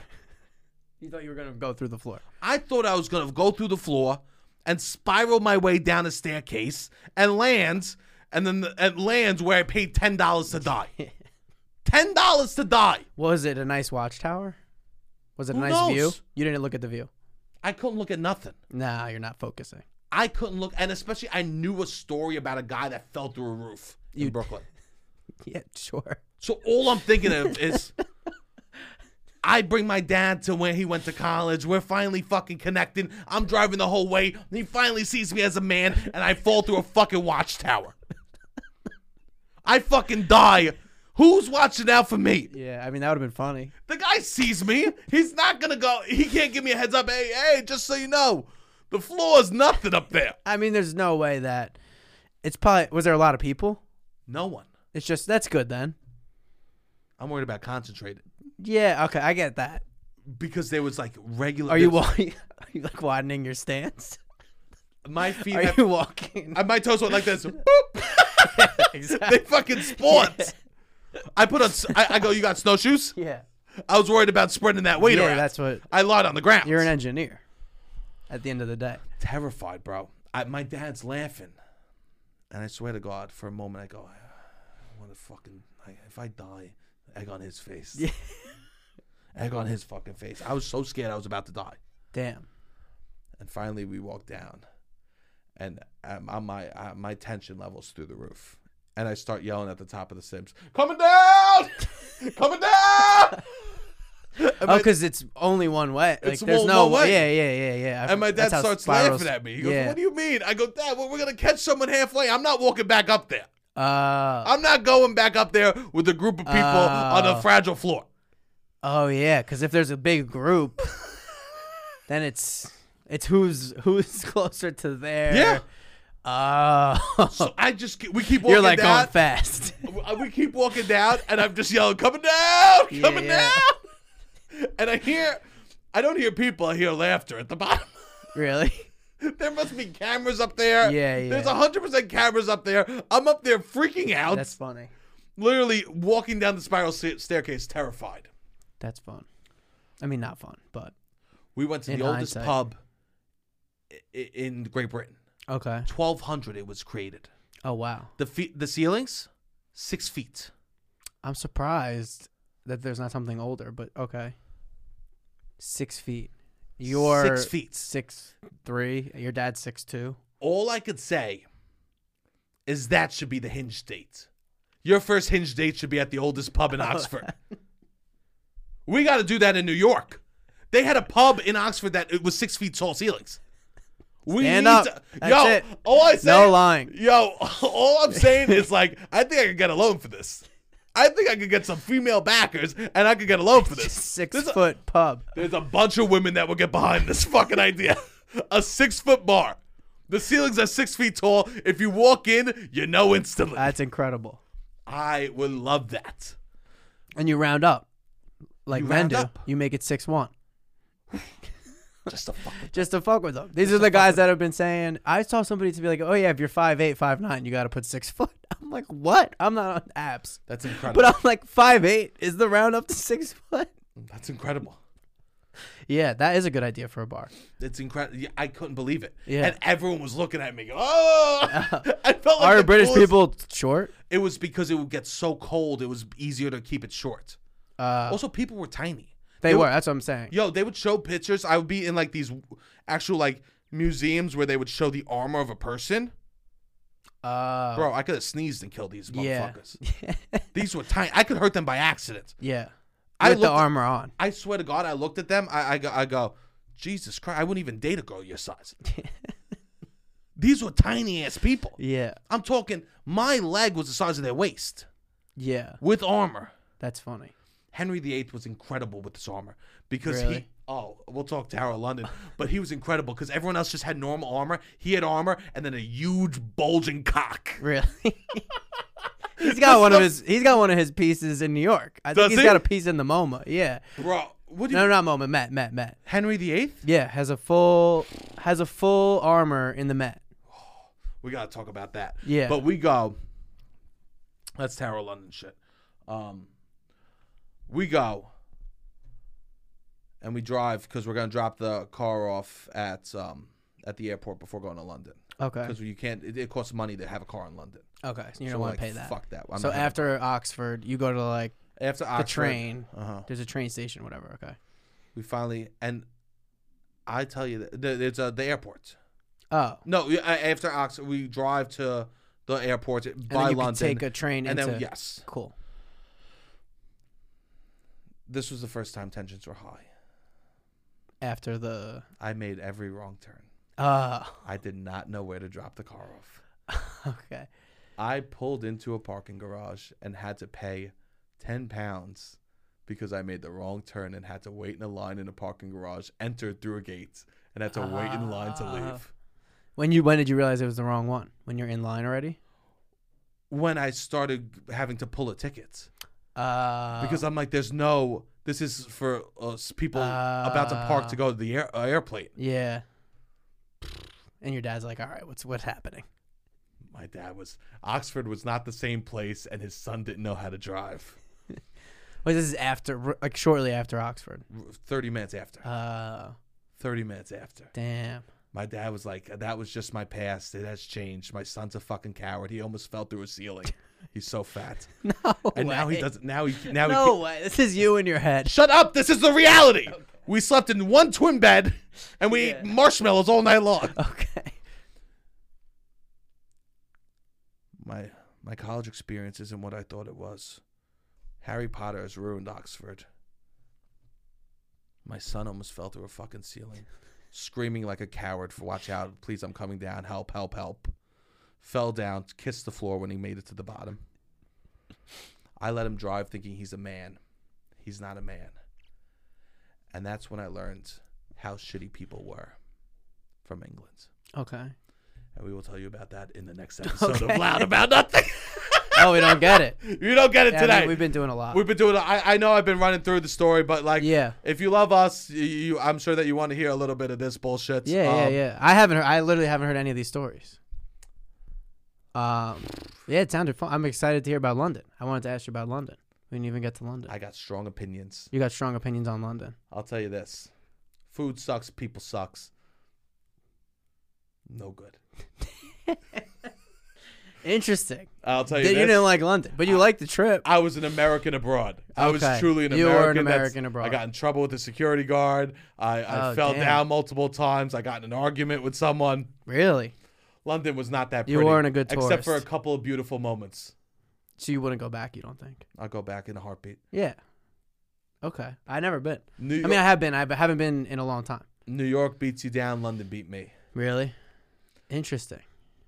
Speaker 2: You thought you were gonna go through the floor.
Speaker 1: I thought I was going to go through the floor and spiral my way down a staircase and land, and then and lands where I paid $10 to die. $10 to die.
Speaker 2: Was it a nice watchtower? Was it a
Speaker 1: Who
Speaker 2: nice view?
Speaker 1: knows?
Speaker 2: You didn't look at the view.
Speaker 1: I couldn't look at nothing.
Speaker 2: Nah, you're not focusing.
Speaker 1: I couldn't look, and especially I knew a story about a guy that fell through a roof in
Speaker 2: You-
Speaker 1: Brooklyn.
Speaker 2: Yeah, sure.
Speaker 1: So all I'm thinking of is I bring my dad to where he went to college. We're finally fucking connecting. I'm driving the whole way. And he finally sees me as a man and I fall through a fucking watchtower. I fucking die. Who's watching out for me?
Speaker 2: Yeah, I mean that would have been funny.
Speaker 1: The guy sees me. He's not gonna go. He can't give me a heads up. Hey, hey, just so you know, The floor's nothing up there.
Speaker 2: I mean, there's no way that it's probably was there a lot of people?
Speaker 1: No one.
Speaker 2: It's just that's good then.
Speaker 1: I'm worried about concentrated
Speaker 2: Yeah, okay, I get that.
Speaker 1: because there was like regular.
Speaker 2: Are you walking? Are you like widening your stance?
Speaker 1: My feet.
Speaker 2: Are
Speaker 1: Have,
Speaker 2: you walking?
Speaker 1: I- my toes went like this. Boop.
Speaker 2: Exactly.
Speaker 1: they fucking sports. I put on. s- I, I go. You got snowshoes?
Speaker 2: Yeah,
Speaker 1: I was worried about spreading that weight
Speaker 2: yeah,
Speaker 1: around.
Speaker 2: that's what
Speaker 1: I lied on the ground.
Speaker 2: you're an engineer. At the end of the day,
Speaker 1: terrified, bro. I, my dad's laughing, and I swear to God, for a moment, I go, I want to fucking. I, if I die, egg on his face.
Speaker 2: Yeah.
Speaker 1: egg on his fucking face. I was so scared I was about to die.
Speaker 2: damn.
Speaker 1: And finally, we walked down, and um, on my uh, my tension levels through the roof, and I start yelling at the top of the Sims, "Coming down, coming down!" And
Speaker 2: Oh,
Speaker 1: my-
Speaker 2: because it's only one way. Like,
Speaker 1: It's
Speaker 2: there's
Speaker 1: one-
Speaker 2: no
Speaker 1: one way.
Speaker 2: Yeah, yeah, yeah, yeah. I-
Speaker 1: And my dad
Speaker 2: that's how
Speaker 1: starts
Speaker 2: spirals-
Speaker 1: laughing at me. He goes,
Speaker 2: yeah.
Speaker 1: "What do you mean?" I go, "Dad, well, we're gonna catch someone halfway. I'm not walking back up there.
Speaker 2: Uh,
Speaker 1: I'm not going back up there with a group of people on a
Speaker 2: Oh.
Speaker 1: fragile floor."
Speaker 2: oh yeah, because if there's a big group, then it's it's who's who's closer to there.
Speaker 1: Yeah.
Speaker 2: Oh.
Speaker 1: So I just ke- we keep walking
Speaker 2: you're like
Speaker 1: down.
Speaker 2: going fast.
Speaker 1: Uh, we keep walking down, and I'm just yelling, "Coming down,
Speaker 2: Yeah,
Speaker 1: coming
Speaker 2: yeah.
Speaker 1: down!" And I hear, I don't hear people. I hear laughter at the bottom.
Speaker 2: really?
Speaker 1: there must be cameras up there.
Speaker 2: Yeah, yeah.
Speaker 1: There's hundred percent cameras up there. I'm up there freaking out,
Speaker 2: That's funny.
Speaker 1: literally walking down the spiral sta- staircase, terrified.
Speaker 2: That's fun. I mean, not fun, but
Speaker 1: We went to
Speaker 2: In
Speaker 1: the oldest
Speaker 2: hindsight.
Speaker 1: pub i- i- in Great Britain.
Speaker 2: okay.
Speaker 1: 1200 it was created.
Speaker 2: Oh wow,
Speaker 1: The fe- the ceilings, six feet.
Speaker 2: I'm surprised that there's not something older, but okay. Six feet. You're
Speaker 1: six feet.
Speaker 2: six three. Your dad's six two.
Speaker 1: All I could say is that should be the hinge date. Your first hinge date should be at the oldest pub in Oxford. we got to do that in New York. They had a pub in Oxford that it was six feet tall ceilings. We
Speaker 2: Stand
Speaker 1: need
Speaker 2: up.
Speaker 1: to-
Speaker 2: That's
Speaker 1: yo,
Speaker 2: it.
Speaker 1: all I say,
Speaker 2: No lying.
Speaker 1: Yo, all I'm saying is like, I think I could get a loan for this. I think I could get some female backers, and I could get a loan for this.
Speaker 2: Six
Speaker 1: There's a-
Speaker 2: foot pub.
Speaker 1: There's a bunch of women that will get behind this fucking idea. A six foot bar. The ceilings are six feet tall. If you walk in, you know instantly. I,
Speaker 2: That's incredible.
Speaker 1: would love that.
Speaker 2: And you round up, like
Speaker 1: You
Speaker 2: men
Speaker 1: round
Speaker 2: do.
Speaker 1: up.
Speaker 2: You make it six one.
Speaker 1: Just a fucking.
Speaker 2: Just to fuck with them. These are the guys that have been saying. I saw somebody to be like, "Oh yeah, if you're five eight, five nine, you got to put six foot." I'm like, "What? I'm not on apps."
Speaker 1: That's incredible.
Speaker 2: But uh, I'm like five eight. Is the round up to six foot?
Speaker 1: That's incredible.
Speaker 2: Yeah, that is a good idea for a bar.
Speaker 1: It's incredible. I couldn't believe it.
Speaker 2: Yeah.
Speaker 1: And everyone was looking at me. Oh, I felt like
Speaker 2: Are
Speaker 1: the
Speaker 2: British
Speaker 1: coolest-
Speaker 2: people short?
Speaker 1: It was because it would get so cold. It was easier to keep it short.
Speaker 2: Uh,
Speaker 1: Also, people were tiny.
Speaker 2: they
Speaker 1: Yo-
Speaker 2: were. That's what I'm saying.
Speaker 1: Yo, they would show pictures. I would be in like these w- actual like museums where they would show the armor of a person.
Speaker 2: Uh,
Speaker 1: Bro, I could have sneezed and killed these
Speaker 2: yeah,
Speaker 1: motherfuckers. These were tiny. I could hurt them by accident.
Speaker 2: yeah.
Speaker 1: I
Speaker 2: With the
Speaker 1: looked-
Speaker 2: armor on.
Speaker 1: I swear to God, I looked at them. I, I, go, I go, Jesus Christ, I wouldn't even date a girl your size. these were tiny ass people.
Speaker 2: Yeah,
Speaker 1: I'm talking, my leg was the size of their waist
Speaker 2: yeah.
Speaker 1: with armor.
Speaker 2: That's funny.
Speaker 1: Henry VIII was incredible with this armor because he.
Speaker 2: Really?
Speaker 1: Oh, we'll talk to Harold London, but he was incredible because everyone else just had normal armor. He had armor and then a huge bulging cock.
Speaker 2: Really. He's got one of his. He's got one of his pieces in New York. I
Speaker 1: Does
Speaker 2: think he's
Speaker 1: he?
Speaker 2: got a piece in the MoMA. Yeah.
Speaker 1: Bro, what do you?
Speaker 2: No, not MoMA. Met, Met, Met.
Speaker 1: Henry VIII?
Speaker 2: Yeah, has a full has a full armor in the Met.
Speaker 1: We gotta talk about that.
Speaker 2: Yeah.
Speaker 1: But we go. That's Tower of London shit. Um, we go. And we drive because we're gonna drop the car off at um at the airport before going to London
Speaker 2: Okay.
Speaker 1: because you can't. It, it costs money to have a car in London.
Speaker 2: Okay. So you
Speaker 1: So
Speaker 2: don't
Speaker 1: we're
Speaker 2: want
Speaker 1: like,
Speaker 2: to pay that.
Speaker 1: Fuck that. I'm
Speaker 2: so
Speaker 1: not having-
Speaker 2: after Oxford, you go to like
Speaker 1: after
Speaker 2: the
Speaker 1: Oxford,
Speaker 2: train.
Speaker 1: Uh huh.
Speaker 2: There's a train station, whatever. Okay.
Speaker 1: We finally and I tell you that there- there's uh, the airport.
Speaker 2: Oh.
Speaker 1: No, we- uh, after Oxford, we drive to the airport
Speaker 2: And
Speaker 1: by
Speaker 2: then you could
Speaker 1: London,
Speaker 2: take a train
Speaker 1: and
Speaker 2: into.
Speaker 1: then yes,
Speaker 2: Cool.
Speaker 1: this was the first time tensions were high.
Speaker 2: After the.
Speaker 1: I made every wrong turn.
Speaker 2: Oh.
Speaker 1: I did not know where to drop the car off.
Speaker 2: Okay.
Speaker 1: I pulled into a parking garage and had to pay 10 pounds because I made the wrong turn and had to wait in a line in a parking garage, enter through a gate, and had to wait in line to
Speaker 2: Ah.
Speaker 1: leave.
Speaker 2: When you when did you realize it was the wrong one? When you're in line already?
Speaker 1: When I started having to pull a ticket,
Speaker 2: Uh,
Speaker 1: because I'm like, there's no, this is for uh, s- people about to park to go to the air, uh, airplane.
Speaker 2: yeah. And your dad's like, all right, what's what's happening?
Speaker 1: My dad was, Oxford was not the same place, and his son didn't know how to drive.
Speaker 2: Well, this is after, like shortly after Oxford.
Speaker 1: R- 30 minutes after.
Speaker 2: Uh,
Speaker 1: 30 minutes after.
Speaker 2: damn.
Speaker 1: My dad was like, that was just my past. It has changed. My son's a fucking coward. He almost fell through a ceiling. He's so fat.
Speaker 2: No
Speaker 1: And now he
Speaker 2: way.
Speaker 1: doesn't, now he, now he,
Speaker 2: No way. This is you in your head.
Speaker 1: Shut up! This is the reality. We slept in one twin bed, and we
Speaker 2: Yeah.
Speaker 1: ate marshmallows all night long.
Speaker 2: Okay.
Speaker 1: My my college experience isn't what I thought it was. Harry Potter has ruined Oxford. My son almost fell through a fucking ceiling, screaming like a coward for "Watch out! Please, I'm coming down! Help! Help! Help!" Fell down, kissed the floor when he made it to the bottom. I let him drive, thinking he's a man. He's not a man. And that's when I learned how shitty people were from England.
Speaker 2: Okay.
Speaker 1: And we will tell you about that in the next episode
Speaker 2: Okay.
Speaker 1: of Loud About Nothing.
Speaker 2: Oh, we don't get it.
Speaker 1: you don't get it
Speaker 2: Yeah, I mean,
Speaker 1: today.
Speaker 2: we've been doing a lot.
Speaker 1: We've been doing. I, I know I've been running through the story, but like,
Speaker 2: Yeah.
Speaker 1: if you love us, you, you I'm sure that you want to hear a little bit of this bullshit.
Speaker 2: Yeah, yeah,
Speaker 1: Um,
Speaker 2: yeah. I haven't. Heard, I literally haven't heard any of these stories. Um, yeah, it sounded fun. I'm excited to hear about London. I wanted to ask you about London. We didn't even get to London.
Speaker 1: I got strong opinions.
Speaker 2: you got strong opinions on London.
Speaker 1: I'll tell you this: food sucks, people sucks. No good.
Speaker 2: Interesting.
Speaker 1: I'll tell
Speaker 2: That
Speaker 1: you.
Speaker 2: you
Speaker 1: this.
Speaker 2: didn't like London, but you liked the trip.
Speaker 1: I was an American abroad. I
Speaker 2: Okay.
Speaker 1: was truly an
Speaker 2: You
Speaker 1: American.
Speaker 2: were an
Speaker 1: That's-
Speaker 2: American abroad.
Speaker 1: I got in trouble with the security guard. I, I
Speaker 2: Oh,
Speaker 1: fell
Speaker 2: damn.
Speaker 1: down multiple times. I got in an argument with someone.
Speaker 2: Really?
Speaker 1: London was not that
Speaker 2: You
Speaker 1: pretty.
Speaker 2: weren't a good
Speaker 1: Except for a
Speaker 2: tourist.
Speaker 1: couple of beautiful moments.
Speaker 2: So you wouldn't go back? You don't think?
Speaker 1: I'll go back in a heartbeat.
Speaker 2: Yeah. Okay. I never been.
Speaker 1: New
Speaker 2: I
Speaker 1: York,
Speaker 2: mean, I have been. I haven't been in a long time.
Speaker 1: New York beats you down. London beat me.
Speaker 2: Really? Interesting.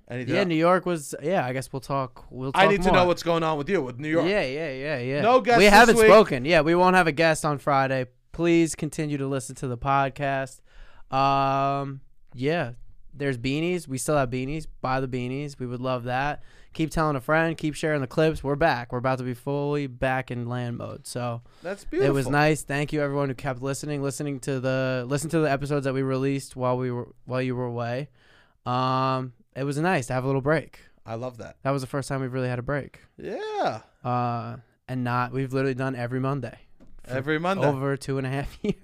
Speaker 1: Anything
Speaker 2: Yeah,
Speaker 1: else?
Speaker 2: New York was. Yeah, I guess we'll talk. We'll. Talk
Speaker 1: I need to
Speaker 2: more.
Speaker 1: know what's going on with you with New York.
Speaker 2: Yeah, yeah, yeah, yeah.
Speaker 1: No guest
Speaker 2: We
Speaker 1: this
Speaker 2: haven't
Speaker 1: week.
Speaker 2: spoken. Yeah, we won't have a guest on Friday. Please continue to listen to the podcast. Um, yeah, there's beanies. We still have beanies. Buy the beanies. We would love that. Keep telling a friend. Keep sharing the clips. We're back. We're about to be fully back in land mode. So
Speaker 1: That's beautiful.
Speaker 2: it was nice. Thank you everyone who kept listening, listening to the listen to the episodes that we released while we were while you were away. Um, it was nice to have a little break.
Speaker 1: I love that.
Speaker 2: That was the first time we've really had a break
Speaker 1: Yeah.
Speaker 2: uh, and not we've literally done every Monday
Speaker 1: Every Monday.
Speaker 2: over two and a half years.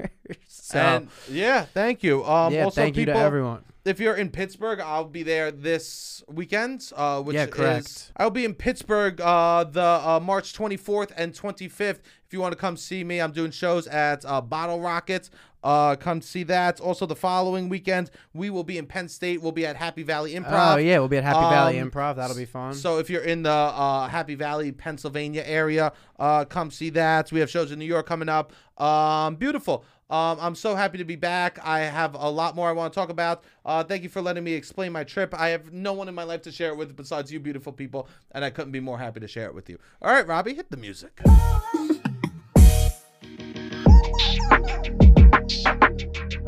Speaker 2: So
Speaker 1: and yeah, thank you. Um,
Speaker 2: yeah,
Speaker 1: also,
Speaker 2: thank you
Speaker 1: people,
Speaker 2: to everyone.
Speaker 1: if you're in Pittsburgh, I'll be there this weekend. Uh, which
Speaker 2: Yeah,
Speaker 1: Is,
Speaker 2: correct.
Speaker 1: I'll be in Pittsburgh uh, the uh, March 24th and 25th. If you want to come see me, I'm doing shows at uh, Bottle Rocket. Uh, come see that. Also, the following weekend, we will be in Penn State. We'll be at Happy Valley Improv.
Speaker 2: Oh yeah, we'll be at Happy Valley
Speaker 1: Um,
Speaker 2: Improv. That'll be fun.
Speaker 1: So if you're in the uh, Happy Valley, Pennsylvania area, uh, come see that. We have shows in New York coming up. Um, beautiful. Um, I'm so happy to be back. I have a lot more I want to talk about. Uh, thank you for letting me explain my trip. I have no one in my life to share it with besides you, beautiful people, and I couldn't be more happy to share it with you. All right, Robbie, hit the music.
Speaker 3: Thank you.